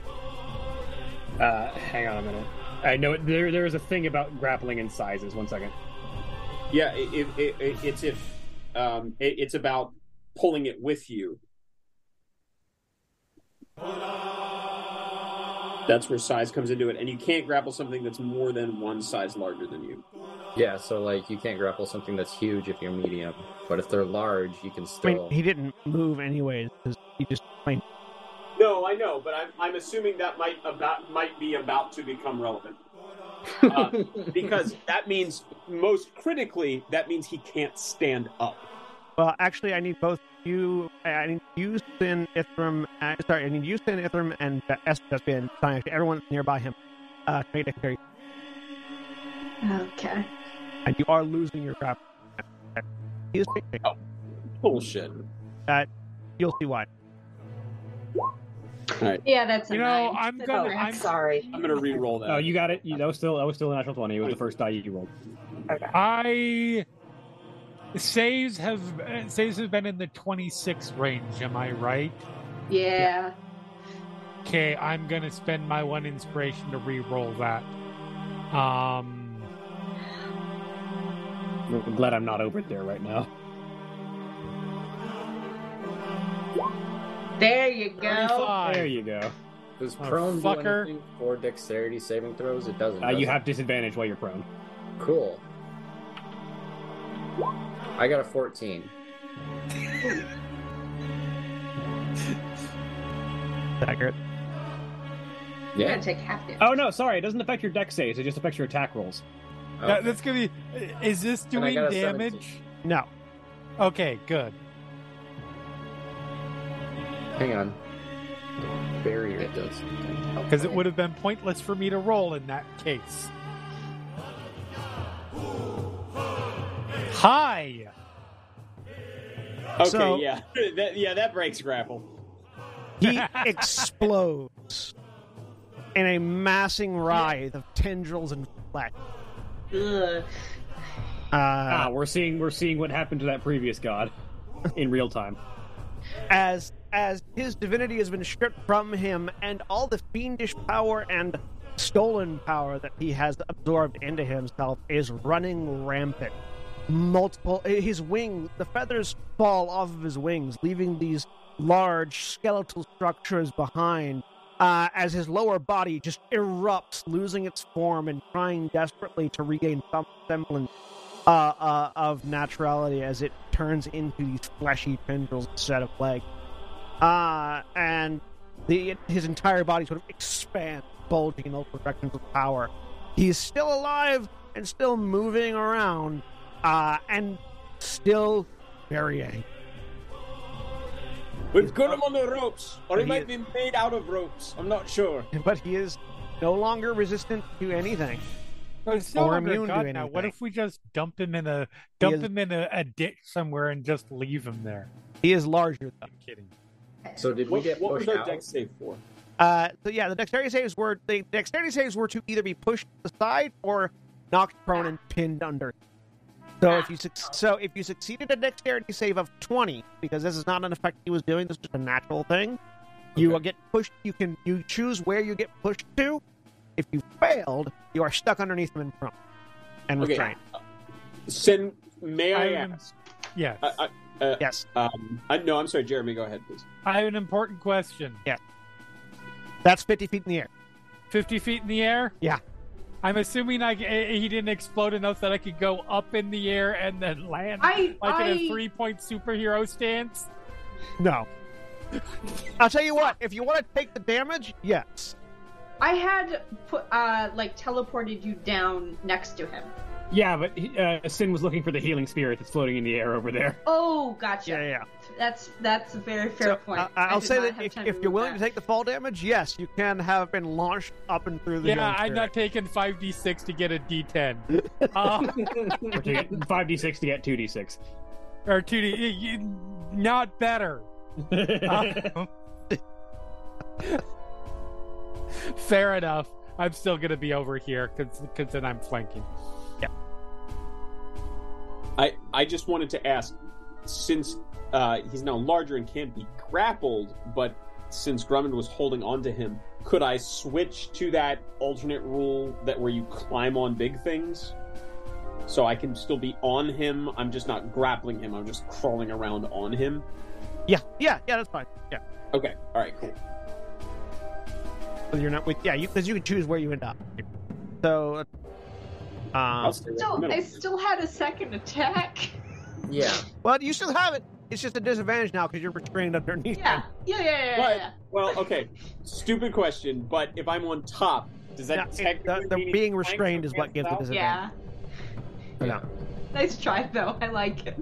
Speaker 3: Uh, hang on a minute. I know it, there there is a thing about grappling in sizes. One second.
Speaker 6: Yeah, it, it, it, it- it's if um, it, it's about pulling it with you. That's where size comes into it, and you can't grapple something that's more than one size larger than you.
Speaker 4: Yeah, so like you can't grapple something that's huge if you're medium, but if they're large, you can
Speaker 1: I
Speaker 4: still.
Speaker 1: mean, he didn't move anyways because he just plain
Speaker 6: No, I know, but I'm, I'm assuming that might about might be about to become relevant uh, because that means most critically that means he can't stand up.
Speaker 1: Well, actually, I need both you. I- I need you, Sin, Ithram. Uh, sorry, I need you, Sin, Ithram, and uh, Es- Vespian, Sonic, everyone nearby him. Uh, to make a dexterity.
Speaker 2: Okay.
Speaker 1: and you are losing your crap. He is picking.
Speaker 6: Bullshit.
Speaker 1: You'll see why.
Speaker 2: Yeah, that's a
Speaker 5: You know,
Speaker 2: nine.
Speaker 5: I'm
Speaker 2: That's
Speaker 5: gonna-
Speaker 2: a-
Speaker 5: I'm-
Speaker 7: Oh, sorry.
Speaker 6: I'm gonna re-roll that.
Speaker 10: Oh, you got it. You, that was still that was still a natural twenty. It was the first die you rolled.
Speaker 5: I saves have saves have been in the 26 range. Am I right?
Speaker 2: Yeah.
Speaker 5: Okay, I'm gonna spend my one inspiration to re-roll that. Um,
Speaker 10: I'm glad I'm not over there right now.
Speaker 2: There you go.
Speaker 5: 35.
Speaker 10: There you go. Uh,
Speaker 4: Does
Speaker 5: Oh,
Speaker 4: prone do
Speaker 5: fucker.
Speaker 4: anything for dexterity saving throws? It doesn't.
Speaker 10: Uh, you
Speaker 4: does it?
Speaker 10: have disadvantage while you're prone.
Speaker 4: cool. I got a fourteen.
Speaker 1: Accurate.
Speaker 2: You're gonna
Speaker 4: Yeah.
Speaker 2: take half damage.
Speaker 10: Oh no, sorry. It doesn't affect your dex saves. It just affects your attack rolls.
Speaker 5: that- that's gonna be. Is this
Speaker 4: Oh. And I
Speaker 5: doing
Speaker 4: got a
Speaker 5: damage?
Speaker 4: 17.
Speaker 5: No. Okay, good.
Speaker 4: Hang on. Barrier does something.
Speaker 5: Because it would have been pointless for me to roll in that case. Hi.
Speaker 6: Okay,
Speaker 1: So-
Speaker 6: yeah, that, yeah, that breaks grapple.
Speaker 1: He explodes in a massing writhe of tendrils and flesh.
Speaker 2: Ugh.
Speaker 1: Uh,
Speaker 10: ah, we're seeing we're seeing what happened to that previous god in real time.
Speaker 1: as as his divinity has been stripped from him and all the fiendish power and stolen power that he has absorbed into himself is running rampant multiple his wings the feathers fall off of his wings leaving these large skeletal structures behind uh, as his lower body just erupts losing its form and trying desperately to regain some semblance uh, uh, of naturality as it turns into these fleshy tendrils instead of legs. Uh, and the his entire body sort of expands, bulging in all directions with power. He is still alive and still moving around, uh, and still very angry.
Speaker 6: We've got him on the ropes, or he
Speaker 1: He
Speaker 6: might be made out of ropes. I'm not sure.
Speaker 1: But he is no longer resistant to anything.
Speaker 5: It's no
Speaker 1: Or
Speaker 5: longer a
Speaker 1: immune to
Speaker 5: god now. What
Speaker 1: anything.
Speaker 5: if we just dump him in a dump
Speaker 1: is-
Speaker 5: him in a, a ditch somewhere and just leave him there?
Speaker 1: He is larger though.
Speaker 5: I'm kidding.
Speaker 4: So did we
Speaker 6: What,
Speaker 4: get
Speaker 6: what was
Speaker 4: pushed
Speaker 6: our
Speaker 4: out?
Speaker 6: deck save for?
Speaker 1: Uh, so yeah, the dexterity saves were the dexterity saves were to either be pushed aside or knocked prone and pinned under. So if you suc so if you succeeded a dexterity save of twenty, because this is not an effect he was doing, this is just a natural thing. You
Speaker 4: Okay.
Speaker 1: will get pushed. You can you choose where you get pushed to. If you failed, you are stuck underneath him and prone and
Speaker 6: Okay.
Speaker 1: restrained.
Speaker 6: Sin, may I,
Speaker 5: I am-
Speaker 6: ask?
Speaker 5: Yes.
Speaker 6: I, I,
Speaker 1: Yes,
Speaker 6: um, I, no, I'm sorry, Jeremy. Go ahead, please.
Speaker 5: I have an important question.
Speaker 1: that's fifty feet in the air.
Speaker 5: 50 feet in the air?
Speaker 1: Yeah.
Speaker 5: I'm assuming I, eh, he didn't explode enough that I could go up in the air and then land
Speaker 2: I,
Speaker 5: like in
Speaker 2: I-
Speaker 5: a three point superhero stance.
Speaker 1: No. I'll tell you what. If you want to take the damage, yes.
Speaker 2: I had put, uh, like teleported you down next to him.
Speaker 10: Yeah, but he- uh, Sin was looking for the healing spirit that's floating in the air over there.
Speaker 2: Oh, gotcha.
Speaker 1: Yeah, yeah. yeah.
Speaker 2: That's that's a very fair
Speaker 1: So,
Speaker 2: point.
Speaker 1: I- I'll
Speaker 2: did
Speaker 1: say
Speaker 2: not
Speaker 1: that
Speaker 2: have
Speaker 1: if,
Speaker 2: time
Speaker 1: if you're
Speaker 2: read
Speaker 1: willing
Speaker 2: that.
Speaker 1: to take the fall damage, yes, you can have been launched up and through the.
Speaker 5: Yeah,
Speaker 1: young
Speaker 5: I'm
Speaker 1: spirit.
Speaker 5: not taking 5d6 to get a d10. Um,
Speaker 10: Or to get 5d6 to get 2d6.
Speaker 5: or 2d. eh, you- Not better.
Speaker 10: Uh,
Speaker 5: Um, fair enough. I'm still going to be over here because then I'm flanking.
Speaker 6: I, I just wanted to ask, since uh, he's now larger and can't be grappled, but since Grumman was holding on to him, could I switch to that alternate rule that where you climb on big things? So I can still be on him. I'm just not grappling him. I'm just crawling around on him.
Speaker 1: Yeah, yeah, yeah. That's fine. Yeah,
Speaker 6: Okay. All right. Cool.
Speaker 1: so you're not with. Yeah, because you, can choose where you end up. So, um,
Speaker 6: I'll stay right in the
Speaker 2: Still, I
Speaker 6: middle.
Speaker 2: still had a second attack.
Speaker 4: Yeah.
Speaker 1: well, you still have it. It's just a disadvantage now because you're restrained underneath.
Speaker 2: Yeah, yeah, yeah, yeah. yeah,
Speaker 6: But-
Speaker 2: yeah.
Speaker 6: Well, okay. Stupid question, but if I'm on top, does
Speaker 1: No,
Speaker 6: that
Speaker 1: it-
Speaker 6: technically
Speaker 1: the- the
Speaker 6: mean
Speaker 1: being
Speaker 6: flank
Speaker 1: restrained
Speaker 6: or
Speaker 1: is what gives the
Speaker 6: cancel out?
Speaker 1: disadvantage.
Speaker 2: yeah.
Speaker 1: Yeah.
Speaker 2: Nice try though. I like it.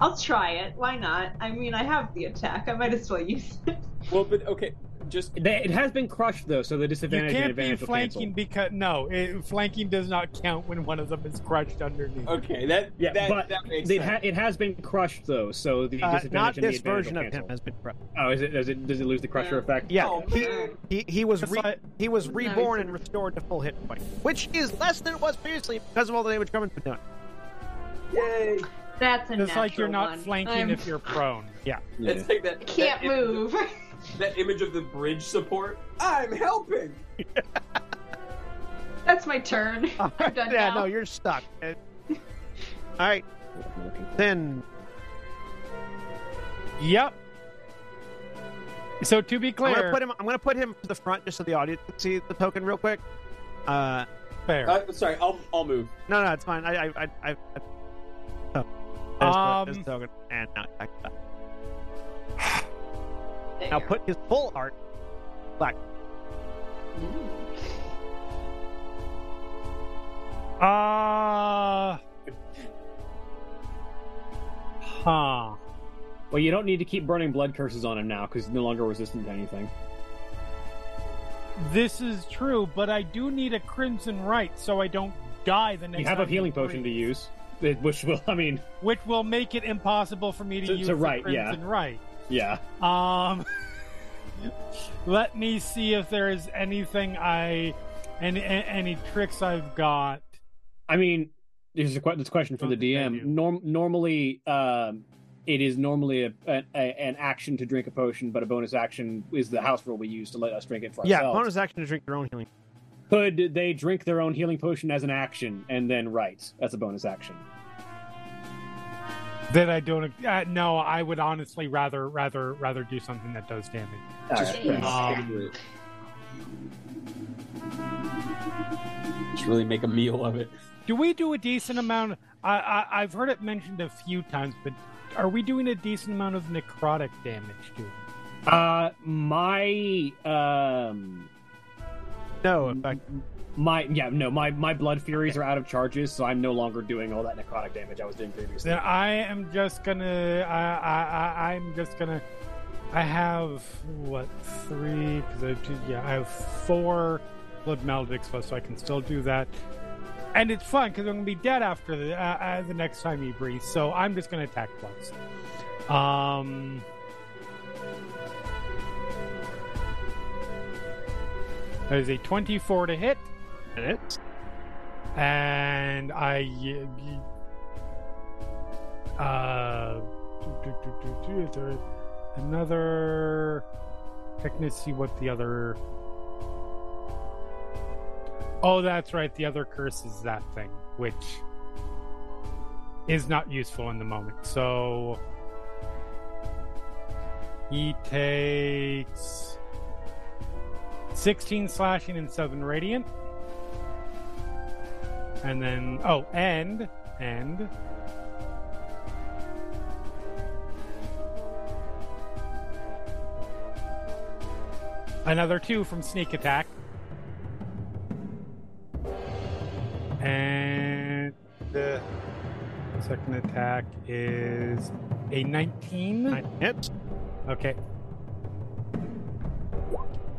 Speaker 2: I'll try it. Why not? I mean, I have the attack. I might as well use it.
Speaker 6: Well, but okay. just
Speaker 3: They, it has been crushed though, so the
Speaker 5: You
Speaker 3: disadvantage and
Speaker 5: can't be
Speaker 3: advantage will cancel.
Speaker 5: flanking because no, it, flanking does not count when one of them is crushed underneath.
Speaker 6: okay. That
Speaker 3: Yeah,
Speaker 6: that,
Speaker 3: but
Speaker 6: that makes
Speaker 3: It,
Speaker 6: sense.
Speaker 3: ha- it has been crushed though, so the
Speaker 1: Uh,
Speaker 3: disadvantage
Speaker 1: not
Speaker 3: and the
Speaker 1: this
Speaker 3: advantage
Speaker 1: version of
Speaker 3: will
Speaker 1: him
Speaker 3: cancel.
Speaker 1: has been crushed.
Speaker 3: Oh, is it? Does it? Does it lose the crusher effect?
Speaker 1: Yeah,
Speaker 6: Oh,
Speaker 1: he,
Speaker 6: man.
Speaker 1: he he was
Speaker 5: That's
Speaker 1: re-
Speaker 5: why-
Speaker 1: he was reborn
Speaker 2: Nice.
Speaker 1: and restored to full hit point, which is less than it was previously because of all the damage coming from done.
Speaker 6: Yay!
Speaker 2: That's a
Speaker 5: It's like you're
Speaker 2: natural
Speaker 5: not
Speaker 2: one.
Speaker 5: flanking
Speaker 2: I'm-
Speaker 5: if you're prone. Yeah.
Speaker 6: It's like that.
Speaker 2: Can't
Speaker 6: that image of-
Speaker 2: move.
Speaker 6: that image of the bridge support. I'm helping.
Speaker 2: That's my turn. I'm done
Speaker 1: yeah,
Speaker 2: now.
Speaker 1: no, you're stuck. Uh, all right, then
Speaker 5: Yep. So to be
Speaker 1: I'm gonna
Speaker 5: clear,
Speaker 1: put him. I'm gonna put him to the front just so the audience can see the token real quick. Uh,
Speaker 5: fair.
Speaker 6: Uh, sorry, I'll I'll move.
Speaker 1: no, no, it's fine. I, I, I, I, I oh, there's the- there's the
Speaker 5: Um,
Speaker 1: token, and now it's back up.
Speaker 2: There.
Speaker 1: now put his full art.
Speaker 5: Ah. huh.
Speaker 3: Well, you don't need to keep burning blood curses on him now because he's no longer resistant to anything.
Speaker 5: This is true, but I do need a crimson right so I don't die the next.
Speaker 3: you have a
Speaker 5: time he
Speaker 3: healing potion to
Speaker 5: breathes,
Speaker 3: use, it- which will, I mean,
Speaker 5: which will make it impossible for me to,
Speaker 3: To- to
Speaker 5: use the
Speaker 3: right, yeah.
Speaker 5: crimson right.
Speaker 3: yeah.
Speaker 5: Um, let me see if there is anything I, any any tricks I've got.
Speaker 3: I mean, there's a que- this question from the
Speaker 5: Don't
Speaker 3: DM.
Speaker 5: think I do.
Speaker 3: Norm- normally, um, it is normally a, a, a, an action to drink a potion, but a bonus action is the house rule we use to let us drink it for
Speaker 1: Yeah,
Speaker 3: ourselves.
Speaker 1: bonus action to drink your own healing.
Speaker 3: Could they drink their own healing potion as an action and then write as a bonus action?
Speaker 5: That I don't. Uh, no, I would honestly rather rather rather do something that does damage.
Speaker 3: All
Speaker 6: Just
Speaker 3: right.
Speaker 2: Yeah.
Speaker 6: really
Speaker 5: Um,
Speaker 6: savor it. Just really make a meal of it.
Speaker 5: Do we do a decent amount? I, I I've heard it mentioned a few times, but are we doing a decent amount of necrotic damage to? it?
Speaker 3: Uh, my um,
Speaker 1: No, in fact,
Speaker 3: my yeah, no, my my blood furies are out of charges, so I'm no longer doing all that necrotic damage I was doing previously.
Speaker 5: Then I am just gonna. I I, I I'm just gonna. I have what three? Because I have two. Yeah, I have four blood maledics left, so I can still do that. And it's fun because I'm gonna be dead after the uh, uh, the next time he breathes. So I'm just gonna attack twice. Um. That is a 24 to hit,
Speaker 1: and it's
Speaker 5: and I y- y- uh, do, do, do, do, do, is there another? Checking to see what the other. Oh, that's right. The other curse is that thing, which is not useful in the moment. So he takes sixteen slashing and seven radiant, and then oh, and and another two from sneak attack. And the second attack is a 19.
Speaker 1: hits.
Speaker 5: Okay.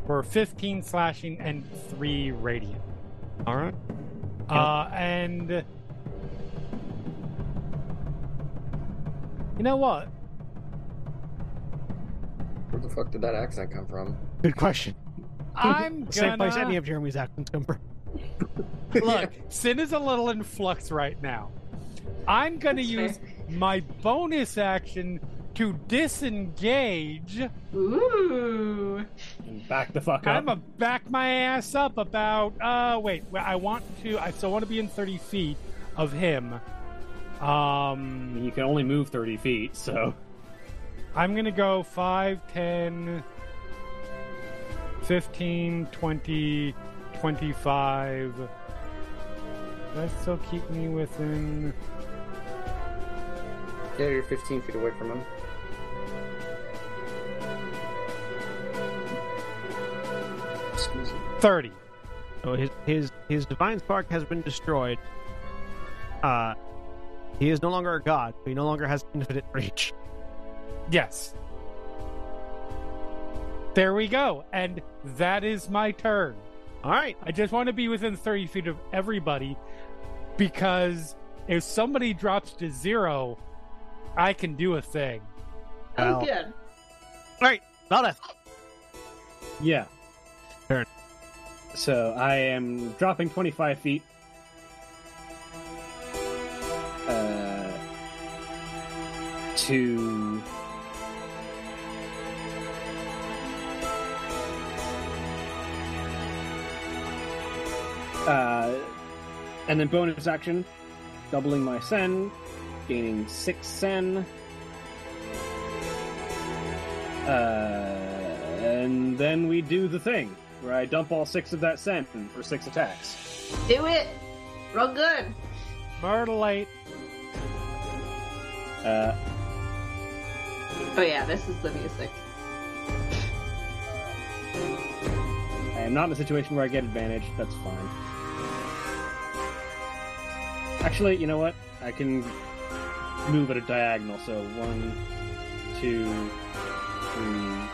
Speaker 5: For 15 slashing and 3 radiant.
Speaker 1: All right.
Speaker 5: Uh, and you know what?
Speaker 4: Where the fuck did that accent come from?
Speaker 1: Good question.
Speaker 5: I'm
Speaker 1: Same place
Speaker 5: gonna-
Speaker 1: any of Jeremy's accents come from.
Speaker 5: Look, Sin is a little in flux right now. I'm going to
Speaker 2: That's
Speaker 5: use
Speaker 2: fair.
Speaker 5: my bonus action to disengage.
Speaker 2: Ooh.
Speaker 3: And back the fuck up.
Speaker 5: I'm going to back my ass up about. Uh, wait. well, I want to. I still want to be in 30 feet of him. Um,
Speaker 3: You can only move 30 feet, so.
Speaker 5: I'm going to go 5, 10, 15, 20, 25. Does that still keep me within.
Speaker 4: Yeah, you're 15 feet away from him. Excuse me.
Speaker 5: 30.
Speaker 1: So his his his divine spark has been destroyed. Uh, he is no longer a god. He no longer has infinite reach.
Speaker 5: Yes. There we go. And that is my turn.
Speaker 1: All right.
Speaker 5: I just want to be within 30 feet of everybody because if somebody drops to zero, I can do a thing.
Speaker 2: Oh,
Speaker 1: Ow.
Speaker 2: good.
Speaker 1: Not
Speaker 3: Yeah.
Speaker 1: Turn.
Speaker 3: So I am dropping 25 feet. Uh, to. Uh, and then bonus action, doubling my sen, gaining six sen. Uh, and then we do the thing where I dump all six of that scent for six attacks.
Speaker 2: Do it. Real good.
Speaker 5: Myrtleite.
Speaker 3: Uh,
Speaker 2: Oh yeah, this is the music.
Speaker 3: I am not in a situation where I get advantage. That's fine. Actually, you know what? I can move at a diagonal. So one, two, three,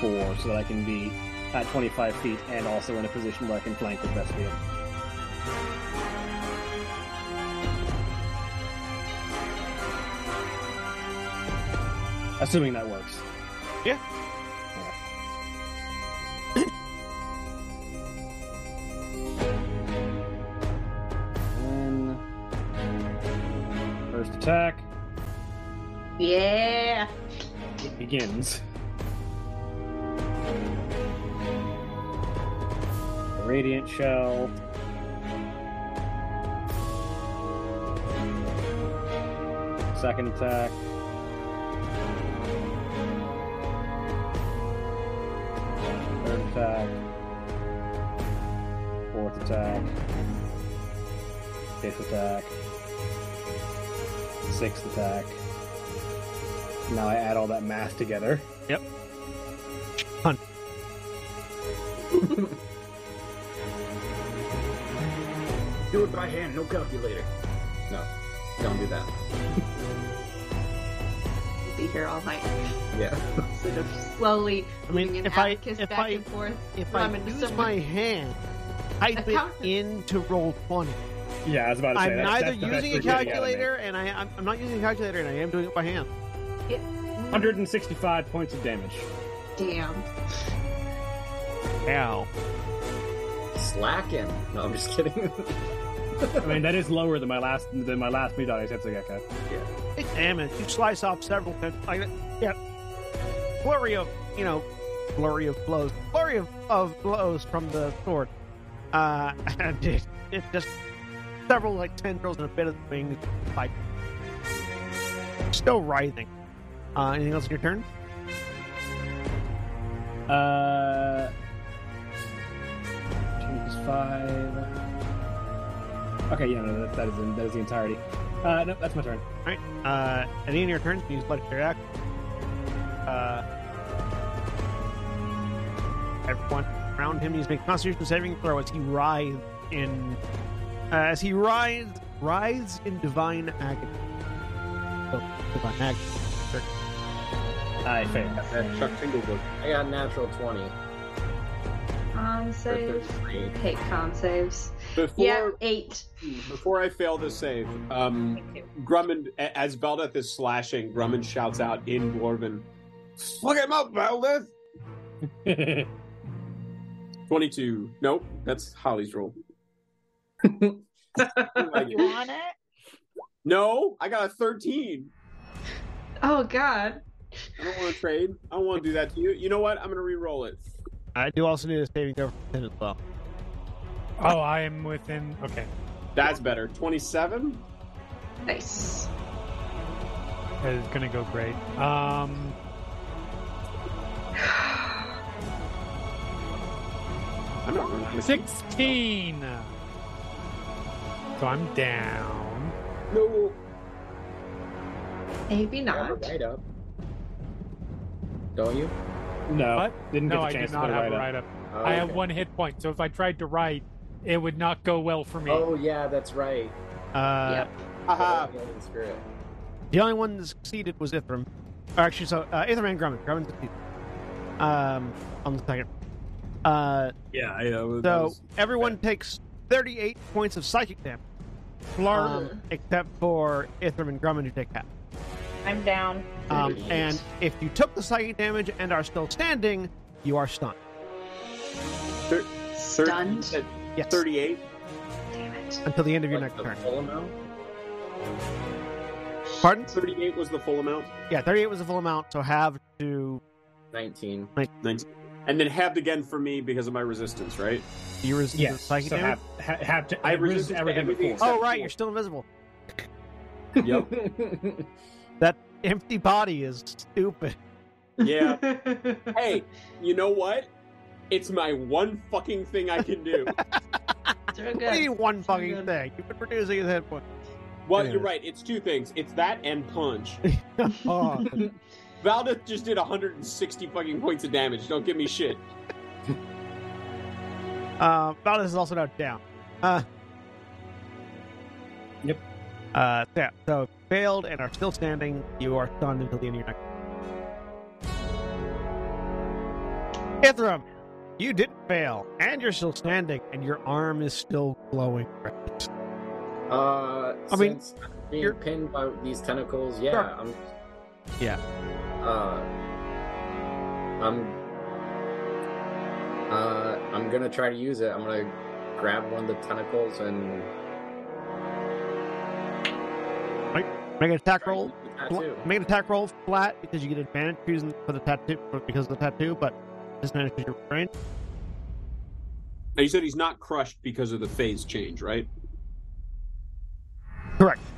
Speaker 3: four, so that I can be at 25 feet and also in a position where I can flank with Vespian. Assuming that works. Then first attack
Speaker 2: Yeah.
Speaker 3: it begins. Radiant shell. Second attack. Third attack. Fourth attack. Fifth attack. Sixth attack. Now I add all that math together.
Speaker 5: Yep.
Speaker 1: Hun.
Speaker 11: Do it by hand, no calculator.
Speaker 4: No, don't do that.
Speaker 2: We'll be here all night.
Speaker 4: Yeah.
Speaker 2: Sort of slowly
Speaker 1: I mean,
Speaker 2: moving an
Speaker 1: if I-
Speaker 2: abacus
Speaker 1: if
Speaker 2: back
Speaker 1: I-
Speaker 2: and forth.
Speaker 1: If
Speaker 2: Well,
Speaker 1: I
Speaker 2: I'm into
Speaker 1: use
Speaker 2: someone-
Speaker 1: my hand, type it
Speaker 2: Accountant.
Speaker 1: into roll twenty.
Speaker 3: Yeah, I was about to say
Speaker 1: I'm
Speaker 3: that's-
Speaker 1: neither
Speaker 3: that's the best
Speaker 1: using a
Speaker 3: we're getting out of me.
Speaker 1: calculator, and I I'm, I'm not using a calculator, and I am doing it by hand.
Speaker 3: 165 points of damage.
Speaker 2: Damn.
Speaker 1: Ow.
Speaker 4: Slacking. No, I'm just kidding.
Speaker 3: I mean, that is lower than my last than my last meat audience. That's a gecko.
Speaker 1: Big damage. You slice off several times. Like, yeah. Flurry of, you know, flurry of blows. Flurry of, of blows from the sword. Uh, and it, it just several, like, tendrils and a bit of wings, like, still writhing. Uh, anything else in your turn?
Speaker 3: Uh, two is five. Okay, yeah, no, that, that is that is the entirety. Uh, no, that's my turn.
Speaker 1: Alright. Uh, any in your turns, you can use legendary act. Uh, everyone around him needs to make constitution saving throw as he writhes in, uh, as he writhes, writhes in divine agony. Oh, divine agony.
Speaker 3: I fail.
Speaker 6: At Chuck Tinglewood.
Speaker 4: I got a natural 20. or
Speaker 2: Con saves.
Speaker 4: 33.
Speaker 2: Hate con saves.
Speaker 6: Before
Speaker 2: Yeah, eight.
Speaker 6: before I fail this save, um,
Speaker 2: Thank you.
Speaker 6: Grumman, a- as Veldeth is slashing, Grumman shouts out in Dwarven, "Look him up, Veldeth!" Twenty-two. Nope, that's Holly's roll. Like,
Speaker 7: You want it?
Speaker 6: no, I got a thirteen.
Speaker 2: Oh god.
Speaker 6: I don't want to trade. I don't want to do that to you. You know what? I'm gonna re-roll it.
Speaker 1: I do also need a saving throw from him as well.
Speaker 5: Oh, I am within. Okay.
Speaker 6: That's better. Twenty-seven.
Speaker 2: Nice.
Speaker 5: That is going to go great. Um,
Speaker 6: I'm not rolling.
Speaker 5: 16. So I'm down.
Speaker 6: No.
Speaker 2: Maybe
Speaker 4: Grab a
Speaker 2: not.
Speaker 4: right up. Don't you?
Speaker 3: No,
Speaker 5: What?
Speaker 3: didn't get
Speaker 5: No,
Speaker 3: the
Speaker 5: I
Speaker 3: chance
Speaker 5: did
Speaker 3: to
Speaker 5: not
Speaker 3: put
Speaker 5: have a
Speaker 3: it right
Speaker 5: write up.
Speaker 4: Oh,
Speaker 5: I have
Speaker 4: okay.
Speaker 5: one hit point. So if I tried to write, it would not go well for me.
Speaker 4: Oh, yeah, that's right.
Speaker 1: Uh,
Speaker 2: yep.
Speaker 6: Haha.
Speaker 4: Yeah, that's great.
Speaker 1: The only one that succeeded was Ithram. Or actually, so uh, Ithram and Grumman. Grumman succeeded. um, on the second. Uh,
Speaker 6: Yeah, I know. that
Speaker 1: so
Speaker 6: was-
Speaker 1: everyone takes 38 points of psychic damage,
Speaker 2: Um,
Speaker 1: except for Ithram and Grumman who take half.
Speaker 7: I'm down.
Speaker 1: Um,
Speaker 2: 38.
Speaker 1: and if you took the psychic damage and are still standing, you are stunned.
Speaker 6: Thir-
Speaker 2: Stunned.
Speaker 6: you said
Speaker 1: Yes.
Speaker 6: 38?
Speaker 2: Damn it.
Speaker 1: Until the end of your
Speaker 4: Like
Speaker 1: next
Speaker 4: the
Speaker 1: turn.
Speaker 4: full amount?
Speaker 1: Pardon?
Speaker 6: 38 was the full amount?
Speaker 1: Yeah, 38 was the full amount, so have to
Speaker 4: 19.
Speaker 6: 19. And then halved again for me because of my resistance, right?
Speaker 1: your resistance
Speaker 10: Yes.
Speaker 1: to psychic
Speaker 10: So
Speaker 1: damage.
Speaker 10: have, ha- have to.
Speaker 6: I
Speaker 10: it resists
Speaker 6: resist
Speaker 10: everything
Speaker 6: everything
Speaker 10: before.
Speaker 1: oh,
Speaker 6: except
Speaker 1: right,
Speaker 6: four.
Speaker 1: you're still invisible.
Speaker 6: Yep.
Speaker 1: Empty body is stupid.
Speaker 6: yeah. Hey, you know what? It's my one fucking thing I can do.
Speaker 2: It's real
Speaker 1: What do you
Speaker 2: good.
Speaker 1: mean one fucking
Speaker 2: good.
Speaker 1: thing? You've been producing his hit point.
Speaker 6: Well,
Speaker 1: Yeah.
Speaker 6: you're right. It's two things. It's that and punch.
Speaker 1: Oh,
Speaker 6: Valdith just did 160 fucking points of damage. Don't give me shit.
Speaker 1: Uh, Valdez is also now down. Uh,
Speaker 10: Yep.
Speaker 1: Uh, so yeah, so failed and are still standing. You are stunned until the end of your next. Ithram, you didn't fail, and you're still standing, and your arm is still glowing.
Speaker 4: Uh,
Speaker 1: I mean,
Speaker 4: since I'm being
Speaker 1: you're-
Speaker 4: pinned by these tentacles. Yeah,
Speaker 1: Sure.
Speaker 4: I'm.
Speaker 1: Yeah.
Speaker 4: Uh, I'm. Uh, I'm gonna try to use it. I'm gonna grab one of the tentacles and
Speaker 1: Make an attack roll. fl-
Speaker 4: tattoo.
Speaker 1: Make an attack roll flat because you get advantage choosing for the tattoo because of the tattoo, but disadvantage because your brain.
Speaker 6: Now, you said he's not crushed because of the phase change, right?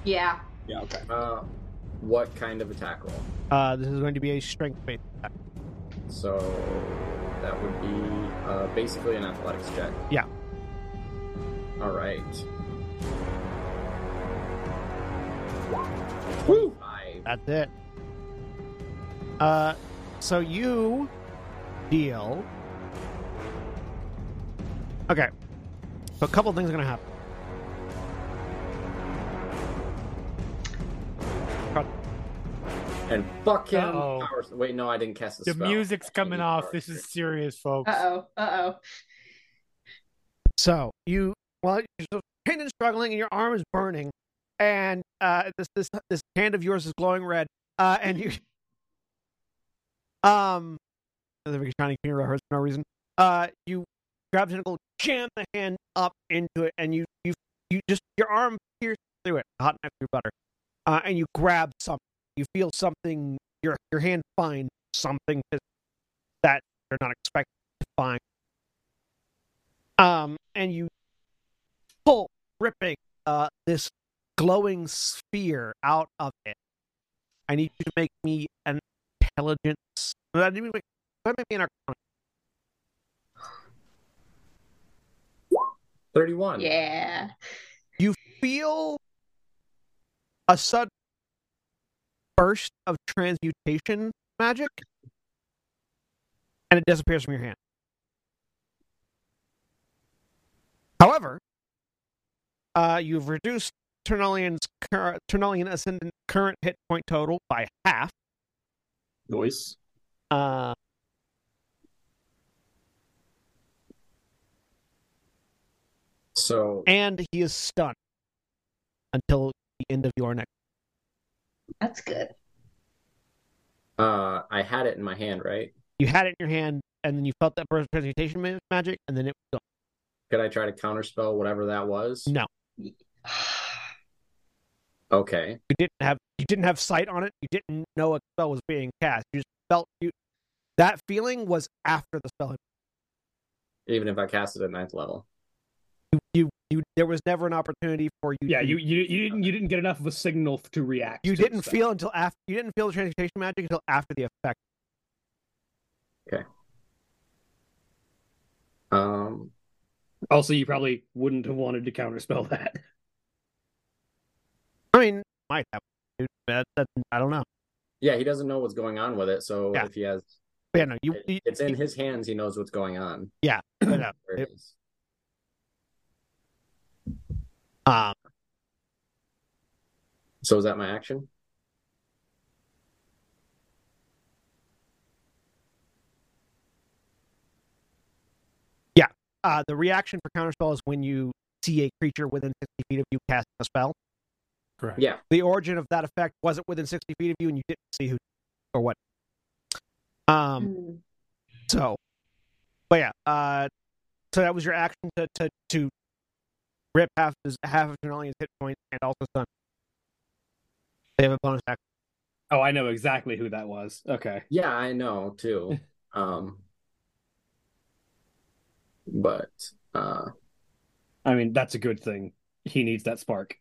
Speaker 2: Yeah.
Speaker 6: Yeah, okay.
Speaker 4: Uh, what kind of attack roll?
Speaker 1: Uh, this is going to be a strength based attack.
Speaker 4: So that would be uh, basically an athletics check.
Speaker 1: Yeah.
Speaker 4: All right.
Speaker 6: Woo!
Speaker 4: Five.
Speaker 1: That's it. Uh, so you deal. Okay, so a couple things are gonna happen.
Speaker 4: And fuck him.
Speaker 5: Uh-oh.
Speaker 4: Power- Wait, no, I didn't cast a
Speaker 5: The
Speaker 4: spell.
Speaker 5: music's
Speaker 4: I
Speaker 5: coming
Speaker 4: need
Speaker 5: off.
Speaker 4: power
Speaker 5: This is
Speaker 4: surge.
Speaker 5: serious, folks.
Speaker 2: Uh oh. Uh
Speaker 1: So you, well, you're still pained and struggling, and your arm is burning, and uh, this this this hand of yours is glowing red, uh, and you, um, the big shining finger hurts for no reason. Uh, you grab the tentacle, jam the hand up into it, and you you you just your arm pierces through it, hot knife through butter, uh, and you grab something. You feel something. Your your hand finds something that you're not expecting to find um, and you pull, ripping uh, this glowing sphere out of it. I need you to make me an intelligence. That need to make, that make me an arcana.
Speaker 2: oh.
Speaker 4: Thirty-one.
Speaker 2: Yeah.
Speaker 1: Feel a sudden burst of transmutation magic, and it disappears from your hand. However, uh, you've reduced Ternolian's cur- Ternolian Ascendant current hit point total by half.
Speaker 6: Noise.
Speaker 1: Uh,
Speaker 4: So
Speaker 1: and he is stunned until the end of your next.
Speaker 2: That's good.
Speaker 4: uh, I had it in my hand, right?
Speaker 1: You had it in your hand, and then you felt that burst of transmutation ma- magic, and then it was
Speaker 4: Could I try to counterspell whatever that was?
Speaker 1: No.
Speaker 4: Okay.
Speaker 1: you didn't have you didn't have sight on it. You didn't know a spell was being cast. You just felt you. That feeling was after the spell. had-
Speaker 4: Even if I cast it at ninth level.
Speaker 1: You, you, you there was never an opportunity for you.
Speaker 10: Yeah,
Speaker 1: to-
Speaker 10: you, you you didn't you didn't get enough of a signal to react.
Speaker 1: you
Speaker 10: to
Speaker 1: didn't
Speaker 10: stuff.
Speaker 1: feel until after you didn't feel the transmutation magic until after the effect.
Speaker 4: Um.
Speaker 10: Also, you probably wouldn't have wanted to counterspell that.
Speaker 1: I mean, might happen. dude. That, that, I don't know.
Speaker 4: Yeah, he doesn't know what's going on with it, so
Speaker 1: Yeah.
Speaker 4: if he has,
Speaker 1: But yeah, no, you, you
Speaker 4: it- it's in his hands. He knows what's going on.
Speaker 1: but, uh,
Speaker 4: There it is.
Speaker 1: um,
Speaker 4: So is that my action?
Speaker 1: Uh, the reaction for counterspell is when you see a creature within 60 feet of you casting a spell.
Speaker 5: Correct.
Speaker 4: Yeah.
Speaker 1: The origin of that effect wasn't within 60 feet of you, and you didn't see who or what. Um.
Speaker 2: Mm.
Speaker 1: So, but yeah. Uh, so that was your action to to, to rip half his, half of Ternalian's hit points and also stun. They have a bonus action.
Speaker 10: Oh, I know exactly who that was. Okay.
Speaker 4: Yeah, I know too. Um, but uh,
Speaker 10: I mean, that's a good thing. He needs that spark.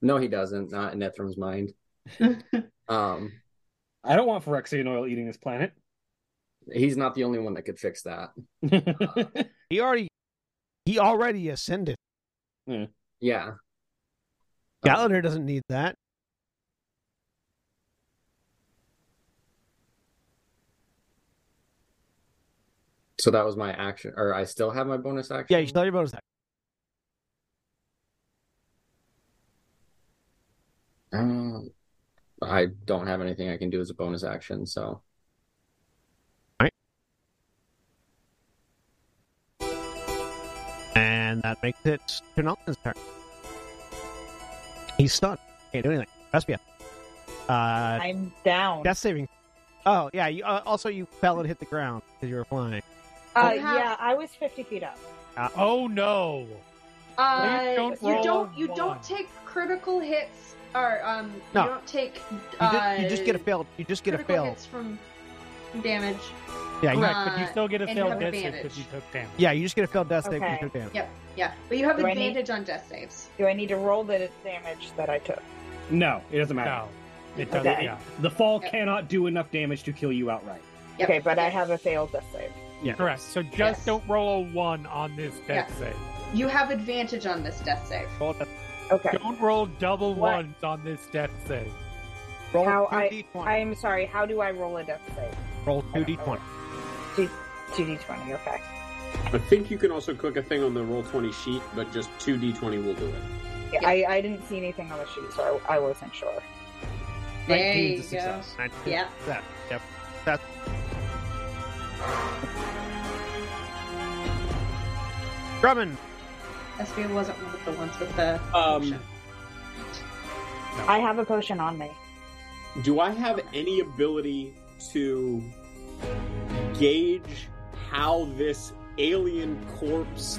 Speaker 4: no, he doesn't. Not in Ithram's mind. Um,
Speaker 10: I don't want Phyrexian oil eating this planet.
Speaker 4: he's not the only one that could fix that.
Speaker 1: He already he already ascended.
Speaker 4: Yeah. Um,
Speaker 1: Gallagher doesn't need that.
Speaker 4: So that was my action, or I still have my bonus action.
Speaker 1: Yeah, you still have your bonus action.
Speaker 4: Um, I don't have anything I can do as a bonus action, so.
Speaker 1: And that makes it Ternalian's turn. He's stunned. Can't do anything. Respia. Uh,
Speaker 7: I'm down.
Speaker 1: death saving. Oh, yeah. You, uh, also, you fell and hit the ground because you were flying.
Speaker 7: Uh,
Speaker 2: You have-
Speaker 7: yeah, I was 50 feet up.
Speaker 5: Oh no!
Speaker 2: Uh,
Speaker 5: Please don't
Speaker 2: you
Speaker 5: roll
Speaker 2: don't you
Speaker 5: one.
Speaker 2: don't take critical hits or um
Speaker 1: No.
Speaker 2: you don't take
Speaker 1: You,
Speaker 2: uh,
Speaker 1: ju- you just get a failed. You just get a
Speaker 2: critical
Speaker 1: failed.
Speaker 2: hits from damage.
Speaker 1: Yeah, you,
Speaker 5: Correct, but you
Speaker 2: Uh,
Speaker 5: still get a
Speaker 2: and
Speaker 5: failed
Speaker 2: have
Speaker 5: death save
Speaker 2: advantage.
Speaker 5: because you took damage.
Speaker 1: yeah, you just get a failed death save.
Speaker 7: Okay.
Speaker 1: Okay. Damage.
Speaker 2: Yep, yeah. But you have
Speaker 7: Do I need-
Speaker 2: advantage on death saves.
Speaker 7: Do I need to roll the damage that I took?
Speaker 10: No, it doesn't matter.
Speaker 5: No, it doesn't.
Speaker 7: Okay.
Speaker 5: Yeah,
Speaker 10: The fall
Speaker 2: Yeah.
Speaker 10: cannot do enough damage to kill you outright.
Speaker 2: Yep.
Speaker 7: Okay, but I have a failed death save.
Speaker 5: correct. So just
Speaker 2: Yes.
Speaker 5: don't roll a one on this death save.
Speaker 2: You have advantage on this death save.
Speaker 1: Roll, a death-
Speaker 7: Okay.
Speaker 5: Don't roll double
Speaker 7: What?
Speaker 5: ones on this death save.
Speaker 1: roll
Speaker 7: How I-
Speaker 1: 2d20.
Speaker 7: I'm sorry, how do I roll a death save?
Speaker 1: roll 2d20.
Speaker 7: 2d20, okay.
Speaker 6: I think you can also click a thing on the roll twenty sheet, but just two d twenty will do it.
Speaker 7: Yeah, I, I didn't see anything on the sheet, so I, I wasn't sure.
Speaker 2: There
Speaker 10: 19
Speaker 2: you
Speaker 10: is a
Speaker 2: go.
Speaker 10: success.
Speaker 2: Yeah.
Speaker 1: That, yep. That's. Drummond.
Speaker 2: SBO wasn't one of the ones with the
Speaker 6: Um,
Speaker 7: I have a potion on me.
Speaker 6: do I have any ability to gauge how this alien corpse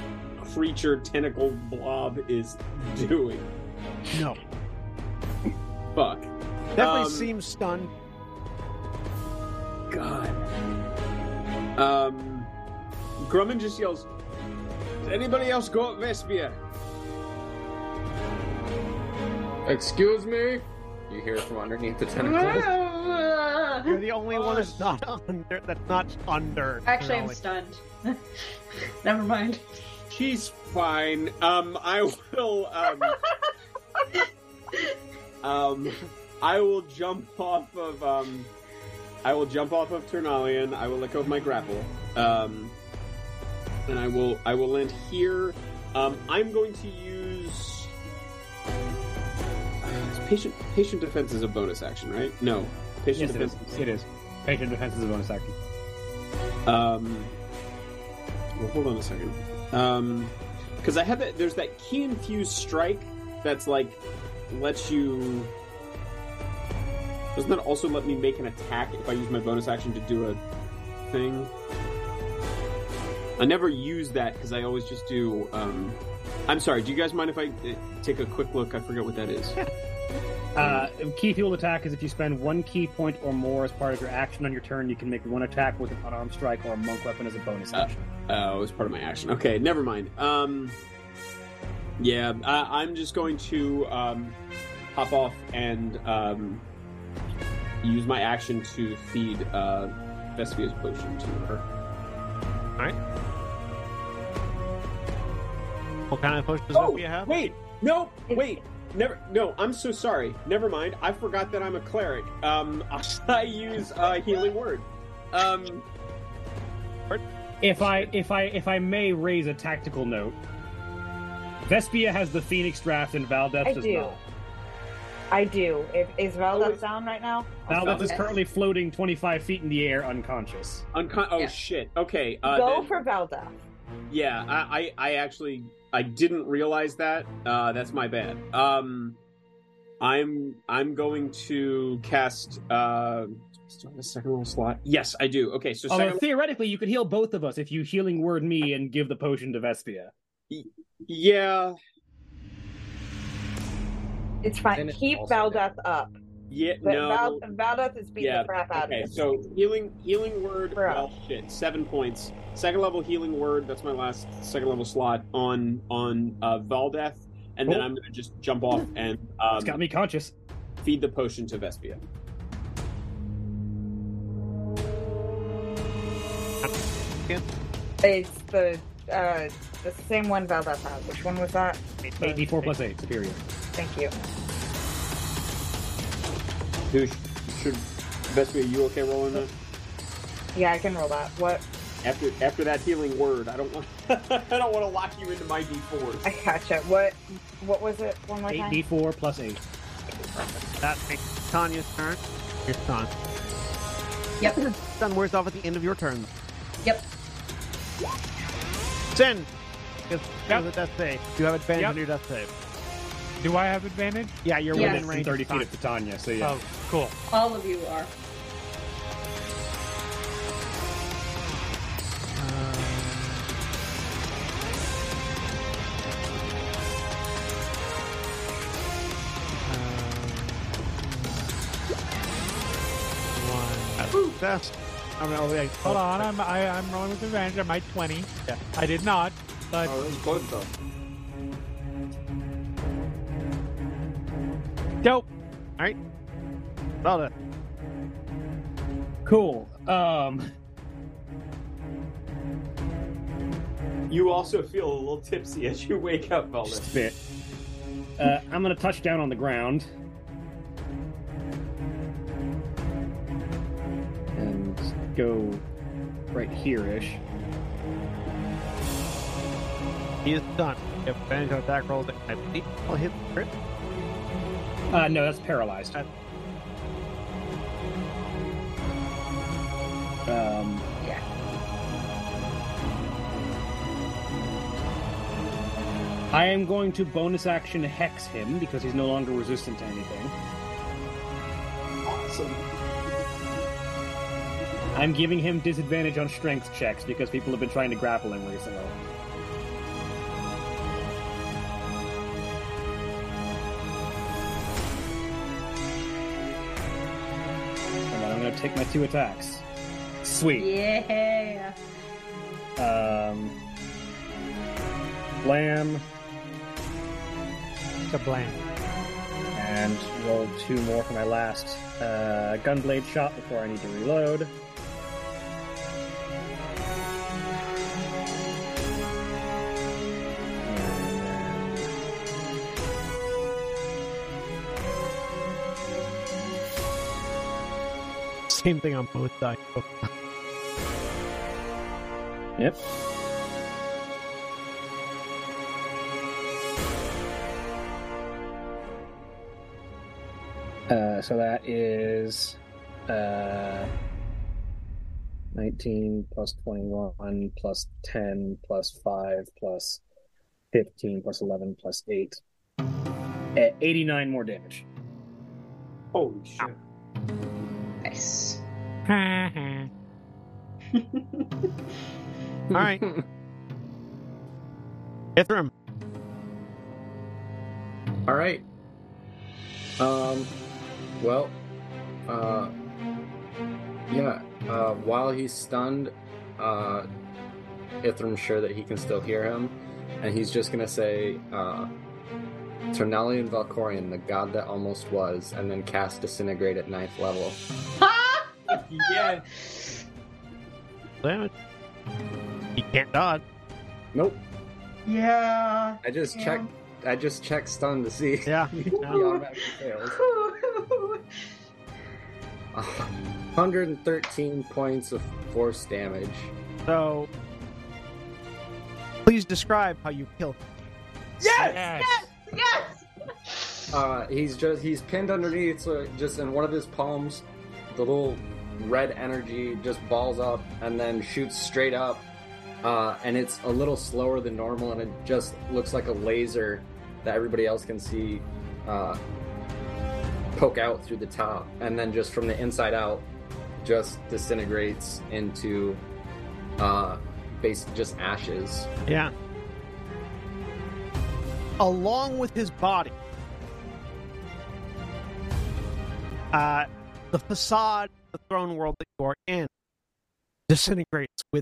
Speaker 6: creature tentacle blob is doing?
Speaker 1: No.
Speaker 6: Fuck.
Speaker 1: Definitely
Speaker 6: Um,
Speaker 1: seems stunned.
Speaker 6: God. Um, Grumman just yells, Does anybody else go up Vespia?
Speaker 4: Excuse me? You hear from underneath the tentacles.
Speaker 1: You're
Speaker 2: Actually,
Speaker 1: the only one that's not under. That's not under.
Speaker 2: I'm
Speaker 1: Denali.
Speaker 2: stunned. Never mind.
Speaker 6: She's fine. Um, I will, um, um, I will jump off of, um, I will jump off of Ternalian. I will let go of my grapple. Um, and I will, I will land here. Um, I'm going to use patient, patient defense is a bonus action, right? No, patient
Speaker 10: Yes, it
Speaker 6: defense
Speaker 10: is. It is. Patient defense is a bonus action.
Speaker 6: Um, well, hold on a second. Um, because I have that. There's that key infused strike that's like lets you. Doesn't that also let me make an attack if I use my bonus action to do a thing? I never use that because I always just do. Um, I'm sorry. Do you guys mind if I uh, take a quick look? I forget what that is.
Speaker 10: Uh, key fueled attack is if you spend one key point or more as part of your action on your turn, you can make one attack with an unarmed strike or a monk weapon as a bonus
Speaker 6: Uh,
Speaker 10: action.
Speaker 6: Oh, it was part of my action. Okay, never mind. Um, yeah, I, I'm just going to um, hop off and um, use my action to feed uh, Vespia's potion to her.
Speaker 1: What kind of potion does
Speaker 6: Oh,
Speaker 1: Sophia have?
Speaker 6: wait, no, wait, never. No, I'm so sorry. Never mind. I forgot that I'm a cleric. Um, I use uh, healing word. Um,
Speaker 10: If I if I if I may raise a tactical note, Vespia has the Phoenix draft and Valdeth
Speaker 7: I
Speaker 10: does
Speaker 7: do.
Speaker 10: not.
Speaker 7: I do. If, is
Speaker 6: Oh,
Speaker 7: Velda
Speaker 6: it's-
Speaker 7: down right now?
Speaker 10: Valdeth is
Speaker 2: Valdeth-
Speaker 10: currently floating 25 feet in the air, unconscious.
Speaker 6: uncon- oh
Speaker 2: Yeah.
Speaker 6: shit. Okay. Uh,
Speaker 7: Go
Speaker 6: then-
Speaker 7: for Velda.
Speaker 6: Yeah, I, I, I actually I didn't realize that. Uh, that's my bad. Um, I'm I'm going to cast. Uh, still have a second level slot. Yes, I do. Okay, so
Speaker 3: Although
Speaker 6: second,
Speaker 3: theoretically, you could heal both of us if you healing word me and give the potion to Vespia.
Speaker 6: yeah,
Speaker 7: It's
Speaker 4: Then
Speaker 7: fine.
Speaker 4: it's
Speaker 7: Keep
Speaker 4: also
Speaker 7: Valdoth up.
Speaker 6: yeah,
Speaker 7: But
Speaker 6: no.
Speaker 7: Val- Valdoth is beating
Speaker 6: Yeah,
Speaker 7: the crap out
Speaker 6: Okay,
Speaker 7: of him.
Speaker 6: so healing healing word.
Speaker 7: Bruh.
Speaker 6: Well, shit, seven points. Second level healing word. That's my last second level slot on on uh, Valdeth, and then
Speaker 3: Cool.
Speaker 6: I'm gonna just jump off and
Speaker 3: Oh. It's got
Speaker 6: um,
Speaker 3: me conscious.
Speaker 6: feed the potion to Vespia.
Speaker 7: It's the uh, the same one Valdoth had. Which one was that?
Speaker 3: 8d4 plus 8, superior.
Speaker 7: Thank you.
Speaker 6: Who sh- should Vespia? You okay rolling that?
Speaker 7: Yeah, I can roll that. What?
Speaker 6: After after that healing word, I don't want I don't want to lock you into my
Speaker 7: I
Speaker 6: d4s.
Speaker 7: gotcha. What? What was it? One more time.
Speaker 3: 8d4 plus 8.
Speaker 1: That makes Tanya's turn. Your son.
Speaker 2: Yep.
Speaker 1: Sun wears off at the end of your turn.
Speaker 2: Yep.
Speaker 1: Sin. Because
Speaker 5: Yep.
Speaker 1: the death save. You have advantage
Speaker 5: Yep.
Speaker 1: on your death save.
Speaker 5: Do I have advantage?
Speaker 1: Yeah, you're
Speaker 2: Yes.
Speaker 1: within
Speaker 3: Within
Speaker 1: range.
Speaker 3: 30
Speaker 1: of Tanya.
Speaker 3: feet of Titania, so yeah.
Speaker 5: Oh, cool.
Speaker 2: All of you are.
Speaker 1: Ooh, that's. I mean, oh, yeah,
Speaker 5: Hold on, I'm I, I'm rolling with advantage. I'm at 20.
Speaker 1: Yeah.
Speaker 5: I did not, but
Speaker 6: Oh, that was close though.
Speaker 5: dope.
Speaker 1: Well done.
Speaker 3: Cool. Um,
Speaker 6: You also feel a little tipsy as you wake up, Valdeth.
Speaker 3: just a bit. Uh, I'm going to touch down on the ground. And go right here ish.
Speaker 1: He is done. You have advantage on attack rolls. I believe will hit the crit.
Speaker 3: Uh, no, that's paralyzed.
Speaker 1: Uh,
Speaker 3: Um, yeah. I am going to bonus action hex him because he's no longer resistant to anything.
Speaker 6: Awesome.
Speaker 3: I'm giving him disadvantage on strength checks because people have been trying to grapple him recently. And then I'm going to take my two attacks. Sweet.
Speaker 2: Yeah.
Speaker 3: Um, blam,
Speaker 5: To blame.
Speaker 3: and roll two more for my last uh, gunblade shot before I need to reload. And then-
Speaker 1: Same thing on both sides. Oh,
Speaker 3: Yep. Uh, so that is uh, 19 plus 21 plus 10 plus 5 plus 15 plus 11 plus 8.
Speaker 10: Uh,
Speaker 3: Eh, 89 more damage.
Speaker 6: Holy shit.
Speaker 2: Nice.
Speaker 1: All right. Ithram.
Speaker 4: All right. Um. Well. Uh. Yeah. Uh. While he's stunned, uh, Ithram's sure that he can still hear him, and he's just gonna say, uh, "Ternali and Valkorion, the god that almost was," and then cast disintegrate at ninth level.
Speaker 2: Ha!
Speaker 6: Yeah.
Speaker 1: Damage. He can't dodge.
Speaker 4: Nope.
Speaker 2: Yeah.
Speaker 4: I just
Speaker 2: Yeah.
Speaker 4: checked. I just checked stun to see.
Speaker 1: Yeah.
Speaker 4: he automatically fails. 113 points of force damage.
Speaker 1: So, please describe how you kill.
Speaker 5: Yes.
Speaker 2: yes.
Speaker 4: Uh, he's just he's pinned underneath, so just in one of his palms, the little red energy just balls up and then shoots straight up uh, and it's a little slower than normal, and it just looks like a laser that everybody else can see uh, poke out through the top, and then just from the inside out, just disintegrates into uh, basically just ashes.
Speaker 1: Yeah. Along with his body, uh, the facade of the throne world that you are in disintegrates with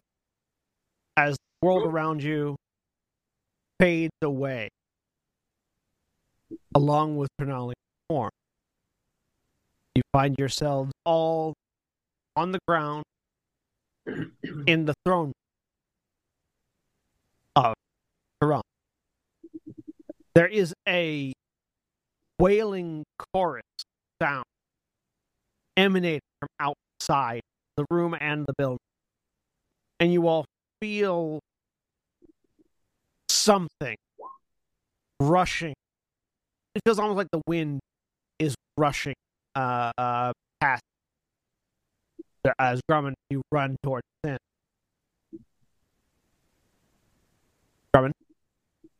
Speaker 1: as the world around you fades away along with Trinali's form. You find yourselves all on the ground in the throne of Tehran. There is a wailing chorus sound emanating from outside the room and the building. And you all feel something rushing. It feels almost like the wind is rushing uh, uh, past as Grumman, you run towards Sin. Grumman?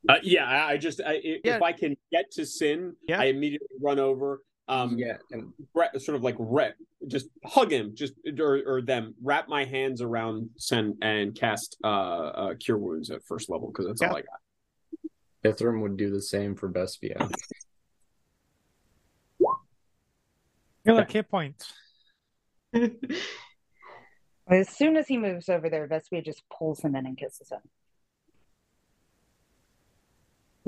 Speaker 6: Uh, yeah, I I just I, i
Speaker 1: Yeah.
Speaker 6: if I can get to Sin,
Speaker 1: Yeah.
Speaker 6: I immediately run over. Um,
Speaker 4: Yeah, and
Speaker 6: gra- sort of like rep, just hug him, just or, or them, wrap my hands around Sin and cast uh, uh cure wounds at first level because that's all I got.
Speaker 4: Ithrim would do the same for Bespia.
Speaker 5: You're like hit points.
Speaker 7: As soon as he moves over there, Vespia just pulls him in and kisses him.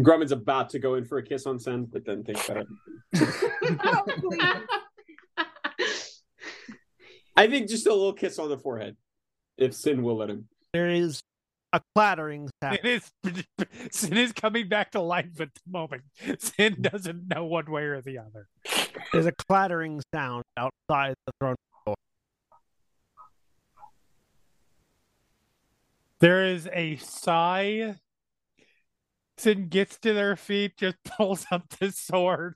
Speaker 6: Grumman's about to go in for a kiss on Sin, but then thinks about it. I think just a little kiss on the forehead, if Sin will let him.
Speaker 1: There is a clattering sound.
Speaker 5: Sin is Sin is coming back to life at the moment. Sin doesn't know one way or the other.
Speaker 1: There's a clattering sound outside the throne.
Speaker 5: There is a sigh. Sin gets to their feet, just pulls up the sword,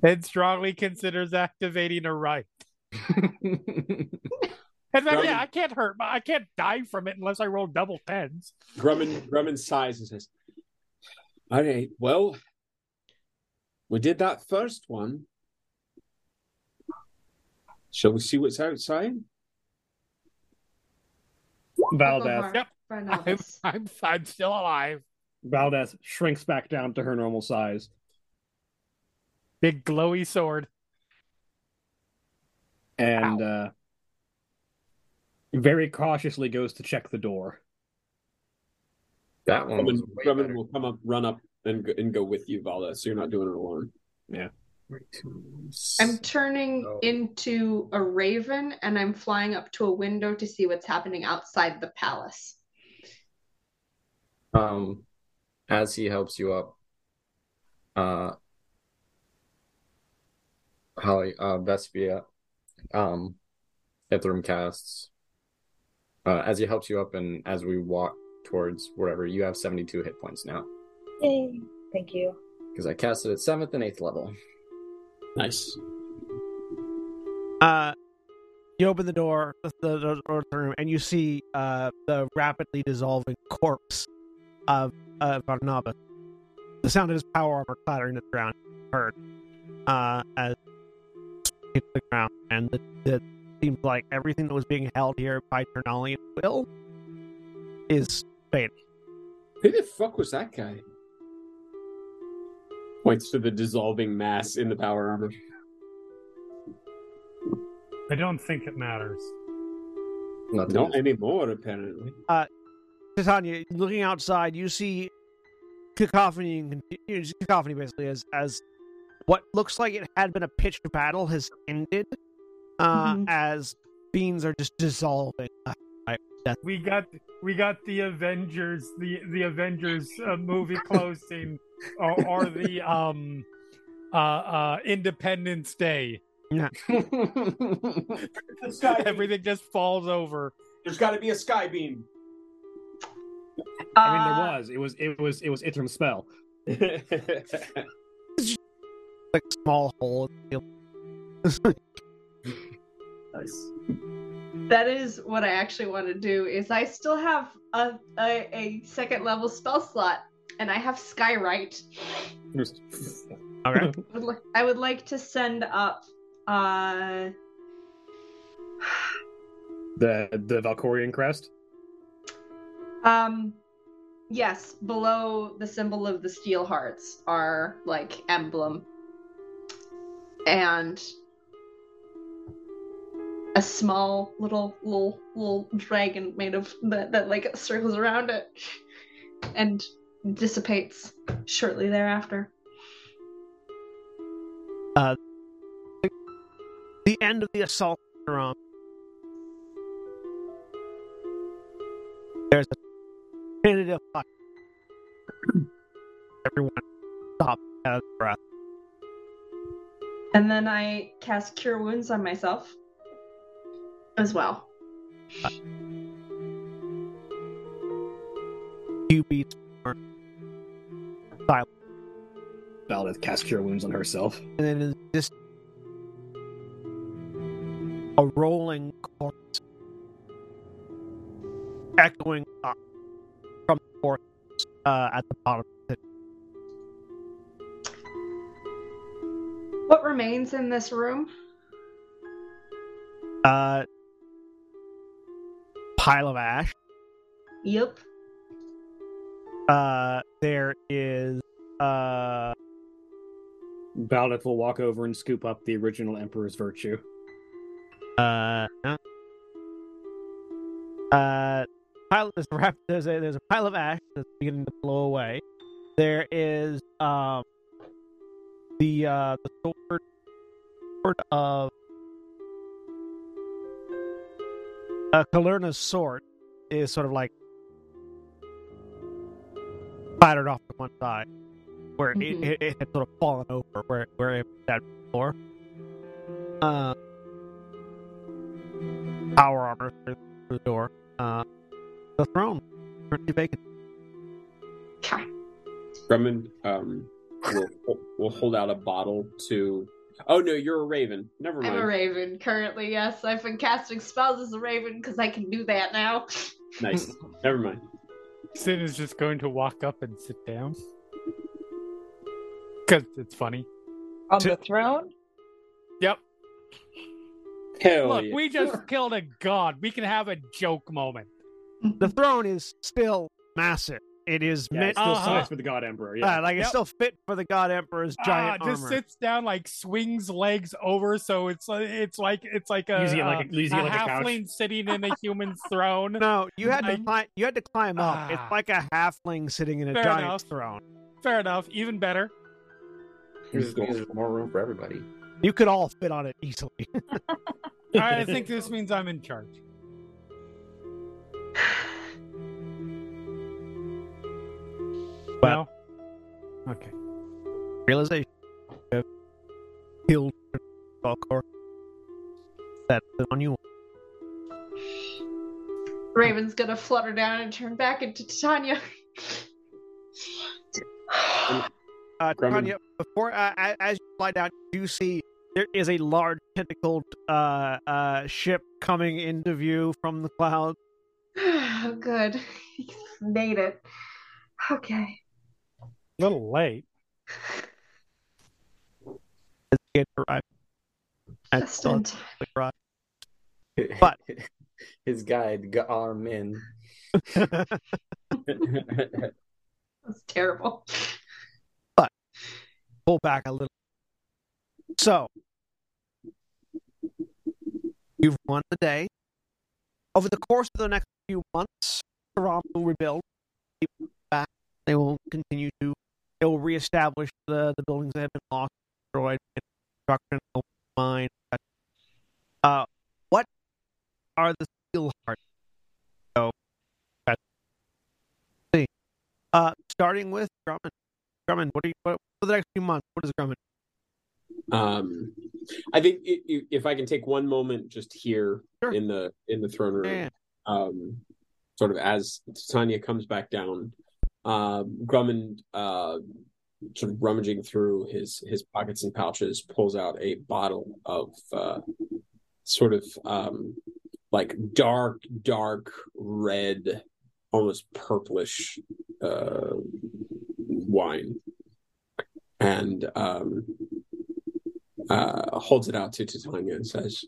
Speaker 5: and strongly considers activating a right. In fact, yeah, I can't hurt. my- I can't die from it unless I roll double tens.
Speaker 6: Grumman Grumman sighs and says, "All right, well, we did that first one. Shall we see what's outside?"
Speaker 10: Valdez.
Speaker 5: Yep.
Speaker 2: For a
Speaker 5: I'm,
Speaker 2: novice.
Speaker 5: I'm, I'm still alive.
Speaker 10: Valdez shrinks back down to her normal size.
Speaker 5: Big glowy sword.
Speaker 10: and uh, very cautiously goes to check the door.
Speaker 4: that one
Speaker 6: Grumman,
Speaker 4: was Hmm. way
Speaker 6: Grumman
Speaker 4: better.
Speaker 6: will come up, run up, and go, and go with you, Valdez. So you're not doing it alone.
Speaker 2: I'm turning
Speaker 4: No.
Speaker 2: into a raven and I'm flying up to a window to see what's happening outside the palace.
Speaker 4: Um, as he helps you up, uh, Holly, uh, Vespia, um, Ithrim casts. Uh, as he helps you up, and as we walk towards wherever, you have 72 hit points now
Speaker 7: Yay. Thank you.
Speaker 4: because I cast it at seventh and eighth level.
Speaker 6: Nice.
Speaker 1: Uh, you open the door, the, the, the door to the room, and you see uh, the rapidly dissolving corpse of of Barnabas. The sound of his power armor clattering to the ground is heard uh, as it hits the ground, and it, it seems like everything that was being held here by Ternali and Will is
Speaker 6: Who the fuck was that guy? Points to the dissolving mass in the power armor.
Speaker 5: I don't think it matters.
Speaker 4: Not
Speaker 6: Not anymore, apparently.
Speaker 1: Titania, looking outside, you see cacophony and you see cacophony basically as as what looks like it had been a pitched battle has ended, uh,
Speaker 2: Mhm.
Speaker 1: as beings are just dissolving.
Speaker 5: We got we got the Avengers the the Avengers uh, movie closing or, or the um uh uh Independence Day.
Speaker 6: The sky
Speaker 5: Everything just falls over.
Speaker 6: There's got to be a sky beam.
Speaker 10: I mean, there
Speaker 2: Uh,
Speaker 10: was it was it was it was Ithrim's spell.
Speaker 1: Like small hole.
Speaker 6: nice.
Speaker 2: That is what I actually want to do. Is I still have a a, a second level spell slot, and I have Skyrite.
Speaker 1: Okay.
Speaker 2: I would li- I would like to send up. Uh,
Speaker 3: The the Valkorian crest.
Speaker 2: um, yes, below the symbol of the steel hearts are like emblem, and a small little little little dragon made of that that like circles around it, and dissipates shortly thereafter.
Speaker 1: The end of the assault drum. There's a tentative fight. Everyone stop out of breath.
Speaker 2: And then I cast Cure Wounds on myself as well.
Speaker 1: You beat
Speaker 10: Valda cast cure wounds on herself.
Speaker 1: and then in this a rolling corpse echoing up from the forest uh, at the bottom.
Speaker 2: What remains in this room?
Speaker 1: Uh, pile of ash.
Speaker 2: Yep.
Speaker 1: Uh, there is uh,
Speaker 3: Baldith will walk over and scoop up the original Emperor's virtue.
Speaker 1: uh, no. uh, pile. There's a, rap- there's a there's a pile of ash that's beginning to blow away. There is um the uh the sword sword of uh, Kalerna's sword is sort of like splattered off to one side where
Speaker 2: Mhm.
Speaker 1: it, it, it had sort of fallen over where where it that before. Um, power armor through the door. Uh, the throne currently vacant.
Speaker 2: Okay.
Speaker 6: Grumman um, will, will hold out a bottle to. Oh no, you're a raven. Never
Speaker 2: I'm
Speaker 6: mind.
Speaker 2: a raven currently, yes. I've been casting spells as a raven because I can do that now.
Speaker 6: Nice. Never mind.
Speaker 5: Sid is just going to walk up and sit down. Because it's funny.
Speaker 7: On
Speaker 5: To-
Speaker 7: the throne?
Speaker 6: Hell
Speaker 5: Look,
Speaker 6: yeah.
Speaker 5: we just killed a god. We can have a joke moment.
Speaker 1: The throne is still massive. It is
Speaker 3: Yeah,
Speaker 1: meant
Speaker 3: it still
Speaker 5: Uh-huh.
Speaker 3: sucks for the God Emperor. Yeah.
Speaker 1: uh, like it's
Speaker 5: Yep.
Speaker 1: still fit for the God Emperor's giant
Speaker 5: ah, just
Speaker 1: armor.
Speaker 5: sits down, like swings legs over, so it's like it's like it's like a,
Speaker 3: Using it like a-
Speaker 5: uh,
Speaker 3: using it like a couch.
Speaker 5: halfling sitting in a human's throne.
Speaker 1: No, you had to
Speaker 5: Um,
Speaker 1: climb. You had to climb up.
Speaker 5: ah.
Speaker 1: it's like a halfling sitting in a
Speaker 5: Fair
Speaker 1: giant
Speaker 5: enough.
Speaker 1: throne.
Speaker 5: Fair enough, even better.
Speaker 4: There's, there's more room for everybody.
Speaker 1: You could all fit on it easily.
Speaker 5: I think this means I'm in charge.
Speaker 1: Well-
Speaker 5: no? okay.
Speaker 1: Realization. You have Killed Valkor. That's on you.
Speaker 2: Raven's gonna flutter down and turn back into Titania.
Speaker 1: Uh,
Speaker 6: Grumman.
Speaker 1: Tanya, before uh, a- as you fly down, you do see there is a large tentacled uh, uh, ship coming into view from the clouds.
Speaker 2: oh, good. He's made it. Okay.
Speaker 5: A little late.
Speaker 1: as it arrived. And
Speaker 2: Just
Speaker 1: so
Speaker 2: in
Speaker 1: it's
Speaker 2: time.
Speaker 1: like, right. But-
Speaker 4: his guide Garmin.
Speaker 2: That's terrible.
Speaker 1: pull back a little. So you've won the day. Over the course of the next few months, Toronto will rebuild. They will be back. They will continue to. They will reestablish the the buildings that have been lost, destroyed, construction, open mine. Uh, what are the steel hearts? So that's see. Uh, starting with Drummond. Drummond, what are you? What, for the next few months, what is Grumman?
Speaker 6: Um, I think i i if I can take one moment just here
Speaker 1: Sure.
Speaker 6: in the in the throne room,
Speaker 1: Yeah.
Speaker 6: um, sort of as Titania comes back down, um, Grumman uh, sort of rummaging through his his pockets and pouches, pulls out a bottle of uh, sort of um, like dark, dark red, almost purplish uh, wine, and um, uh, holds it out to Titania and says,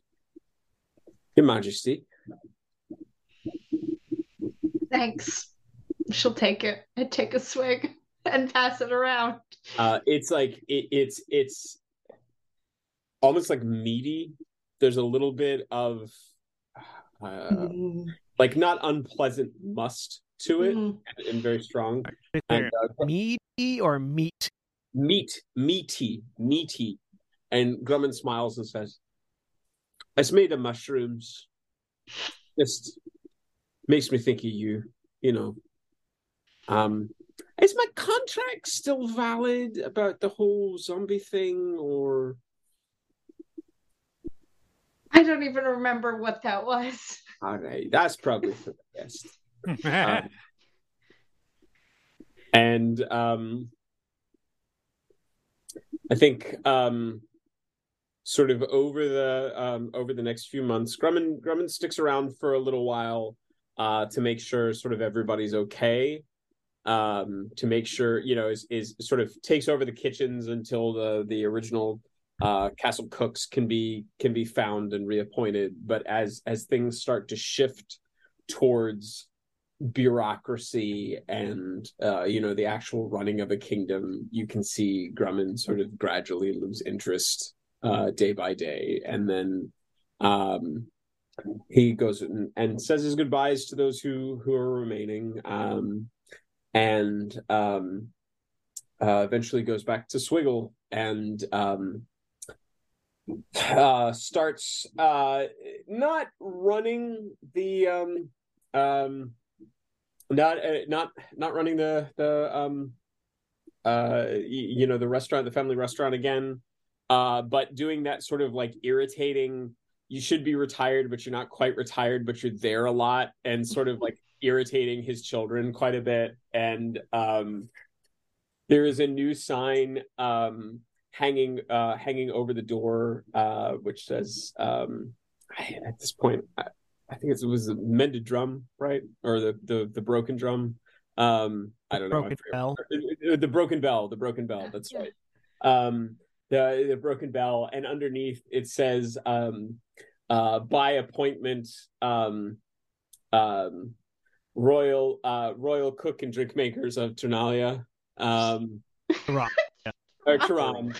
Speaker 6: "Your Majesty,
Speaker 2: Thanks. She'll take it. I take a swig and pass it around.
Speaker 6: Uh, it's like it, it's it's almost like meaty. There's a little bit of uh, like not unpleasant must to it,
Speaker 2: Mhm.
Speaker 6: and, and very strong.
Speaker 1: They're
Speaker 6: And, uh,
Speaker 1: meaty or meat?
Speaker 6: meat, meaty, meaty. And Grumman smiles and says, "It's made of mushrooms. Just makes me think of you. You know." Um, is my contract still valid about the whole zombie thing, or?
Speaker 2: I don't even remember what that was.
Speaker 6: All right, that's probably for the best. Um, and um, I think um, sort of over the um, over the next few months, Grumman Grumman sticks around for a little while uh, to make sure sort of everybody's okay. Um, to make sure you know is is sort of takes over the kitchens until the the original uh, castle cooks can be can be found and reappointed. But as as things start to shift towards bureaucracy and uh, you know the actual running of a kingdom, you can see Grumman sort of gradually lose interest uh, day by day, and then um, he goes and, and says his goodbyes to those who who are remaining, um, and um, uh, eventually goes back to Swiggle and. Um, uh starts uh not running the um um not uh, not not running the the um uh y- you know the restaurant the family restaurant again uh but doing that sort of like irritating you should be retired but you're not quite retired but you're there a lot and sort of like irritating his children quite a bit and um there is a new sign um hanging uh hanging over the door uh which says um I, at this point I, I think it's, it was the mended drum right or the the, the broken drum um i don't know I
Speaker 1: Broken
Speaker 6: forget-
Speaker 1: bell.
Speaker 6: the the broken bell the broken bell that's right um the the broken bell and underneath it says um uh by appointment um um royal uh royal cook and drink makers of Ternalia um
Speaker 1: Karam, yeah.
Speaker 6: or Karam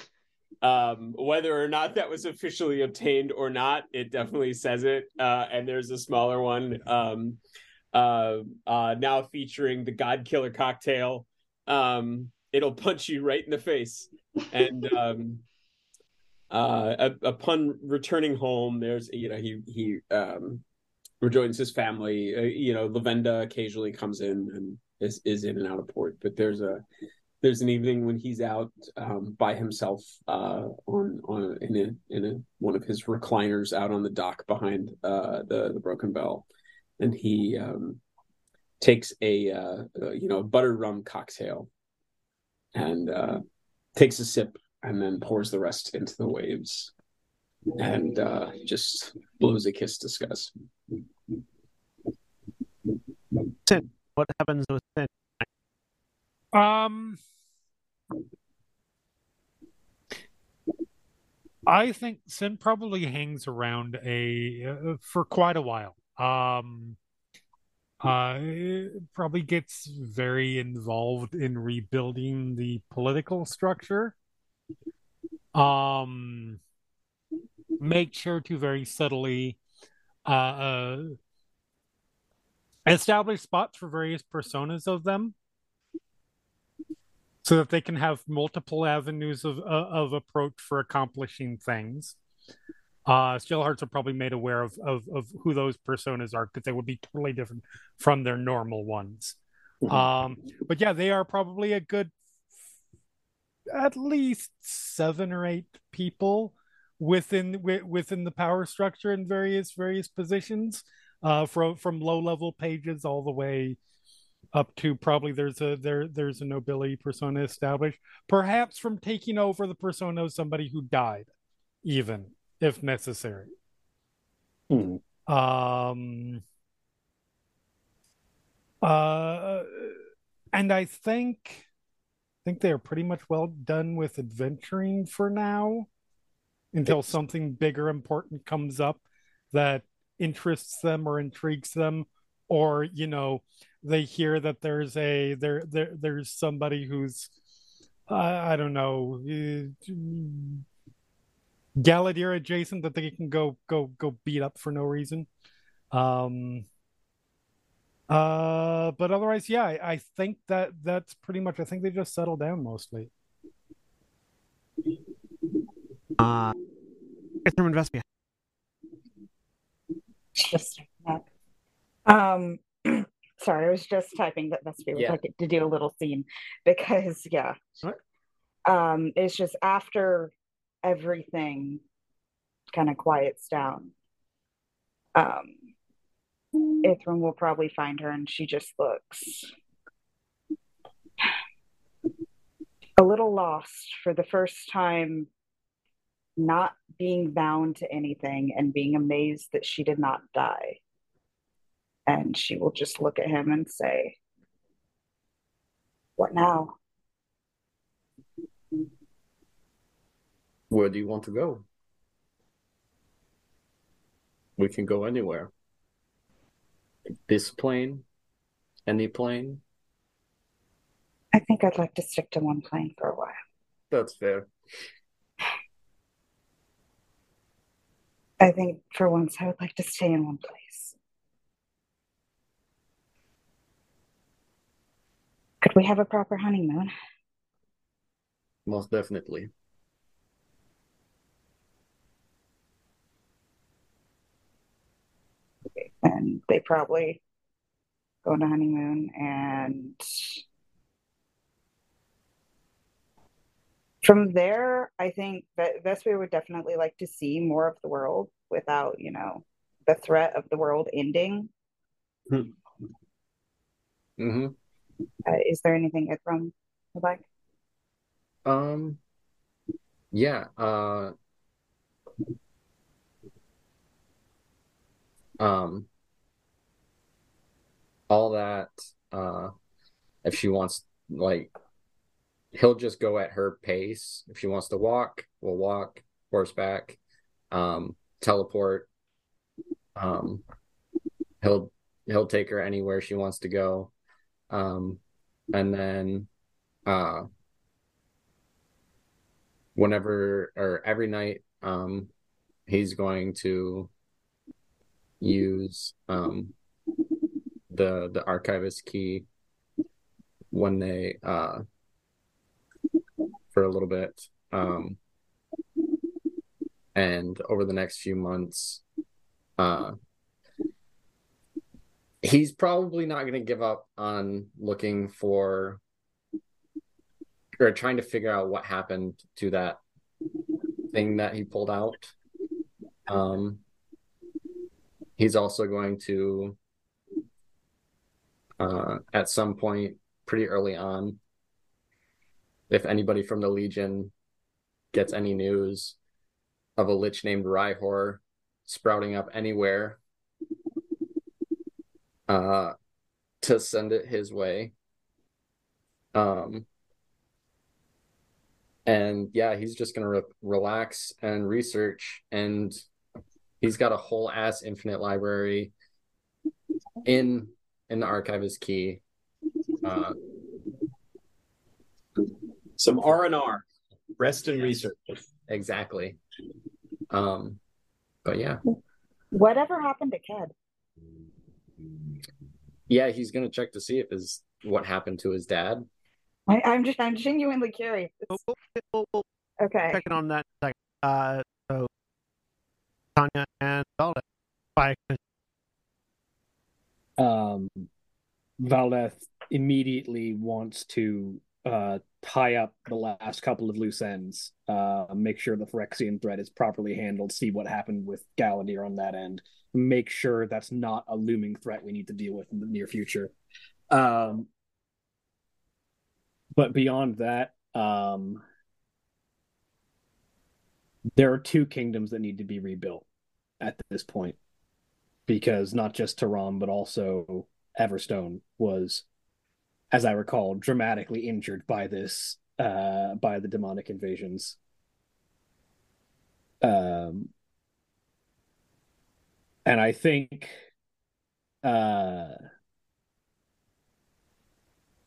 Speaker 6: um whether or not that was officially obtained or not it definitely says it uh and there's a smaller one um uh uh now featuring the god killer cocktail um it'll punch you right in the face and um uh u- upon returning home there's you know he he um rejoins his family uh, you know lavenda occasionally comes in and is is in and out of port but there's a there's an evening when he's out um, by himself uh, on on in a, in a, one of his recliners out on the dock behind uh, the the Broken Bell, and he um, takes a uh, uh, you know butter rum cocktail, and uh, takes a sip and then pours the rest into the waves, and uh, just blows a kiss to Scuzz.
Speaker 1: What happens with sin?
Speaker 5: Um, I think Sin probably hangs around a uh, for quite a while. Um, uh, probably gets very involved in rebuilding the political structure. Um, make sure to very subtly uh, uh establish spots for various personas of them so that they can have multiple avenues of uh, of approach for accomplishing things. Uh, Steelhearts are probably made aware of, of of who those personas are because they would be totally different from their normal ones. Um, but yeah, they are probably a good at least seven or eight people within wi- within the power structure in various various positions, uh, from from low level pages all the way up to probably there's a there there's a nobility persona established perhaps from taking over the persona of somebody who died even if necessary
Speaker 10: Hmm.
Speaker 5: Um, uh, and I think, I think they are pretty much well done with adventuring for now, until something bigger important comes up that interests them or intrigues them, or you know, they hear that there's a there there there's somebody who's uh, I don't know uh, Galadir adjacent that they can go go go beat up for no reason. Um, uh, but otherwise, yeah, I, I think that that's pretty much. I think they just settle down mostly.
Speaker 1: Uh, Ithram investigate.
Speaker 7: Just um, sorry, I was just typing that Vespi would
Speaker 4: Yeah.
Speaker 7: like to do a little scene because yeah,
Speaker 1: What?
Speaker 7: um, it's just after everything kind of quiets down. Um, Ithram will probably find her, and she just looks a little lost for the first time, not being bound to anything and being amazed that she did not die and she will just look at him and say, What now?
Speaker 4: Where do you want to go? We can go anywhere. This plane, any plane.
Speaker 7: I think I'd like to stick to one plane for a while.
Speaker 4: That's fair.
Speaker 7: I think for once I would like to stay in one place. Could we have a proper honeymoon?
Speaker 4: Most definitely.
Speaker 7: And they probably go on a honeymoon and from there i think that vespa would definitely like to see more of the world without you know the threat of the world ending
Speaker 4: hmm
Speaker 7: uh, is there anything Ithram would like
Speaker 4: Um, yeah, uh, um, all that, uh, if she wants, like, he'll just go at her pace. If she wants to walk, we'll walk, horseback, um, teleport. Um, he'll he'll take her anywhere she wants to go. Um, and then, uh, whenever or every night um he's going to use um the the archivist key when they uh for a little bit um and over the next few months uh he's probably not going to give up on looking for or trying to figure out what happened to that thing that he pulled out. Um, he's also going to, uh, at some point, pretty early on, if anybody from the Legion gets any news of a lich named Rhyhor sprouting up anywhere, uh, to send it his way. Um, and yeah he's just gonna re- relax and research and he's got a whole ass infinite library in in the archive is key uh,
Speaker 6: Some R and R, rest and research.
Speaker 4: exactly um but yeah
Speaker 7: whatever happened to ked
Speaker 4: yeah he's gonna check to see if his what happened to his dad
Speaker 7: I, i'm just i'm genuinely curious
Speaker 1: We'll, we'll, we'll, we'll
Speaker 7: okay
Speaker 1: check in on that. In a second. Uh, so Tanya and Zelda. Bye.
Speaker 10: um, Valdeth immediately wants to uh, tie up the last couple of loose ends, uh, make sure the Phyrexian threat is properly handled, see what happened with Galadir on that end, make sure that's not a looming threat we need to deal with in the near future. Um, but beyond that, um, there are two kingdoms that need to be rebuilt at this point
Speaker 3: because not just Tehran, but also Everstone was, as I recall, dramatically injured by this uh, by the demonic invasions. Um, and I think uh,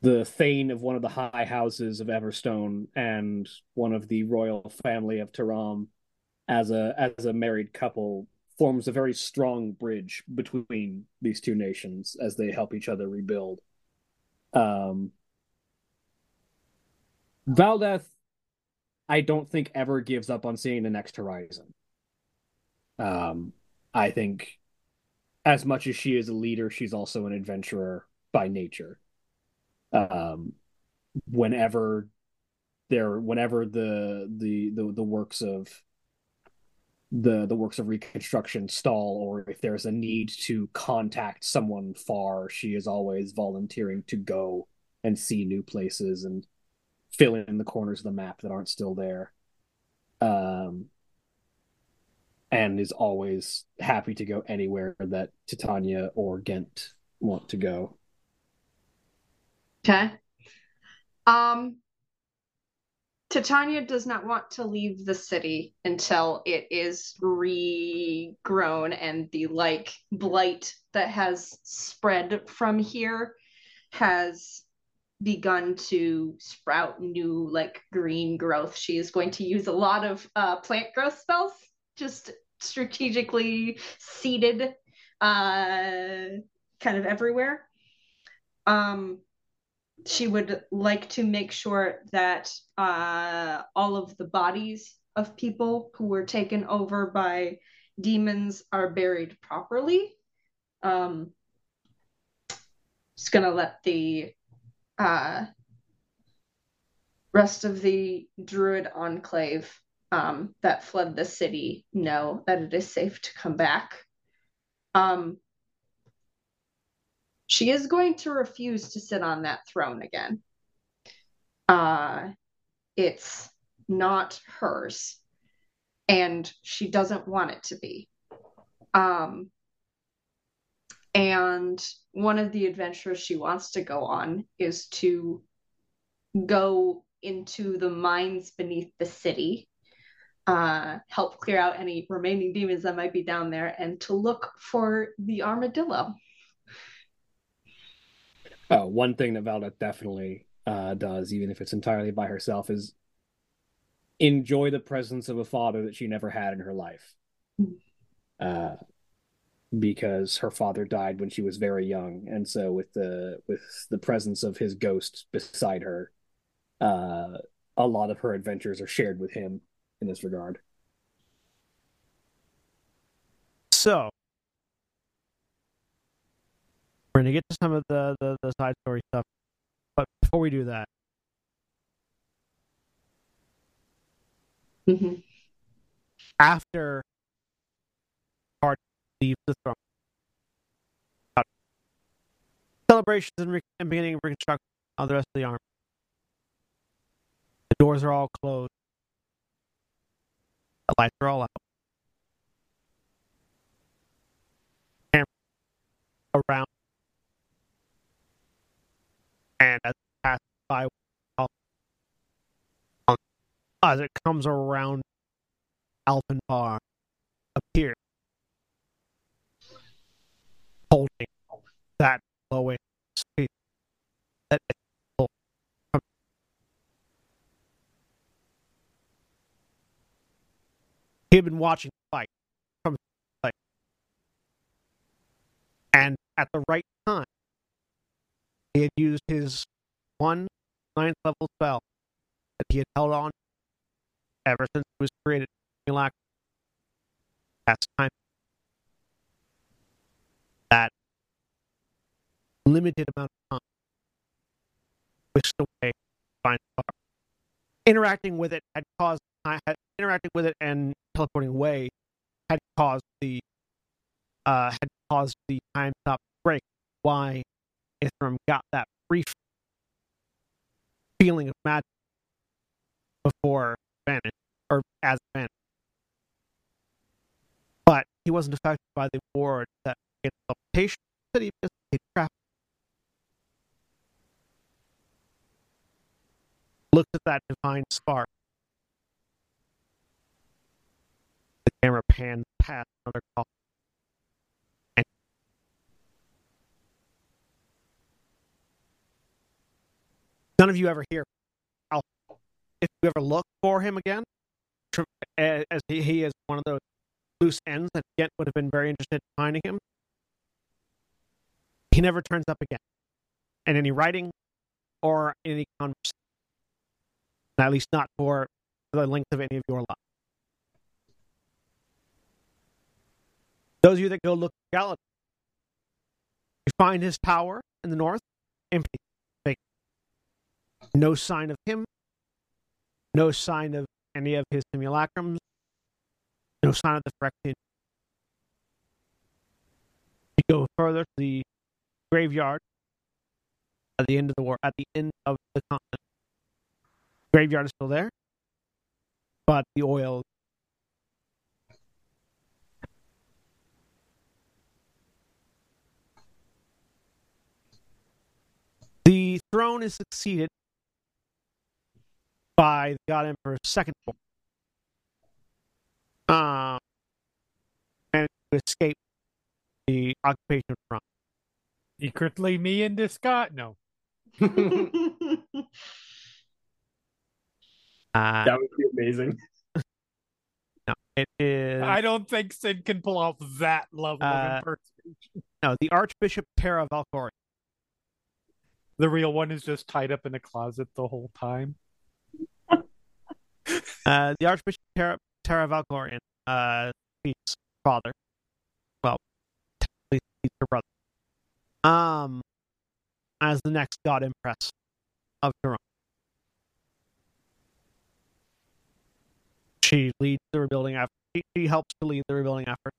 Speaker 3: the Thane of one of the high houses of Everstone and one of the royal family of Taram, as a as a married couple, forms a very strong bridge between these two nations as they help each other rebuild. Um, Valdeth, I don't think ever gives up on seeing the next horizon. Um, I think as much as she is a leader, she's also an adventurer by nature. Um, whenever there, whenever the the the, the works of the the works of reconstruction stall, or if there's a need to contact someone far, she is always volunteering to go and see new places and fill in the corners of the map that aren't still there. Um, and is always happy to go anywhere that Titania or Ghent want to go.
Speaker 2: Okay. Um, Titania does not want to leave the city until it is regrown and the like blight that has spread from here has begun to sprout new like green growth. She is going to use a lot of uh, plant growth spells, just strategically seeded, uh, kind of everywhere. Um, she would like to make sure that uh, all of the bodies of people who were taken over by demons are buried properly. Um, just gonna let the uh, rest of the druid enclave um, that fled the city know that it is safe to come back. Um, she is going to refuse to sit on that throne again. Uh, it's not hers, and she doesn't want it to be. Um, and one of the adventures she wants to go on is to go into the mines beneath the city uh, help clear out any remaining demons that might be down there and to look for the armadillo
Speaker 3: Uh, one thing that Valda definitely uh, does, even if it's entirely by herself, is enjoy the presence of a father that she never had in her life. Uh, because her father died when she was very young, and so with the with the presence of his ghost beside her, uh, a lot of her adventures are shared with him in this regard.
Speaker 1: So we're gonna get to some of the, the, the side story stuff, but before we do that,
Speaker 2: hmm
Speaker 1: after Card leaves the throne, celebrations and, re- and beginning of reconstruction on the rest of the army. The doors are all closed. The lights are all out. Camera around. And as it passes by, Al- Al- as it comes around, Alphenbar appears, holding that glowing spear that it stole from- He had been watching the fight from the fight. and at the right time, he had used his one ninth level spell that he had held on ever since it was created. Lack past time that limited amount of time whisked away by far. Interacting with it had caused I had interacting with it and teleporting away had caused the uh had caused the time stop break. Why Ithram got that brief feeling of magic before vanished or as vanished. But he wasn't affected by the ward that patient city is a trap. Looks at that divine spark. The camera pans past another call. And none of you ever hear. Al- If you ever look for him again, tr- a- as he, he is one of those loose ends that Gent would have been very interested in finding him, he never turns up again in any writing or any conversation. At least not for the length of any of your life. Those of you that go look for Galadriel, you find his tower in the north empty, vacant. No sign of him. No sign of any of his simulacrums. No sign of the Phyrexian. You go further to the graveyard at the end of the war at the end of the continent. Graveyard is still there, but the oil The throne is succeeded by the God Emperor's second born. Um, managed to escape the occupation of Iran.
Speaker 5: Secretly, me and Discot. No,
Speaker 1: Uh,
Speaker 3: That would be amazing.
Speaker 1: no, it is
Speaker 5: I don't think Sid can pull off that level
Speaker 1: Uh,
Speaker 5: of impersonation.
Speaker 1: no the Archbishop Tara Valkori.
Speaker 5: The real one is just tied up in a closet the whole time.
Speaker 1: Uh, the Archbishop Tara, Tara Valkorian, uh, Pete's father. Well, technically he's her brother. Um, as the next God Empress of Duran. She leads the rebuilding effort. She, she helps to lead the rebuilding effort.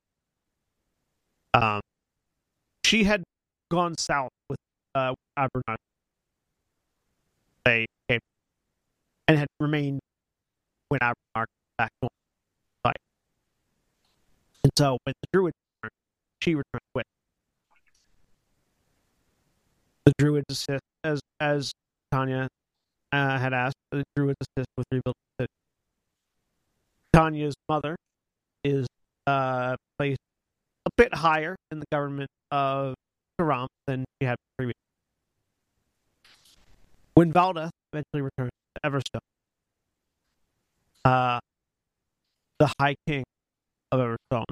Speaker 1: Um, she had gone south with uh, Abernathy. They came and had remained when I remarked back on the site. And so when the druid returned, she returned with. The druids assist as as Tanya uh, had asked, the druids assist with rebuilding the city. Tanya's mother is uh, placed a bit higher in the government of Karam than she had previously. When Valda eventually returns to Everstone, uh, the High King of Everstone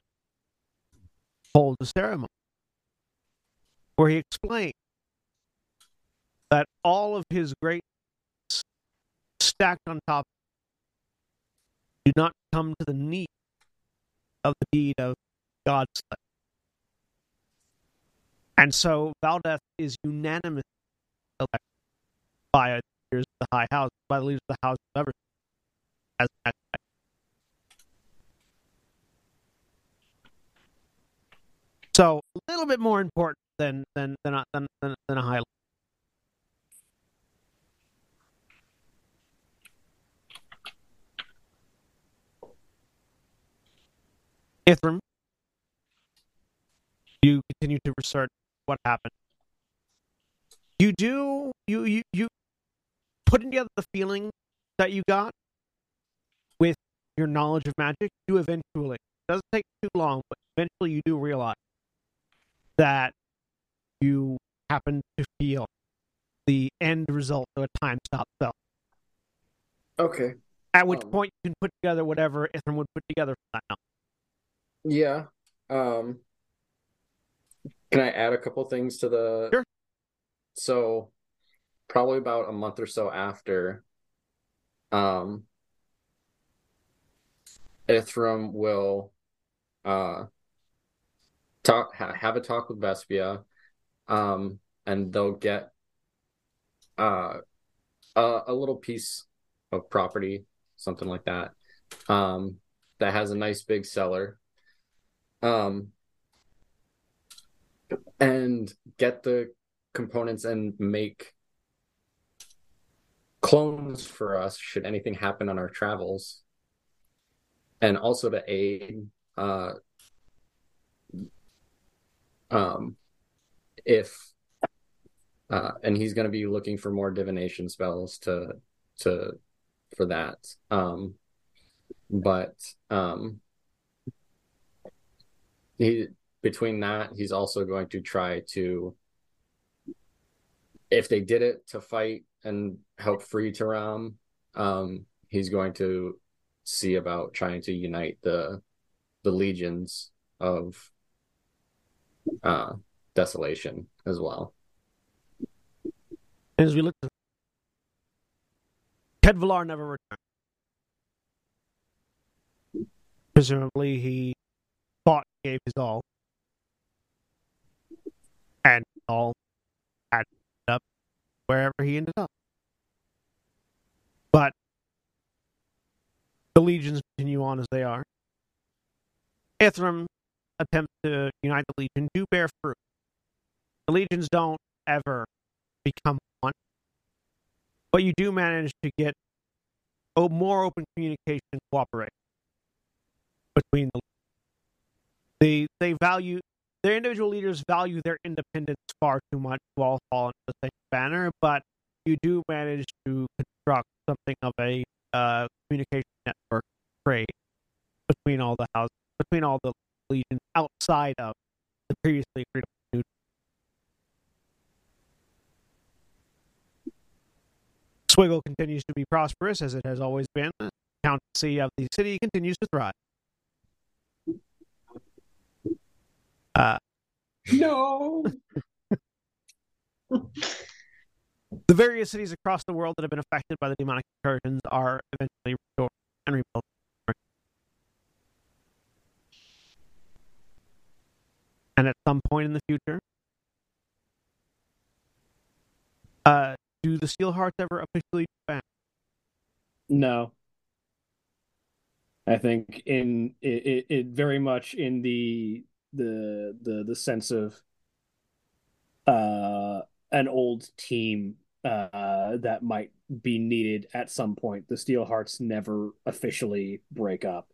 Speaker 1: holds a ceremony where he explains that all of his great stacked on top do not come to the need of the deed of God's And so Valdeth is unanimously elected by the leaders of the High House, by the leaders of the House of Everstone as as- So a little bit more important than than than a, than, than, than a highlight. Ithram, you continue to research what happened. You do you you you putting together the feeling that you got your knowledge of magic, you eventually it doesn't take too long, but eventually you do realize that you happen to feel the end result of a time stop spell.
Speaker 4: Okay.
Speaker 1: At which
Speaker 4: Um.
Speaker 1: point you can put together whatever Ithram would put together for that. knowledge.
Speaker 4: Yeah. Um, can I add a couple things to the?
Speaker 1: Sure.
Speaker 4: So, probably about a month or so after, um, Ithram will, uh, talk ha have a talk with Vespia, um, and they'll get, uh, a, a little piece of property, something like that, um, that has a nice big cellar um, and get the components and make clones for us should anything happen on our travels and also to aid uh, Um, if uh, and he's going to be looking for more divination spells to to for that. Um, but um, he between that he's also going to try to if they did it to fight and help free Taram, um, he's going to see about trying to unite the the legions of uh, desolation as well.
Speaker 1: As we look, Ted Villar never returned. Presumably, he thought he gave his all, and all had ended up wherever he ended up. But the legions continue on as they are. Ithram attempts to unite the legion do bear fruit. The legions don't ever become one, but you do manage to get o- more open communication and cooperation between the they they value their individual leaders value their independence far too much to all fall under the same banner, but you do manage to construct something of a uh, communication network trade between all the houses between all the legions outside of the previously agreed upon neutral. Swiggle continues to be prosperous as it has always been. The county of the city continues to thrive. Uh,
Speaker 6: No.
Speaker 1: The various cities across the world that have been affected by the demonic incursions are eventually restored and rebuilt. And at some point in the future, uh, do the Steel Hearts ever officially disband?
Speaker 3: No. I think in it, it, it very much in the the the the sense of uh an old team uh that might be needed at some point. The Steel Hearts never officially break up.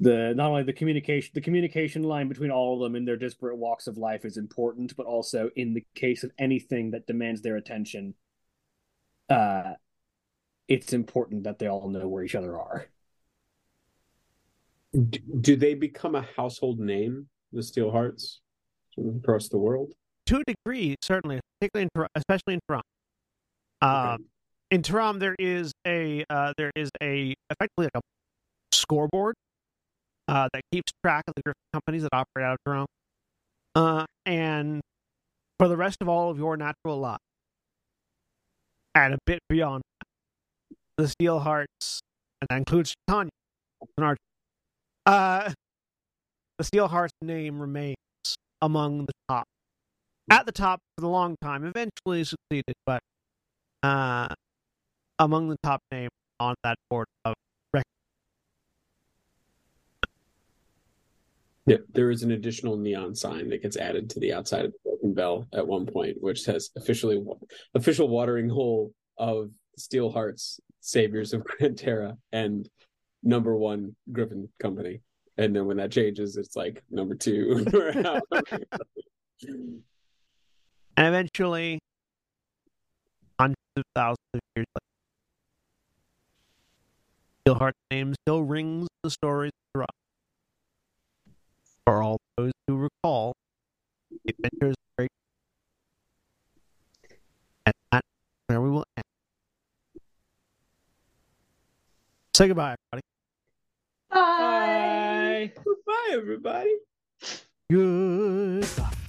Speaker 3: The not only the communication the communication line between all of them in their disparate walks of life is important, but also in the case of anything that demands their attention, uh it's important that they all know where each other are.
Speaker 6: D- Do they become a household name, the Steel Hearts, sort of across the world?
Speaker 1: to a degree, certainly, particularly in, Tor- especially in Tehran. Um, In Tehran, there is a uh, there is a effectively like a scoreboard uh, that keeps track of the different companies that operate out of Tehran, uh, and for the rest of all of your natural life, and a bit beyond, the Steel Hearts, and that includes Tanya, an archer. Uh, the Steel Hearts name remains among the top at the top for the long time. Eventually succeeded, but uh, among the top name on that board of record.
Speaker 6: Yeah, there is an additional neon sign that gets added to the outside of the broken bell at one point, which says officially wa- official watering hole of Steel Hearts, Saviors of Grand Terra, and number one Griffin Company. And then when that changes, it's like number two.
Speaker 1: and eventually hundreds of thousands of years later. Steelheart's name still rings the stories throughout. For all those who recall the adventures of great and that's where we will end. Say goodbye, everybody.
Speaker 12: Bye.
Speaker 6: Bye, everybody.
Speaker 1: Goodbye.